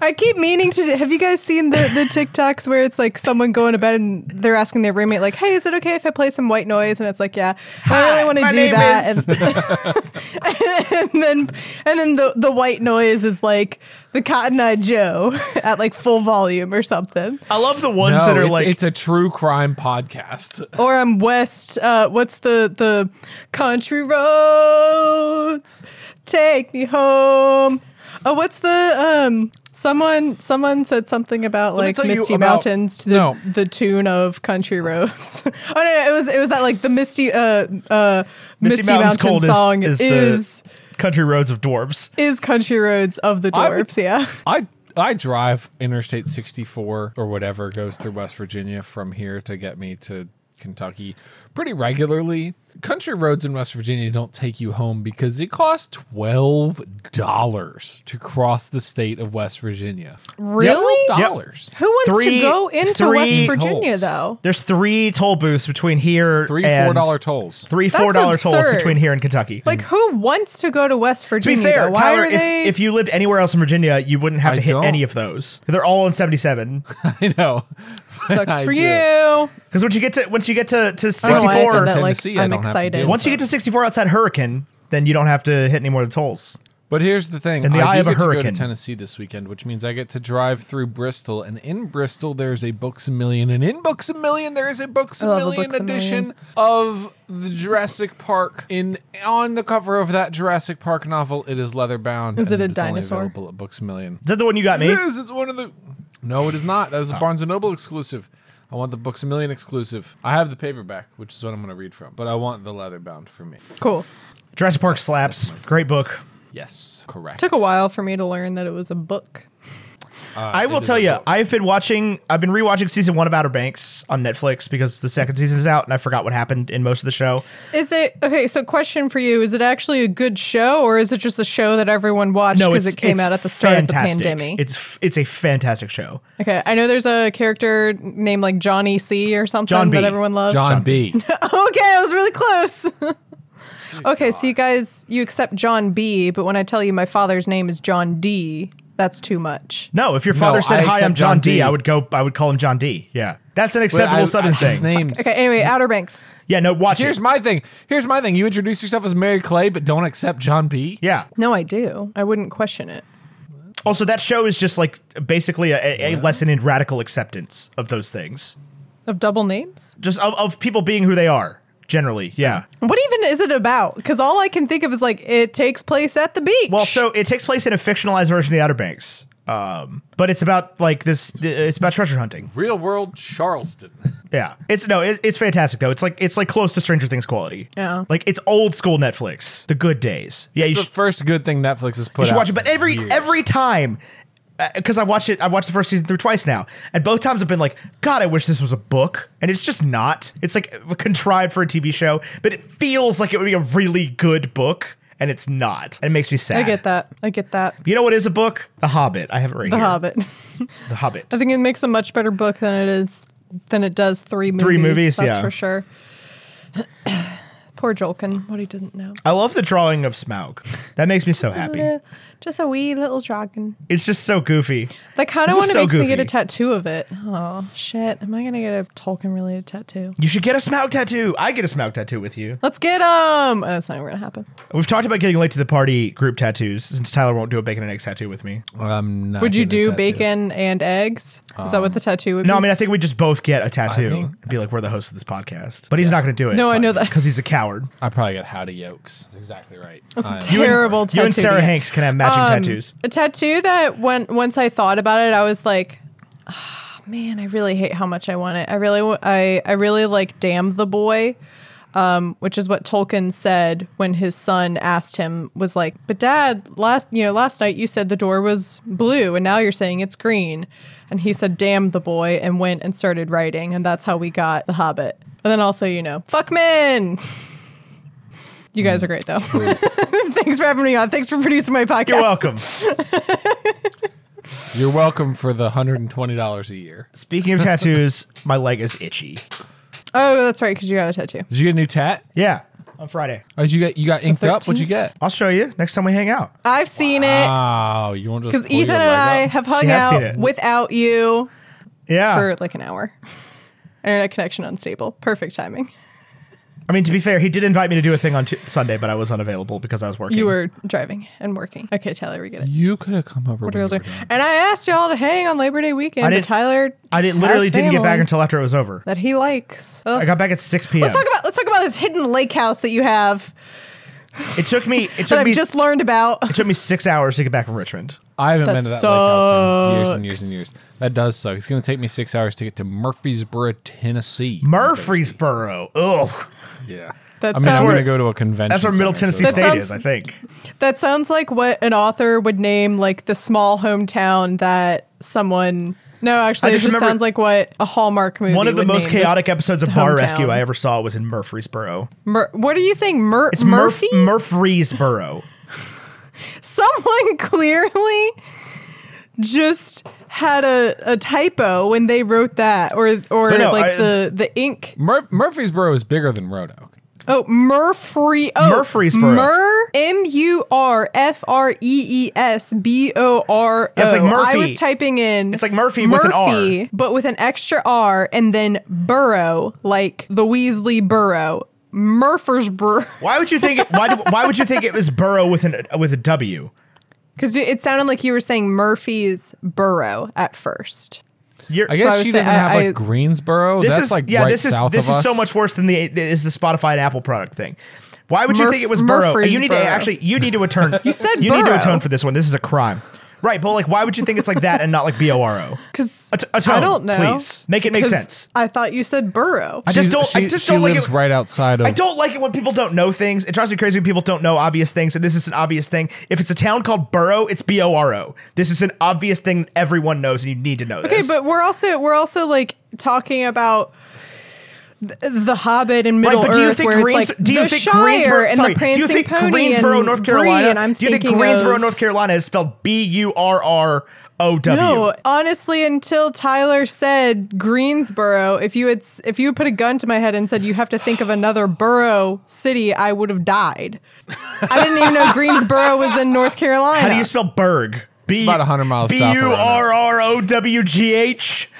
I keep meaning to. Have you guys seen the, the TikToks where it's like someone going to bed and they're asking their roommate, like, hey, is it okay if I play some white noise? And it's like, yeah, [LAUGHS] I don't really want to my do name that. is- And, and then and then the, the white noise is like the Cotton Eye Joe [LAUGHS] at like full volume or something. I love the ones No, that are it's, like it's a true crime podcast. Or I'm West. Uh, what's the the country roads? Take me home. Oh, what's the um? Someone someone said something about me like tell you misty about- mountains to the, No. the tune of country roads. [LAUGHS] oh no, no, it was it was that like the misty uh uh misty, mountains, Cold is- song is is the- is, country roads of dwarves. country roads of the I would- [LAUGHS] dwarfs. yeah, I I drive Interstate 64 or whatever goes through West Virginia from here to get me to Kentucky pretty regularly. Country roads in West Virginia don't take you home because it costs twelve dollars to cross the state of West Virginia. really. Dollars. Who wants Three- to go into three West Virginia tolls. though? There's three toll booths between here. Three and four dollar tolls. Three That's four dollar tolls absurd. between here and Kentucky. Like, who wants to go to West to be Virginia? fair, though? Why Tyler, are they? if, if you lived anywhere else in Virginia, you wouldn't have I to hit don't. any of those. They're all on 77. [LAUGHS] I know. Sucks [LAUGHS] I for do. you. Oh, Because once you get to once you get to, to I said 64, that like Tennessee, I I'm don't have to excited. deal with Once once you get to 64 outside Hurricane, then you don't have to hit any more of the tolls. But here's the thing: In the I eye do of a get to go hurricane. to Tennessee this weekend, which means I get to drive through Bristol, and in Bristol there's a Books a Million, and in Books a Million there is a Books a love a Million Books a edition Million. of the Jurassic Park. In on the cover of that Jurassic Park novel, it is leather bound. Is and it a is only dinosaur? available at Books a Million. Is that the one you got me? Oh. It is. It's one of the. No, it is not. That is a Barnes and Noble exclusive. I want the Books a Million exclusive. I have the paperback, which is what I'm going to read from, but I want the leather bound for me. Cool. Jurassic Park slaps. Great book. Yes, correct. Took a while for me to learn that it was a book. I will is tell a you, book. I've been watching, I've been rewatching season one of Outer Banks on Netflix because the second season's out, and I forgot what happened in most of the show. Is it okay? So, question for you: Is it actually a good show, or is it just a show that everyone watched No, because it's, it came it's out at the start of fantastic. the pandemic? It's f- it's a fantastic show. okay, I know there's a character named like Johnny C or something John B. that everyone loves. John B. [LAUGHS] okay, I was really close. [LAUGHS] okay, so you guys you accept John B, but when I tell you my father's name is John D, that's too much. No, if your father No, said I hi, I'm accept John John D, I D. would go. I would call him John D. Yeah, that's an But acceptable I- Southern I- His thing. name's. Okay, anyway, Outer Banks. yeah, no, watch Here's it. my thing. Here's my thing. You introduce yourself as Mary Clay, but don't accept John B. yeah. No, I do. I wouldn't question it. Also, that show is just like basically a- a, a lesson in radical acceptance of those things, Of double names? just of, of people being who they are generally. Yeah. What even is it about? Because all I can think of is like it takes place at the beach. Well, so it takes place in a fictionalized version of the Outer Banks, um, but it's about like this. It's about treasure hunting. Real world Charleston. Yeah, it's no, it, it's fantastic though. It's like it's like close to Stranger Things quality. Yeah. like it's old school Netflix, the good days. Yeah, you It's the should, first good thing Netflix has put you should out. watch it. But in every years. every time, because I've watched it, I've watched the first season through twice now, and both times I've been like, God, I wish this was a book, and it's just not. It's like contrived for a TV show, but it feels like it would be a really good book, and it's not. And it makes me sad. I get that. I get that. You know what is a book? The Hobbit. I have it right The here. Hobbit. The Hobbit. I think it makes a much better book than it is than it does three movies. Three movies, that's yeah. for sure. [COUGHS] Poor Jolkin, what he doesn't know. I love the drawing of Smaug. That makes me so happy. Little- Just a wee little dragon. It's just so goofy. That kind of This one is so makes me get goofy. a tattoo of it. Oh shit! Am I gonna get a Tolkien related tattoo? You should get a Smaug tattoo. I get a Smaug tattoo with you. Let's get them. That's not gonna happen. We've talked about getting late to the party group tattoos since Tyler won't do a bacon and eggs tattoo with me. I'm not Would you getting a do tattoo. bacon and eggs? Is that what the tattoo would be? No, I mean I think we just both get a tattoo mean- and be like we're the host of this podcast. But he's not going to do it. No, I know that. because he's a coward. I probably got howdy yolks. That's exactly right. I'm- terrible tattoo. You and Sarah to get. Hanks can have matching Um, tattoos. A tattoo that when once I thought about it, I was like, "Ah, man, I really hate how much I want it. I really, wa- I, I really like damn the boy. um, which is what Tolkien said when his son asked him, was like, "But Dad, last you know last night you said the door was blue, and now you're saying it's green." And he said, "Damn the boy," and went and started writing, and that's how we got the Hobbit. And then also, you know, fuck men. [LAUGHS] You guys are great though. [LAUGHS] Thanks for having me on. Thanks for producing my podcast. You're welcome. You're welcome for the $120 a year. Speaking of tattoos, my leg is itchy. Oh, that's right, because you got a tattoo. Did you get a new tat? Yeah, on Friday. Oh, did you get you got inked up? What'd you 13th? get? I'll show you next time we hang out. I've seen it Oh, you want to because pull your Ethan and leg I up? have hung She has seen it. Ah. out without you Yeah. for like an hour. [LAUGHS] Internet connection unstable. Perfect timing. I mean, to be fair, he did invite me to do a thing on t- Sunday, but I was unavailable because I was working. You were driving and working. Okay, Tyler, we get it. You could have come over. What when are you you were doing? done. And I asked y'all to hang on Labor Day weekend. I but didn't- Tyler, I didn't has literally didn't get back family until after it was over. that he likes. Ugh. I got back at 6 p.m. Let's talk about let's talk about this hidden lake house that you have it took me [LAUGHS] it that took me I've just learned about. it took me 6 hours to get back from Richmond. I haven't been That to that lake house in years and years and years. That does suck. It's going to take me six hours to get to Murfreesboro, Tennessee. Murfreesboro. Ugh. yeah. That I mean, I'm sounds- going to go to a convention. That's where Middle center, so Tennessee it's- State sounds- is, I think. That sounds like what an author would name like the small hometown that someone. No, I actually, it just just remember- sounds like what a Hallmark movie. One of the would most name this chaotic episodes of Bar hometown. Rescue I ever saw was in Murfreesboro. Mur- what are you saying, Mur- It's Murph- Murphy? Murfreesboro. [LAUGHS] someone [LAUGHS] clearly just had a, a typo when they wrote that, or or But no, like I- the the ink. Mur- Murfreesboro is bigger than Roanoke. Oh, Murfree. Oh, Murfreesboro. Mur M U R F R E E S B O R O. Yeah, it's like I Murphy. was typing in. It's like Murphy with an R. but with an extra R, and then Burrow, like the Weasley Burrow. Murfreesboro, Why would you think? It, why? do- Why would you think it was Burrow with an with a W? because it sounded like you were saying Murphy's Burrow at first. You're, I guess was she saying- doesn't have I- like I- Greensboro. this That's is like yeah. right this is south this of is so us. much worse than the is the Spotify and Apple product thing. Why would you Murph- think it was Burrow? You need to Murfreesboro. actually you need to atone. [LAUGHS] you said you need to Burrow. atone for this one. This is a crime, right? But like, why would you think it's like that and not like B O R O? Because At- atone, I don't know. please. Make it make [LAUGHS] 'Cause sense. I thought you said Burrow. I just She's- don't. She, I just she don't like lives it. right outside of. I don't like it when people don't know things. It drives me crazy when people don't know obvious things, and this is an obvious thing. If it's a town called Burrow, it's B O R O. This is an obvious thing that everyone knows, and you need to know Okay, this. but we're also we're also like talking about th- the Hobbit and Middle but Earth, do you think where Greens, it's like do you the think Shire Greensboro, and sorry, the Prancing do you think Pony Greensboro, and North Bree, Carolina? and I'm do you think thinking Greensboro, of- North Carolina is spelled B U R R O W? No, honestly, until Tyler said Greensboro, if you had s- if you had put a gun to my head and said you have to think of another borough city, I would have died. I didn't even know Greensboro was in North Carolina. How do you spell Berg? B- about 100 miles south B of U Roanoke. R R O W G H.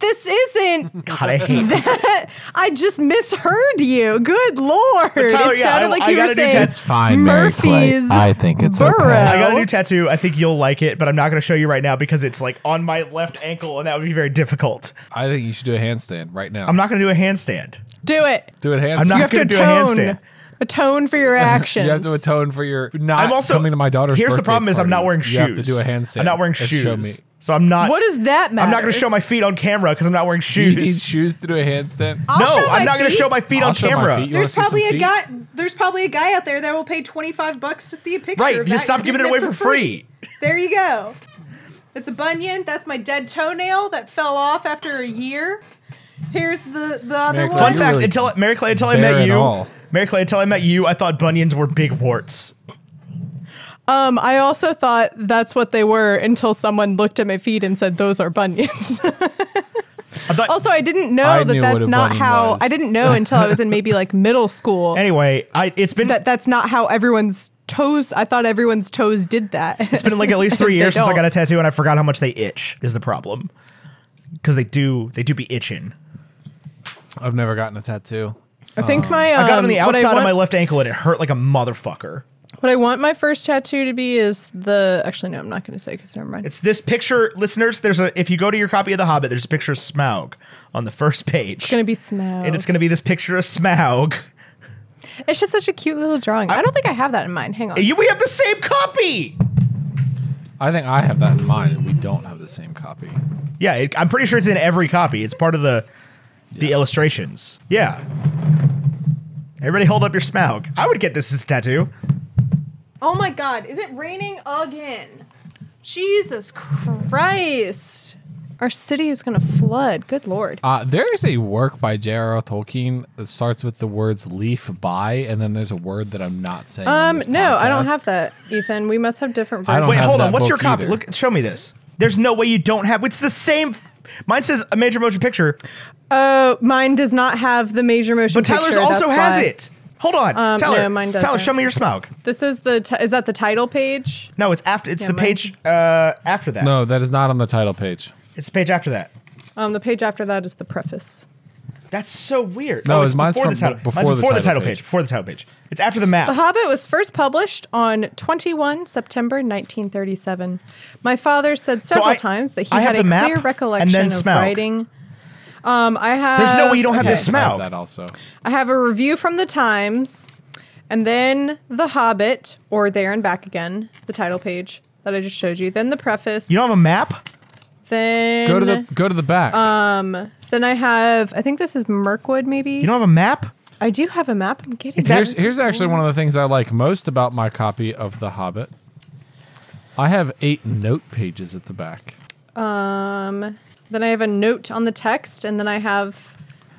this isn't. God, I hate that. I just misheard you. Good lord! Tyler, it yeah, sounded I- like I you were gotta do saying That's fine, Mary Clay. Murphy's. I think it's okay. borough. I got a new tattoo. I think you'll like it, but I'm not going to show you right now because it's like on my left ankle, and that would be very difficult. I think you should do a handstand right now. I'm not going to do a handstand. Do it. do a handstand. I'm not you have to gonna do a handstand. atone. Atone for [LAUGHS] your actions. You have to atone for your not I'm also coming to my daughter's. Here's the birthday problem: is I'm party. not wearing shoes. You have to do a handstand. I'm not wearing and shoes, Show me. so I'm not. What does that matter? I'm not going to show my feet on camera because I'm not wearing Do you need [LAUGHS] shoes. shoes to do a handstand? I'll no, show I'm my not going to feet. show my feet I'll on show my camera. feet. You wanna There's see some probably a feet? guy. There's probably a guy out there that will pay 25 bucks to see a picture. Right, of just that. stop You're giving it getting away for free. There you go. It's a bunion. That's my dead toenail that fell off after a year. Here's the the other Mary one. Clay, Fun You're fact: really until Mary Clay, until I bare met and you, all. Mary Clay, until I met you, I thought bunions were big warts. Um, I also thought that's what they were until someone looked at my feet and said those are bunions. I thought. also, I didn't know I that knew what that's a not bunion how. was. I didn't know until I was in maybe like [LAUGHS] middle school. anyway, I it's been that that's not how everyone's toes. I thought everyone's toes did that. [LAUGHS] it's been like at least three They years since I don't. got a tattoo, and I forgot how much they itch is the problem. Because they do they do be itching. I've never gotten a tattoo. I think my um, I got it on the what I outside want, of my left ankle, and it hurt like a motherfucker. What I want my first tattoo to be is the. Actually, no, I'm not going to say because never mind. It's this picture, listeners. There's a if you go to your copy of The Hobbit, there's a picture of Smaug on the first page, It's going to be Smaug. and it's going to be this picture of Smaug. It's just such a cute little drawing. I, don't think I have that in mind. Hang on. You, we have the same copy. I think I have that in mind, and we don't have the same copy. Yeah, it, I'm pretty sure it's in every copy. It's part of the the illustrations. Yeah, Everybody hold up your smaug. I would get this as a tattoo. Oh my god, is it raining again? Jesus Christ. Our city is going to flood. Good lord. Uh, there is a work by J.R.R. Tolkien that starts with the words "leaf by" and then there's a word that I'm not saying. on Um this no, I don't podcast. have that, Ethan. We must have different I versions. don't Wait, have hold on. that What's book your copy? either. Look, show me this. There's no way you don't have. It's the same. f- Mine says a major motion picture, Uh, mine does not have the major motion but Tyler's picture, also that's has why. it. Hold on, Um, Tyler. no, mine Tyler, doesn't. show me your smaug. This is the t- is that the title page? No, it's after. It's Yeah, the mine- page uh, after that. No, that is not on the title page. It's the page after that. Um, the page after that is the preface. That's so weird. No, Oh, it's- mine's before from the title. b- Before, mine's before the, title page. page. Before the title page. It's after the map. The Hobbit was first published on 21 September 1937. My father said several I- times that he I have had a the map clear and recollection then of Smaug. writing. Um, I have. There's no way you don't have Yeah, this I have smaug. That also. I have a review from the Times, and then The Hobbit, or There and Back Again, the title page that I just showed you. Then the preface. You don't have a map? then Go to the go to the back. um, then I have. I think this is Mirkwood, maybe. You don't have a map? I do have a map. I'm getting It's there. Here's here's actually one of the things I like most about my copy of The Hobbit. I have eight note pages at the back. Um, then I have a note on the text, and then I have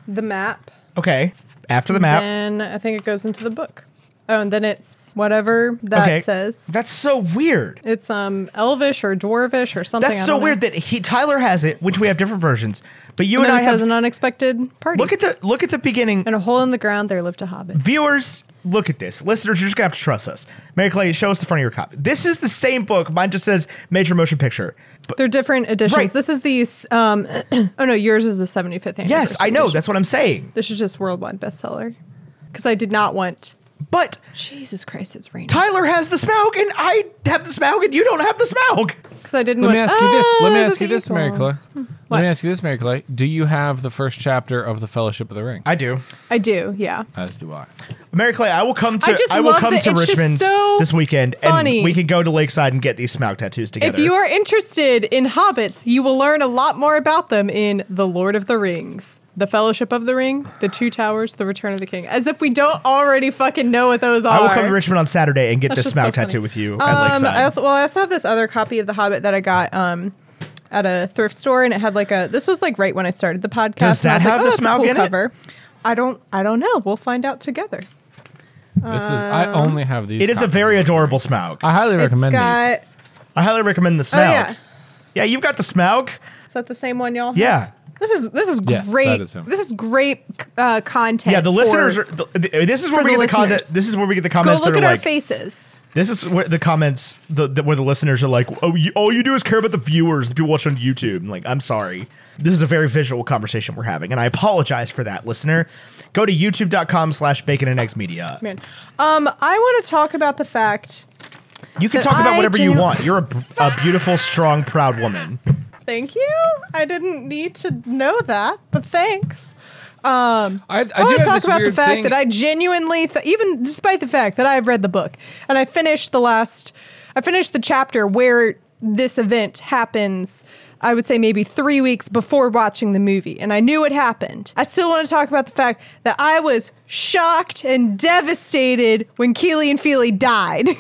the map. Okay. After the map. And I think it goes into the book. Oh, and then it's whatever that okay. says. That's so weird. It's um Elvish or Dwarvish or something. That's I so don't know. weird that he Tyler has it, which we have different versions. But you And and, then I it have says an unexpected party. look at the look at the beginning. in a hole in the ground there lived a hobbit. Viewers, look at this. Listeners, you're just gonna have to trust us. Mary Clay, show us the front of your copy. This is the same book. Mine just says major motion picture. But They're different editions. Right. This is the s- um [CLEARS THROAT] oh no, yours is the 75th anniversary. yes, I know. edition. That's what I'm saying. This is just worldwide bestseller. Cuz I did not want But Jesus Christ, it's raining. Tyler has the Smaug, and I have the Smaug, and you don't have the Smaug. Cuz I didn't Let want me ask you this. Let me "Oh, ask you this, Mary Clay. cathedrals." Let Hmm. What? me ask you this, Mary Clay. Do you have the first chapter of the Fellowship of the Ring? I do. I do, yeah. As do I. Mary Clay, I will come to. I I, just will love come that to it's just Richmond so this weekend, funny. and we can go to Lakeside and get these Smaug tattoos together. If you are interested in hobbits, you will learn a lot more about them in The Lord of the Rings, The Fellowship of the Ring, The Two Towers, The Return of the King. As if we don't already fucking know what those are. I will come to Richmond on Saturday and get That's this just so Smaug funny. tattoo with you Um, at Lakeside. I also, well, I also have this other copy of The Hobbit that I got um, at a thrift store, and it had like a. This was like right when I started the podcast. Does and I that was like, have "Oh, the that's a Smaug cool in it?" cover. I don't. I don't know. We'll find out together. This is I only have these. it is a copies. very adorable Smaug. I highly recommend Uh, it's got. these. I highly recommend the Smaug. Oh yeah. Yeah, you've got the Smaug. Is that the same one y'all? have? Yeah. This is this is Yes, that great. is him. this is great uh, content. Yeah, the for- listeners are. The, the- this is where for we the get the comment. listeners. This is where we get the Go comments look that at are our like. faces. This is where the comments, the, the where the listeners are like, "Oh, you, all you do is care about the viewers, the people watching on YouTube." I'm like, I'm sorry. This is a very visual conversation we're having, and I apologize for that, listener. Go to youtube.com/slash bacon and eggs media. Man, um, I want to talk about the fact. You can But talk about I whatever you genu- want. You're a, b- a beautiful, strong, proud woman. Thank you. I didn't need to know that, but thanks. I, I, do I, want have to talk this about the weird fact thing- that I genuinely, th- even despite the fact that I've read the book and I finished the last, I finished the chapter where this event happens. I would say maybe three weeks before watching the movie, and I knew it happened. I still want to talk about the fact that I was shocked and devastated when Keely and Feely died. [LAUGHS]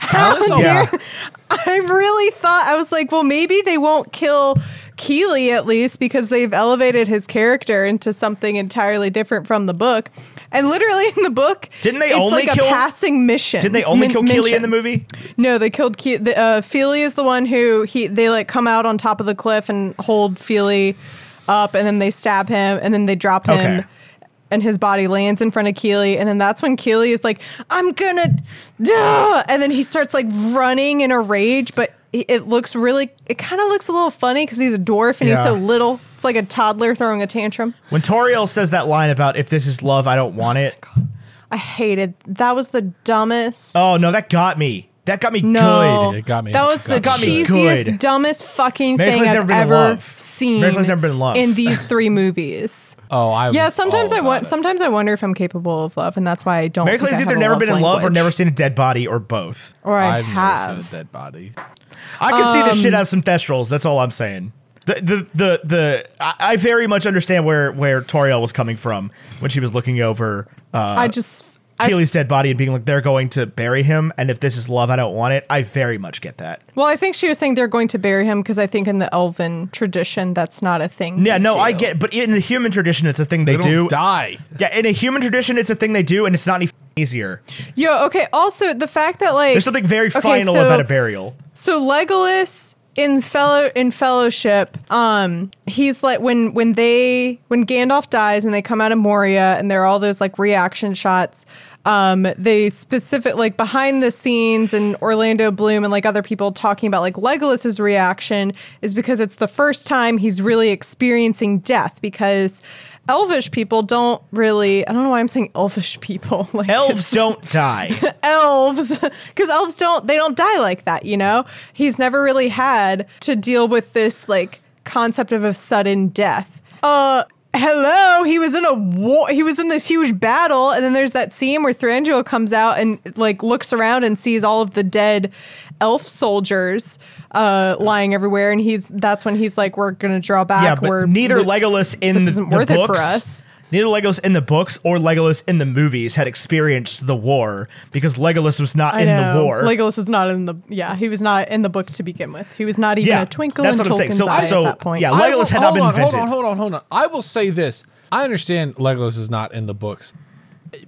How Alice dare Yeah. Oh, [LAUGHS] I really thought I was like, well, maybe they won't kill Keeley at least because they've elevated his character into something entirely different from the book. And literally in the book, Didn't they it's only like kill- a passing mission? Didn't they only Min- kill Keely in mention. the movie? No, they killed Ke- the, uh, Feely is the one who he they like come out on top of the cliff and hold Feely up, and then they stab him, and then they drop him. Okay. And his body lands in front of Keely, and then that's when Keely is like, "I'm gonna," duh! and then he starts like running in a rage. But it it looks really, it kind of looks a little funny because he's a dwarf and he's Yeah. so little. It's like a toddler throwing a tantrum. When Toriel says that line about "if this is love, I don't want it," I hated that. Was the dumbest. oh no, that got me. That got me No, good. It got me. That was It the got me cheesiest, good. dumbest fucking Mary thing Clay's never I've been in ever love. seen. Mary Clay's never been in love. in these [LAUGHS] three movies. Oh, I was yeah, sometimes all I want. about it. Sometimes I wonder if I'm capable of love, and that's why I don't. Mary think Clay's I have either a never been in love or language. never seen a dead body or both. [LAUGHS] Or I I've never have. seen a dead body. Um, I can see this shit as some thestrals. That's all I'm saying. The the the, the I, I very much understand where where Toriel was coming from when she was looking over uh, I just I, Keely's dead body and being like they're going to bury him, and if this is love, I don't want it. I very much get that. well, I think she was saying they're going to bury him because I think in the elven tradition that's not a thing. Yeah, they no, I do. get, but in the human tradition, it's a thing they, They do. don't die. Yeah, in a human tradition, it's a thing they do, and it's not any f- easier. Yo, okay. Also, the fact that like There's something very Okay, final so- about a burial. So Legolas in fellow in fellowship, um, he's like when when they when Gandalf dies and they come out of Moria and there are all those like reaction shots. Um, they specific like behind the scenes and Orlando Bloom and like other people talking about like Legolas's reaction is because it's the first time he's really experiencing death because elvish people don't really I don't know why I'm saying elvish people [LAUGHS] like Elves don't [LAUGHS] die. elves [LAUGHS] because elves don't they don't die like that you know he's never really had to deal with this like concept of a sudden death uh hello he was in a war he was in this huge battle and then there's that scene where thranduil comes out and like looks around and sees all of the dead elf soldiers uh lying everywhere and he's that's when he's like we're gonna draw back yeah, but we're neither Legolas in this the, isn't the worth it for books. us. Neither Legolas in the books or Legolas in the movies had experienced the war because Legolas was not I in know. the war. Legolas was not in the yeah, he was not in the book to begin with. He was not even Yeah, a twinkle that's in what I'm saying. Tolkien's So- eye so, at that point. yeah, I- Legolas will- had not hold been on, invented. Hold on, hold on, hold on. I will say this. I understand Legolas is not in the books.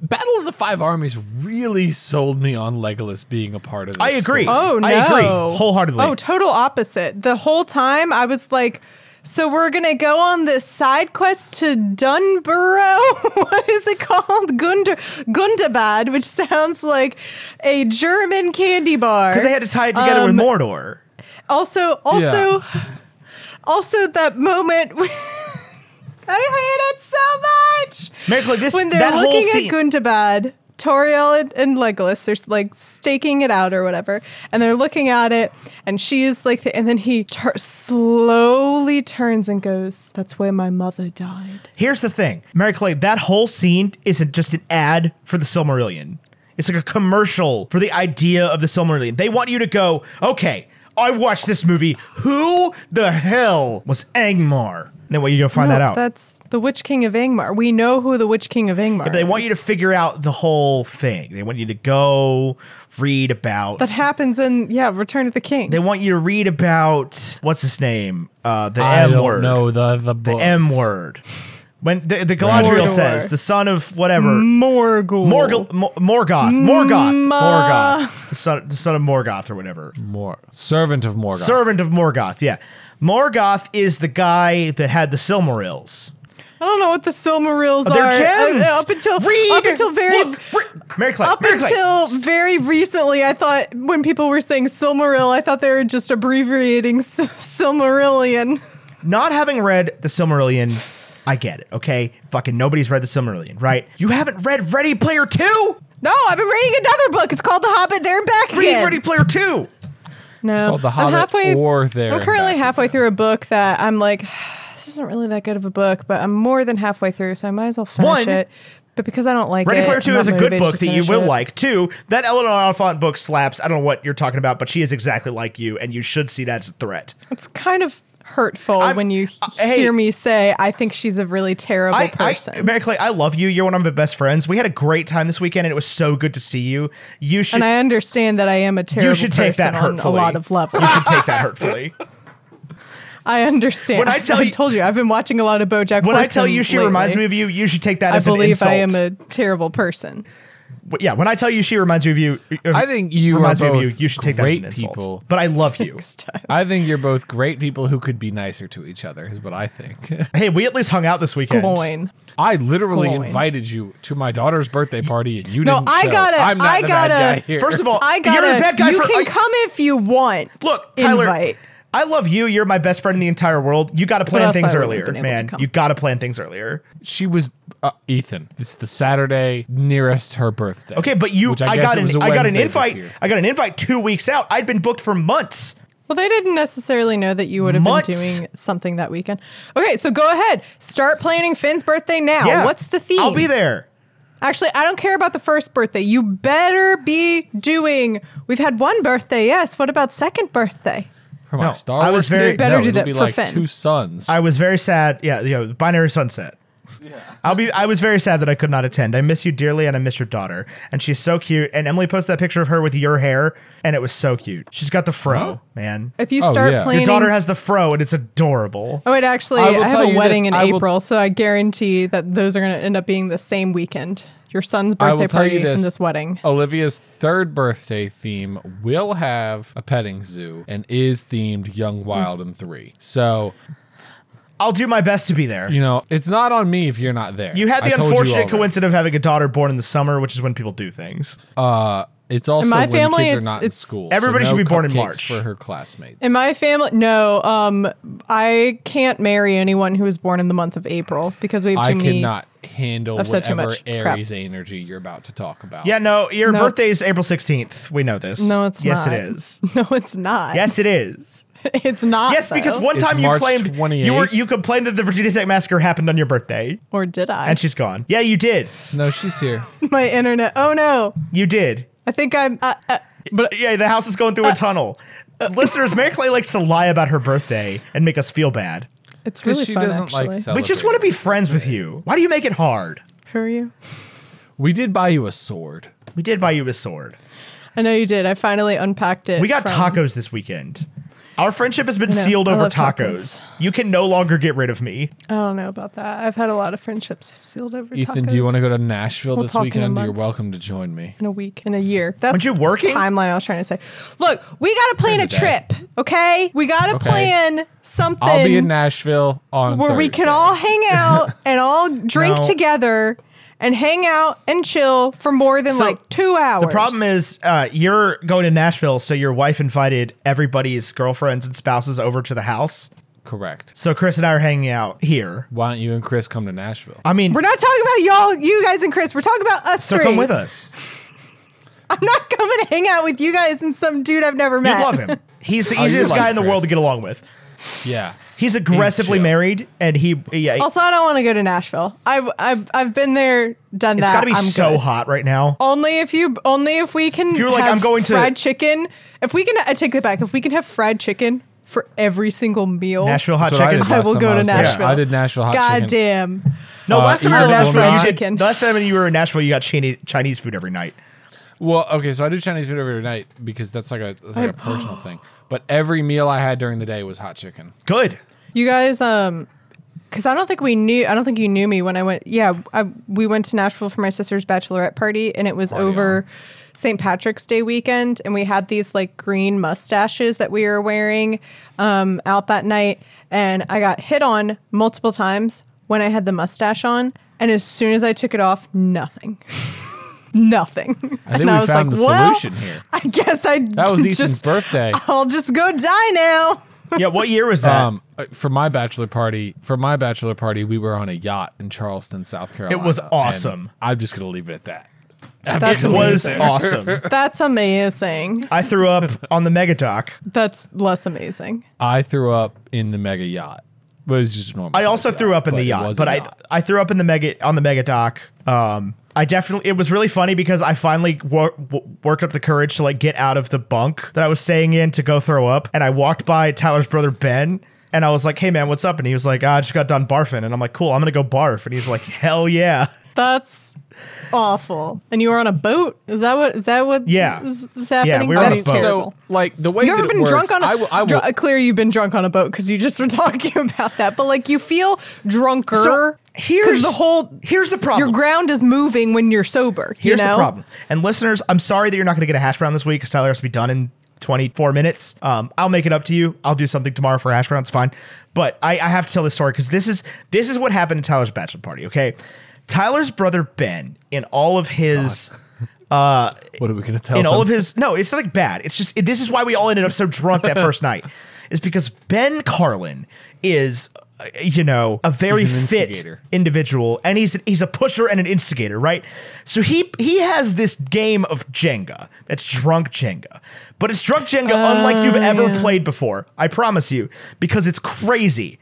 Battle of the Five Armies really sold me on Legolas being a part of this. I agree. story. Oh no. I agree wholeheartedly. Oh, total opposite. The whole time I was like, so we're gonna go on this side quest to Dunborough. [LAUGHS] what is it called? Gunder Gundabad, which sounds like a German candy bar. Because they had to tie it together Um, with Mordor. Also, also, also that moment. [LAUGHS] When I hate it so much. Merrick, like, this- when they're that whole looking scene- at Gundabad, Toriel and, and Legolas are like staking it out or whatever, and they're looking at it, and she's like, the, and then he tur- slowly turns and goes, "That's where my mother died." Here's the thing, Mary Clay. That whole scene isn't just an ad for the Silmarillion. It's like a commercial for the idea of the Silmarillion. They want you to go, okay, I watched this movie. Who the hell was Angmar? And then what you go find No, that out. Oh, That's the Witch King of Angmar. We know who the Witch King of Angmar. they want you to is. figure out the whole thing. They want you to go read about. That happens in yeah, Return of the King. they want you to read about what's his name? Uh, the I M don't word. know the the, books. M word. When the, the Galadriel Mordor. Mm. says, the son of whatever. Morgul. Morgoth, Morgoth, Mm, Morgoth, Ma- Morgoth, the son, the son of Morgoth or whatever, Mor- servant of Morgoth. servant of Morgoth. Yeah, Morgoth is the guy that had the Silmarils. I don't know what the Silmarils They're are. gems. Uh, up until Read, up until very look, re- Mary Clay, [LAUGHS] up Mary Clay. until very recently, I thought when people were saying Silmaril, I thought they were just abbreviating S- Silmarillion. not having read the Silmarillion. I get it. Okay, fucking nobody's read the Silmarillion, right? You haven't read Ready Player Two. No, I've been reading another book. It's called The Hobbit. There and back Read again. Ready Player Two. no, called The Hobbit or There I'm and currently Back halfway through a book that I'm like, [SIGHS] this isn't really that good of a book, but I'm more than halfway through, so I might as well finish One, it. But because I don't like Ready it, Player I'm Two not is a good motivated book to that you finish will it. like. Two, that Eleanor Alphont book slaps. I don't know what you're talking about, but she is exactly like you, and you should see that as a threat. It's kind of hurtful I'm- when you uh, hear hey. me say I think she's a really terrible I, I, person. Mary Clay, I love you. You're one of my best friends. We had a great time this weekend, and it was so good to see you. You should and I understand that I am a terrible you should take person that hurtfully. on a lot of levels. You should take that hurtfully. [LAUGHS] I understand. When I tell you- told you, I've been watching a lot of BoJack. When I Horseman tell you she lately. reminds me of you, you should take that I as an believe insult. I am a terrible person. But yeah, when I tell you she reminds me of you, uh, I think you reminds are me of you. both You should take that as an great insult. people. But I love you. I think you're both great people who could be nicer to each other, is what I think. [LAUGHS] hey, we at least hung out this weekend. Coin. I literally It's glowing. invited you to my daughter's birthday party and you No, didn't I show. gotta- I'm not I the bad gotta- guy here. First of all, I got you're the bad guy You for can I- come if you want. Look, Tyler. Invite. I love you. You're my best friend in the entire world. You got to plan else things I wouldn't have earlier, been able to man. come. You got to plan things earlier. she was uh, Ethan. It's the Saturday nearest her birthday. Okay, but you, which I, guess got it an, was a I got Wednesday an this invite. year. I got an invite two weeks out. I'd been booked for months. Well, they didn't necessarily know that you would have Months. been doing something that weekend. Okay, so go ahead. Start planning Finn's birthday now. Oh, What's the theme? I'll be there. Actually, I don't care about the first birthday. You better be doing. We've had one birthday, yes. What about second birthday? For my No, Star I Wars, was very- kid, Better no, do it'll that be for like Finn. two sons. I was very sad. Yeah, you know, binary sunset. I'll be. I was very sad that I could not attend. I miss you dearly, and I miss your daughter. And she's so cute. And Emily posted that picture of her with your hair, and it was so cute. She's got the fro, man. If you Oh, start yeah. Your Your planning, daughter has the fro, and it's adorable. Oh, it actually. I I, will have tell you a this, wedding in I will- April, so I guarantee that those are going to end up being the same weekend. Your son's I birthday will tell party you this. Oh. and this wedding. Olivia's third birthday theme will have a petting zoo and is themed Young, Wild, and Three. So I'll do my best to be there. you know it's not on me if you're not there. You had I the told you unfortunate already. coincidence of having a daughter born in the summer, which is when people do things. It's also my when family, kids are it's- not in it's- school. Everybody so should no be born in cupcakes March. for her classmates. In my family, no. Um, I can't marry anyone who was born in the month of April because we have too I many. cannot handle I've said too whatever much. Crap. Aries energy you're about to talk about. Yeah, no, your No. birthday is April 16th. We know this. No, it's yes, not. it is. [LAUGHS] No, it's not. Yes, it is. [LAUGHS] it's not. Yes, because though. one It's time you March claimed you were 28th. you complained that the Virginia Tech massacre happened on your birthday, Or did I? and she's gone. Yeah, you did. No, she's here. [LAUGHS] my internet. Oh no! You did. I think I'm. Uh, uh, But yeah, the house is going through a tunnel. Listeners, Mary Clay likes to lie about her birthday and make us feel bad. it's Because really she fun. doesn't actually. like We celebrating. just want to be friends with you. Why do you make it hard? Who are you? We did buy you a sword. We did buy you a sword. I know you did. I finally unpacked it. We got from- tacos this weekend. Our friendship has been I know. sealed I over love tacos. You can no longer get rid of me. I don't know about that. I've had a lot of friendships sealed over Ethan, do you tacos. want to go to Nashville We'll this talk in a weekend? You're month. welcome to join me. in a week, in a year. That's Aren't you working? the timeline I was trying to say. Look, we got to plan During the a day. trip, okay? We got to Okay. plan something I'll be in Nashville on where we can Thursday. all hang [LAUGHS] out and all drink No. together and hang out and chill for more than So, like two hours. The problem is, uh, you're going to Nashville, so your wife invited everybody's girlfriends and spouses over to the house. correct. So Chris and I are hanging out here. Why don't you and Chris come to Nashville? I mean, we're not talking about y'all, you guys, and Chris. We're talking about us so three. come with us. I'm not coming to hang out with you guys and some dude I've never You'd met. love him. He's the you easiest like guy in the Chris. world to get along with. Yeah. He's aggressively chill. married, and he yeah. Also, I don't want to go to Nashville. I, I've I've been there, done it's that. got to be I'm so good. Oh. hot right now. Only if you, only if we can. If you were like, have "I'm going to-" fried chicken. If we can, I take that back. If we can have fried chicken for every single meal, Nashville hot That's what I chicken. did I last will time go to was there. Nashville. I did Nashville hot God chicken. Uh, damn. No, last time you were in Eagle Nashville, Fried you did- Chicken. last time you were in Nashville, you got Chinese Chinese food every night. Well, okay, so I do Chinese food every night because that's like a that's like a personal thing. But every meal I had during the day was hot chicken. Good. You guys, um, because I don't think we knew. I don't think you knew me when I went. Yeah, I, we went to Nashville for my sister's bachelorette party, and it was Party over St. Patrick's Day weekend, and we had these like green mustaches that we were wearing um, out that night, and I got hit on multiple times when I had the mustache on, and as soon as I took it off, nothing. [LAUGHS] Nothing. I think and we I was found like, the "Well, solution here. [LAUGHS] I guess I That was Ethan's [LAUGHS] just, birthday. I'll just go die now. Yeah, what year was that? Um, uh, for my bachelor party, for my bachelor party, we were on a yacht in Charleston, South Carolina. was and awesome. I'm just gonna leave it at that. That's it was amazing. awesome. That's amazing. I threw up on the mega dock. That's less amazing. I threw up in the mega yacht. But it was just a normal. I also threw up in the yacht, but I I threw up in the mega on the mega dock. Um, I definitely it was really funny because I finally wor- w- worked up the courage to like get out of the bunk that I was staying in to go throw up, and I walked by Tyler's brother Ben. And I was like, "Hey man, what's up?" And he was like, "Ah, "I just got done barfing." And I'm like, "Cool, I'm gonna go barf." And he's like, "Hell yeah!" That's awful. And you were on a boat? Is that what is that what Yeah. is, is happening? we were on a That's boat. terrible. so like the way you that ever it been works, drunk on a I will- I will- dr- clear you've been drunk on a boat because you just were [LAUGHS] talking about that. But like you feel drunker. So, 'cause here's- the whole here's the problem. Your ground is moving when you're sober. Here's you know? the problem. And listeners, I'm sorry that you're not going to get a hash brown this week because Tyler has to be done in 24 minutes. Um, I'll make it up to you. I'll do something tomorrow for a hash brown. It's fine. But I, I have to tell this story because this is this is what happened at Tyler's bachelor party. Okay, Tyler's brother Ben, in all of his what are we gonna tell? in all them? of his no it's nothing bad it's just this is why we all ended up so drunk [LAUGHS] that first night is because ben carlin is uh, you know a very He's an fit instigator. individual and he's he's a pusher and an instigator right so he he has this game of jenga that's drunk jenga but it's drunk jenga unlike Oh, you've ever yeah. played before i promise you because it's crazy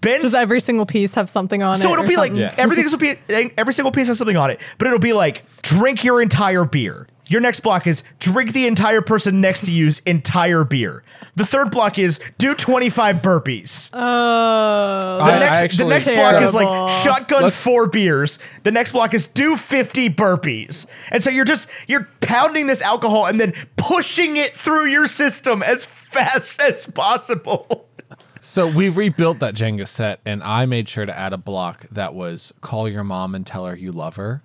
ben's Does every single piece have something on it? so it'll or be something? like Yes. everything's will be every single piece has something on it, but it'll be like drink your entire beer. Your next block is drink the entire person next to you's entire beer. The third block is do 25 burpees. Oh, the I- I next, actually- the next block is Terrible. like shotgun Let's- four beers. The next block is do 50 burpees. And so you're just you're pounding this alcohol and then pushing it through your system as fast [LAUGHS] as possible. So we rebuilt that Jenga set, and I made sure to add a block that was call your mom and tell her you love [LAUGHS] her,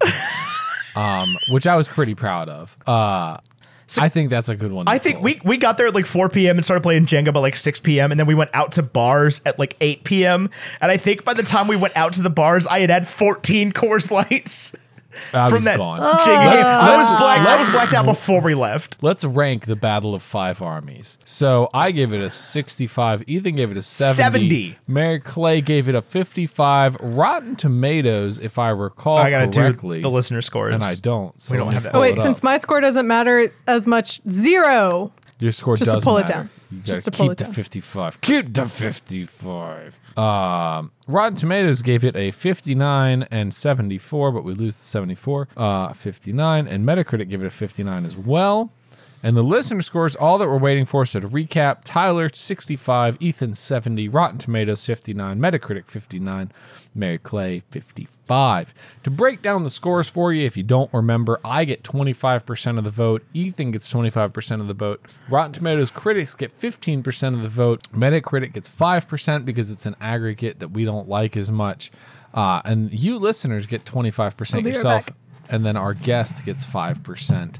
um, which I was pretty proud of. Uh, I think that's a good one. to I think pull. we we got there at like 4 p.m. and started playing Jenga by like 6 p.m. and then we went out to bars at like 8 p.m. and I think by the time we went out to the bars, I had had [LAUGHS] 14 Coors Lights I from was that gone. Oh. Jenga game. I was blacked. I was blacked out before we left. Let's rank the Battle of Five Armies. So I gave it a 65. Ethan gave it a 70. 70. Mary Clay gave it a 55. Rotten Tomatoes, if I recall I gotta correctly. do the listener scores. and I don't. So We don't let me have that. pull Oh, wait, it since up. my score doesn't matter as much, zero. your score just to does pull it matter. down. You gotta Just to pull keep it the down. 55. Keep the 55. Um, Rotten Tomatoes gave it a 59 and 74, but we lose the 74. Uh, 59 and Metacritic gave it a 59 as well. And the listener scores all that we're waiting for. So to recap, Tyler 65, Ethan 70, Rotten Tomatoes 59, Metacritic 59, Mary Clay 55. To break down the scores for you, if you don't remember, I get 25% of the vote, Ethan gets 25% of the vote, Rotten Tomatoes critics get 15% of the vote, Metacritic gets 5% because it's an aggregate that we don't like as much. Uh, and you listeners get 25% We'll be right yourself back. and then our guest gets 5%.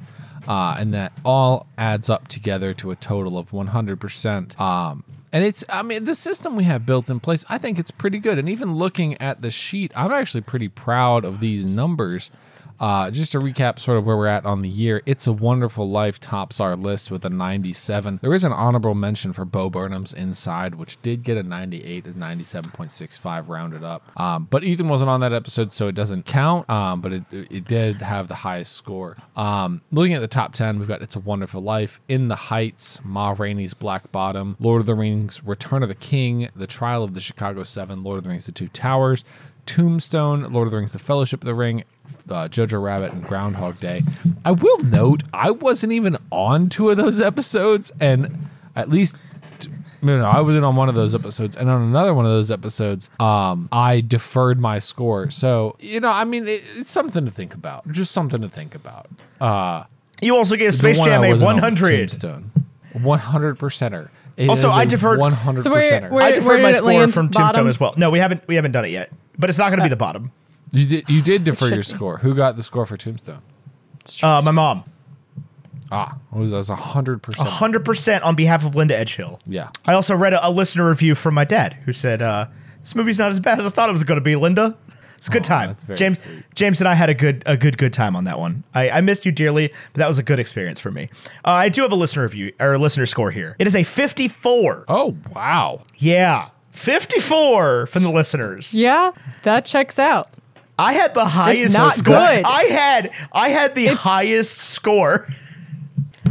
Uh, and that all adds up together to a total of 100%. Um, and it's, I mean, the system we have built in place, I think it's pretty good. And even looking at the sheet, I'm actually pretty proud of these numbers. Uh, just to recap, sort of where we're at on the year, It's a Wonderful Life tops our list with a 97. There is an honorable mention for Bo Burnham's Inside, which did get a 98 and 97.65 rounded up. Um, but Ethan wasn't on that episode, so it doesn't count. Um, but it, it did have the highest score. Um, looking at the top 10, we've got It's a Wonderful Life, In the Heights, Ma Rainey's Black Bottom, Lord of the Rings, Return of the King, The Trial of the Chicago Seven, Lord of the Rings, The Two Towers. Tombstone, Lord of the Rings, The Fellowship of the Ring, uh, Jojo Rabbit, and Groundhog Day. I will note I wasn't even on two of those episodes, and at least. No, no, I wasn't on one of those episodes, and on another one of those episodes, um, I deferred my score. So you know, I mean, it, it's something to think about. Just something to think about. Uh, You also gave the Space one I Jam a wasn't on was 100. Tombstone, one hundred percenter. Also, I deferred- one hundred So we're- percenter. I we're- Where- where deferred did my it score land? from Bottom? Tombstone as well. No, we haven't we haven't done it yet, but it's not going to be the bottom. You did, you did defer your should be. score. Who got the score for Tombstone? Uh, my mom, Ah, what was that? It was hundred percent. hundred percent on behalf of Linda Edgehill. Yeah. I also read a, a listener review from my dad who said uh, this movie's not as bad as I thought it was going to be. Linda, it's a good time. that's very James sweet. James and I had a good a good good time on that one. I, I missed you dearly, but that was a good experience for me. Uh, I do have a listener review or a listener score here. It is a fifty four. Oh wow! Yeah. 54 from the listeners. Yeah, that checks out. I had the highest not score. good. I had I had the highest score.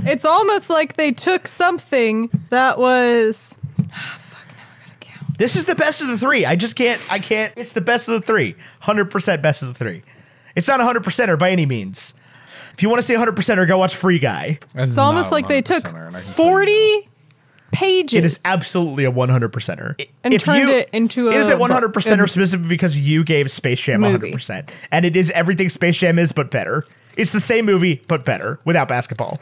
It's almost like they took something that was. This is the best of the three. I just can't. I can't. It's the best of the three. Hundred percent best of the three. It's not a hundred percenter by any means. If you want to see hundred percenter, go watch Free Guy. It's almost like they took forty pages. It is absolutely a one hundred percenter. And turned it into It is a a one hundred percenter book- specifically because you gave Space Jam Movie. hundred percent, and it is everything Space Jam is but better. It's the same movie but better without basketball.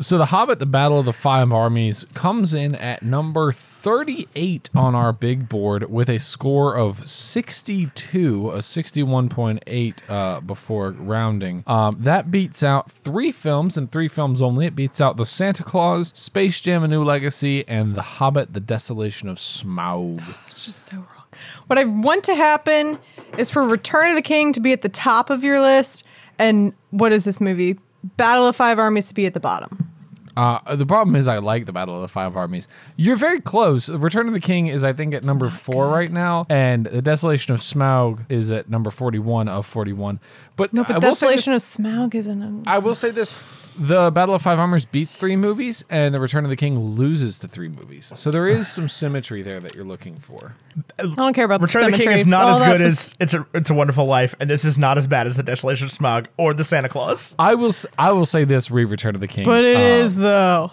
So the Hobbit: The Battle of the Five Armies comes in at number thirty-eight on our big board with a score of sixty-two, a sixty-one point eight uh, before rounding. Um, that beats out three films and three films only. It beats out The Santa Claus, Space Jam: A New Legacy, and The Hobbit: The Desolation of Smaug. It's just so wrong. What I want to happen is for Return of the King to be at the top of your list, and what is this movie? Battle of Five Armies to be at the bottom. Uh, the problem is, I like the Battle of the Five Armies. You're very close. Return of the King is, I think, at number four right now, and the Desolation of Smaug is at number forty-one of forty-one. But No, but I will say this- Desolation of Smaug isn't. I will say this. The Battle of Five Armors beats three movies, and The Return of the King loses to three movies. So there is some symmetry there that you're looking for. I don't care about Return the of the King cemetery. is not All as that good was- as it's a it's a Wonderful Life, and this is not as bad as the Desolation of Smog or the Santa Claus. I will s- I will say this: re Return of the King, But it uh, is though.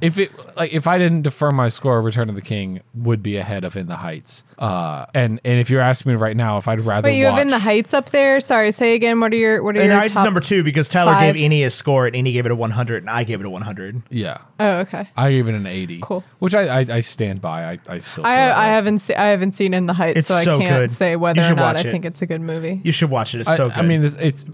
if it like if I didn't defer my score, Return of the King would be ahead of In the Heights. Uh, and and if you're asking me right now if I'd rather But you have in the watch- Heights up there. Sorry, say again. What are your what are And your Ice is top- number two because Tyler five. gave Eni a score and Eni gave it a 100 and I gave it a 100. yeah, Oh, okay. I gave it an eighty, Cool. which I I, I stand by. I I still feel I that I way. haven't se- I haven't seen In the Heights, It's so I so can't good. say You whether or should not I watch it. think it's a good movie. You should watch it. It's I, so good. I mean, it's, it's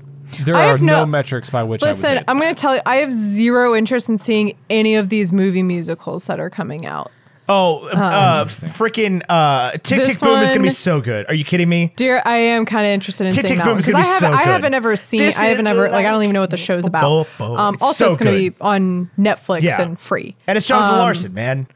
there I are have no, no- metrics by which I would Listen, say I'm going to tell you, I have zero interest in seeing any of these movie musicals that are coming out. oh, uh, freaking uh, Tick This Tick Boom is going to be one- so good. Are you kidding me? Dear, I am kind of interested in Tick, Tick, seeing that Boom one is gonna because I be haven't so I good. haven't ever seen This I haven't is ever like I don't even know what the like- show's about. Bo- bo- Um, it's also, so it's going to good. be on Netflix Yeah. and free. Um, And it's Jonathan Larson, man.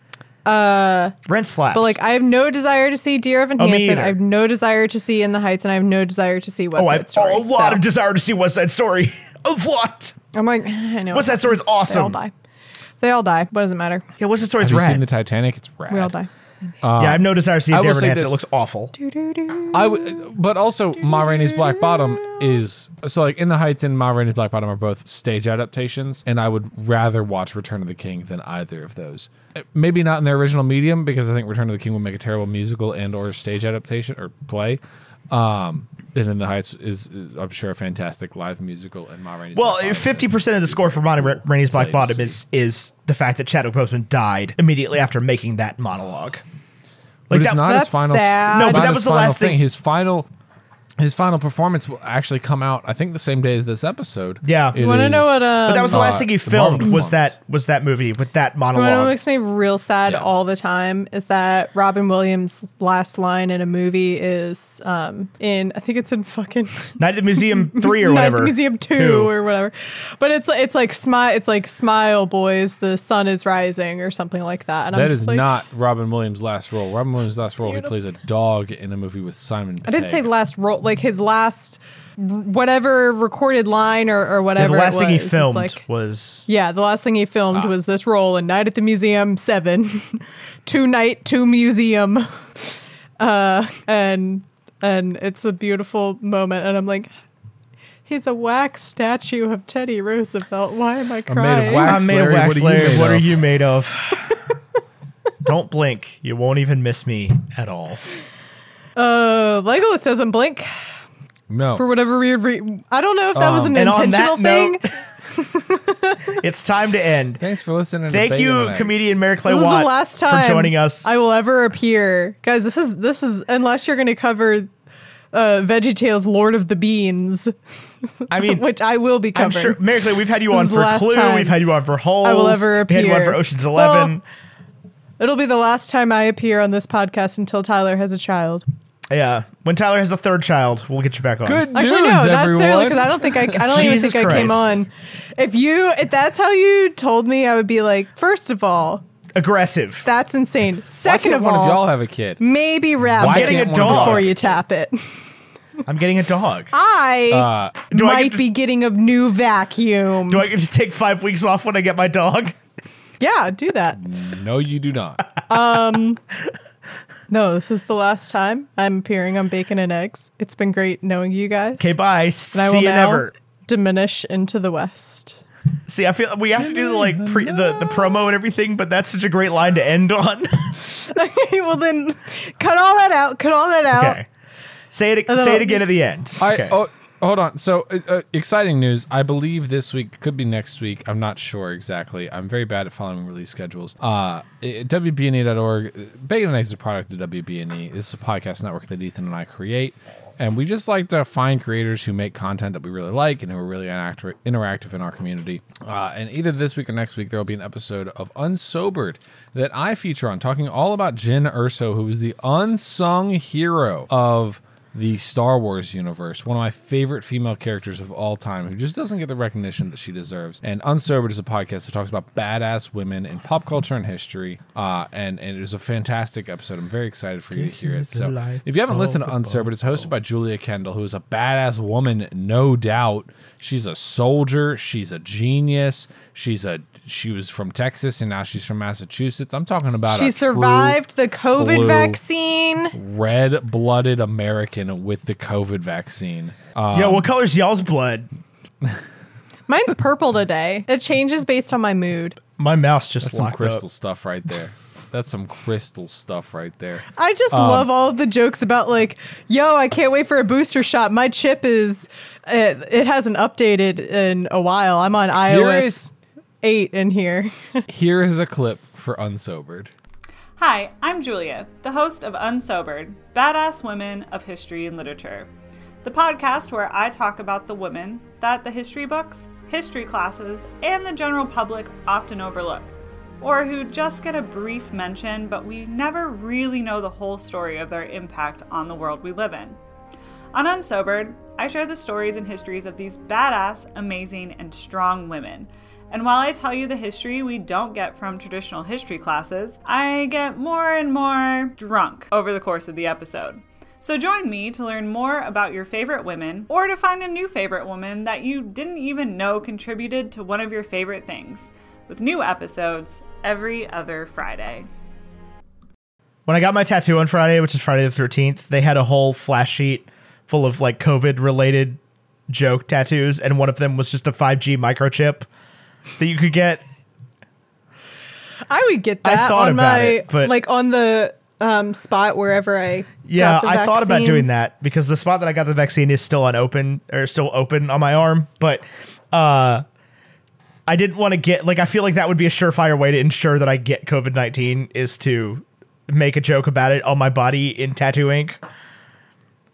Uh, Brent slaps. But like, I have no desire to see Dear Evan Oh, me Hansen. either. I have no desire to see In the Heights, and I have no desire to see West oh, I Side have Story. a lot so. of desire to see West Side Story. [LAUGHS] a lot. I'm like, [SIGHS] I know. West Side Story is They all awesome. die. They all die. What does it matter? Yeah, West Side Story have is you seen rad. the Titanic? It's rad. We all die. yeah, I have no desire to see I will Darren say Hansen. this. It looks awful. I w- but also Ma Rainey's Black Bottom is so like In the Heights and Ma Rainey's Black Bottom are both stage adaptations, and I would rather watch Return of the King than either of those. Uh, Maybe not in their original medium because I think Return of the King would make a terrible musical and or stage adaptation or play. Um, and In the Heights is, is, I'm sure a fantastic live musical and Ma Rainey's Black Well, Bottom fifty percent of the score for Monty Ra- Rainey's Black Bottom is is the fact that Chadwick Boseman died immediately after making that monologue. But Like it's that, not his that's final. sad. No, No, but that his was the final last thing- His final, his final performance will actually come out. I think the same day as this episode. Yeah. You It Want to is- know what? Um, but that was the last uh, thing he the Marvel filmed was performance. that was that movie with that You know what monologue. makes me real sad Yeah. all the time is that Robin Williams' last line in a movie is um, in I think it's in fucking Night at the [LAUGHS] Museum three or Night at whatever. the Museum two, or whatever, but it's it's like smile it's like smile boys the sun is rising or something like that. And I'm That just is like, not Robin Williams' last role. [LAUGHS] Robin Williams' last role, he beautiful. plays a dog in a movie with Simon. I didn't say last role like his last whatever recorded line or or Yeah, whatever. the last it thing he was. It's filmed like- was Yeah, the last thing he Ah. filmed was this role in Night at the Museum 7, [LAUGHS] Two Night, Two Museum. [LAUGHS] Uh, and and it's a beautiful moment and I'm like he's a wax statue of Teddy Roosevelt. Why am I crying? wax. I'm made of Larry, wax, what are you Larry. made What are of? you made of? [LAUGHS] [LAUGHS] Don't blink. You won't even miss me at all. Uh Legolas doesn't blink No. for whatever weird re- I don't know if that was an Um, and on that intentional thing. note- [LAUGHS] It's time to end. Thanks for listening. to Thank Bacon you, Nights. comedian Mary Clay this Watt, is the last time for joining us. I will ever appear, guys. This is this is unless you're going to cover uh, VeggieTales: Lord of the Beans, I mean, [LAUGHS] which I will be I'm covering. sure, Mary Clay, we've had you This on is the for last Clue. time We've had you on for Holes. will ever We had you on appear. for Ocean's Eleven. It'll be the last time I appear on this podcast until Tyler has a child. yeah. uh, When Tyler has a third child, we'll get you back on. Good Actually, no, news, not necessarily everyone. because I don't think I, I don't even Jesus think I came Christ. on. If you, if that's how you told me, I would be like, first of all, Aggressive. that's insane. Why Second can't of one all, of y'all have a kid. maybe wrap Why it getting can't one a of y'all- dog? before you tap it. I'm getting a dog. I Uh, do I might get to- be getting a new vacuum. Do I get to take five weeks off when I get my dog? yeah, do that. No, you do not. No, this is the last time I'm appearing on Bacon and Eggs. It's been great knowing you guys. Okay, bye. and I See will you now never. diminish into the West. [LAUGHS] See, I feel we have to do the like pre, the the promo and everything, but that's such a great line to [LAUGHS] end on. Okay, well then, cut all that out. Cut all that out. okay. Say it. then Say it I'll- again at the end. I okay. oh, hold on. So uh, uh, exciting news! I believe this week could be next week. I'm not sure exactly. I'm very bad at following release schedules. Uh, it- WBNE.org. uh, Bacon and Eggs is a product of WBNE. E. This is a podcast network that Ethan and I create. And we just like to find creators who make content that we really like and who are really interact- interactive in our community. Uh, and either this week or next week, there will be an episode of Unsobered that I feature on, talking all about Jin Urso, who is the unsung hero of the Star Wars universe, one of my favorite female characters of all time, who just doesn't get the recognition that she deserves. And Unsobered is a podcast that talks about badass women in pop culture and history. Uh, and, and it was a fantastic episode. I'm very excited for you This to hear it. is the So life if you haven't of listened to the Unsobered, it's hosted by Julia Kendall, who is a badass woman, no doubt. She's a soldier. She's a genius. She's a she was from Texas and now she's from Massachusetts. I'm talking about a She true survived the COVID blue- vaccine. red blooded American with the COVID vaccine. Uh, Yo, what color's y'all's blood? Mine's purple today. It changes based on my mood. My mouse just that's some locked crystal up. stuff right there. That's some crystal stuff right there. I just Um, love all of the jokes about like, yo, I can't wait for a booster shot. My chip is, it, it hasn't updated in a while. I'm on iOS is- eight in here. [LAUGHS] Here is a clip for Unsobered. Hi, I'm Julia, the host of Unsobered Badass Women of History and Literature, the podcast where I talk about the women that the history books, history classes, and the general public often overlook, or who just get a brief mention, but we never really know the whole story of their impact on the world we live in. On Unsobered, I share the stories and histories of these badass, amazing, and strong women. And while I tell you the history we don't get from traditional history classes, I get more and more drunk over the course of the episode. So join me to learn more about your favorite women or to find a new favorite woman that you didn't even know contributed to one of your favorite things, with new episodes every other Friday. When I got my tattoo on Friday, which is Friday the thirteenth, they had a whole flash sheet full of like COVID related joke tattoos, and one of them was just a five G microchip that you could [LAUGHS] get. I would get I that thought on about my it, but- like on the um, spot wherever I Yeah, got the I thought about vaccine. doing that because the spot that I got the vaccine is still unopened or still open on my arm, but uh I didn't want to get like I feel like that would be a surefire way to ensure that I get COVID nineteen is to make a joke about it on my body in tattoo ink.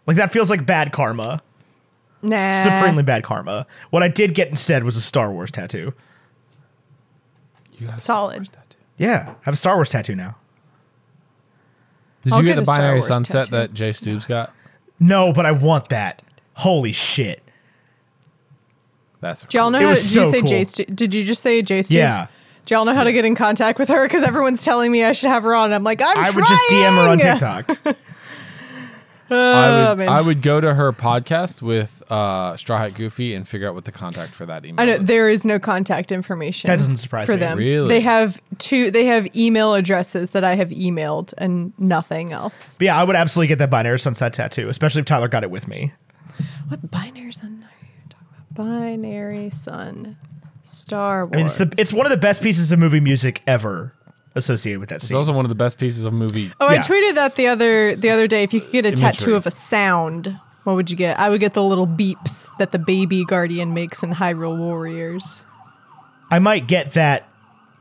Like that feels like bad karma. Nah, Supremely bad karma. What I did get instead was a Star Wars tattoo. You got a Solid. Star Wars tattoo. Yeah. I have a Star Wars tattoo now. Did I'll you get, get the a Star binary Wars sunset tattoo. that Jay Stoops got? No, but I want that. Holy shit. That's Do y'all know? It How to, was did so you say cool. Jay? Stu- did you just say Jay Stoops? Yeah. Do y'all know how to get in contact with her? Because everyone's telling me I should have her on. I'm like, I'm I trying. Oh, would just DM her on [LAUGHS] TikTok. I would, man. I would go to her podcast with uh, Straw Hat Goofy and figure out what the contact for that email. I know is. there is no contact information. That doesn't surprise for me. them. Really? They have two. They have email addresses that I have emailed and nothing else. But yeah, I would absolutely get that binary sunset tattoo, especially if Tyler got it with me. What binary sun are you talking about? Binary sun, Star Wars. I mean, it's the it's one of the best pieces of movie music ever associated with that It's scene. also one of the best pieces of movie. Oh, I Yeah. tweeted that the other the other day. If you could get a Imagery. tattoo of a sound, what would you get? I would get the little beeps that the baby guardian makes in Hyrule Warriors. I might get that.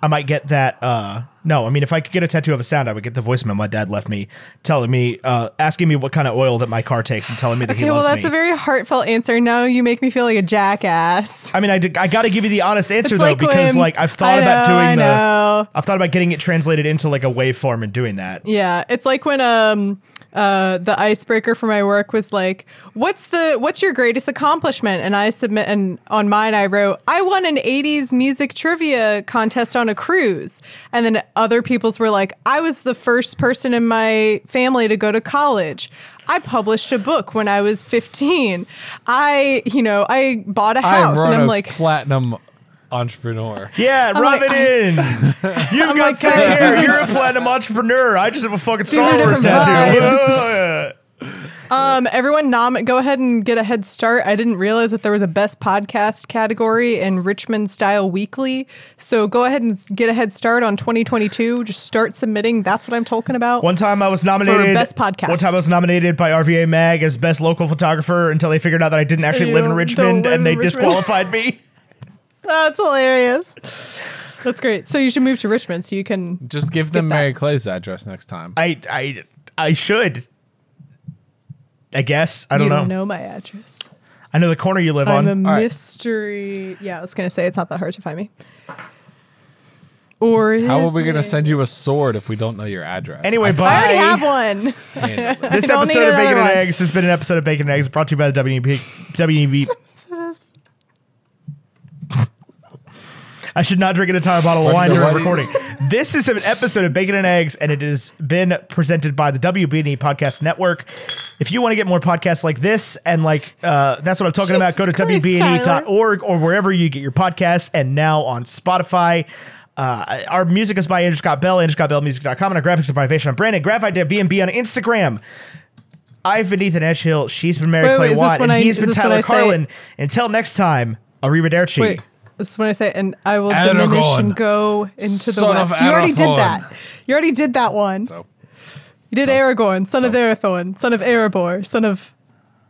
I might get that. Uh, no, I mean, if I could get a tattoo of a sound, I would get the voicemail my dad left me, telling me, uh, asking me what kind of oil that my car takes, and telling me that Okay, he well loves that's me. a very heartfelt answer. Now you make me feel like a jackass. I mean, I, did- I got to give you the honest answer It's though, like because when- like I've thought I about know, doing I the. know. I've thought about getting it translated into like a waveform and doing that. Yeah, it's like when um uh the icebreaker for my work was like, "What's the what's your greatest accomplishment?" And I submit and on mine I wrote, "I won an 80s music trivia contest on a cruise." And then other people's were like, "I was the first person in my family to go to college." I published a book when I was 15. I, you know, I bought a I'm house and I'm Roanoke's like, platinum [LAUGHS] entrepreneur. Yeah, I'm rub like, it [LAUGHS] in. You've I'm got like, thin guys, hair. these are You're a platinum entrepreneur. I just have a fucking are Star Wars different tattoo. vibes. [LAUGHS] Yeah. Um, everyone, nom- go ahead and get a head start. I didn't realize that there was a best podcast category in Richmond Style Weekly. So go ahead and s- get a head start on 2022. Just start submitting. That's what I'm talking about. One time I was nominated best podcast. One time I was nominated by RVA Mag as best local photographer until they figured out that I didn't actually You live in don't Richmond live and in they Richmond. disqualified [LAUGHS] me. That's hilarious. That's great. So you should move to Richmond so you can. Just give them that. Mary Clay's address next time. I I I should. I guess I don't, you know. don't know my address. I know the corner you live I'm on. a right. mystery. Yeah, I was gonna say it's not that hard to find me. Or How his are we going to name. send you a sword if we don't know your address? Anyway, bye. I already have one. [LAUGHS] This I don't need episode of Bacon another and one. Eggs has been an episode of Bacon and Eggs brought to you by the WNEP. WNEP. I should not drink an entire bottle of wine during recording. This is an episode of Bacon and Eggs, and it has been presented by the WBNE E Podcast Network. If you want to get more podcasts like this, and like uh, that's what I'm talking about, go to Jesus Christ, WBNE.org E or wherever you get your podcasts, and now on Spotify. Uh, our music is by Andrew Scott Bell, AndrewScottBellMusic.com, and our graphics are by Vaishnav Brandon. Graphite at VMB on Instagram. I've been Ethan Edgehill. She's been Mary Wait, wait, Clay is this Watt, when and I- he's is been this when Tyler I say- Carlin. Until next time, Arrivederci. Wait, this is when I say, and I will Aragorn, diminish and go into the son of west. You already did Arathorn. that. You already did that one. So. You did Aragorn, [LAUGHS] son of Arathorn, son of Erebor, son of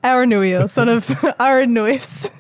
Aranuil, son of Aranuis.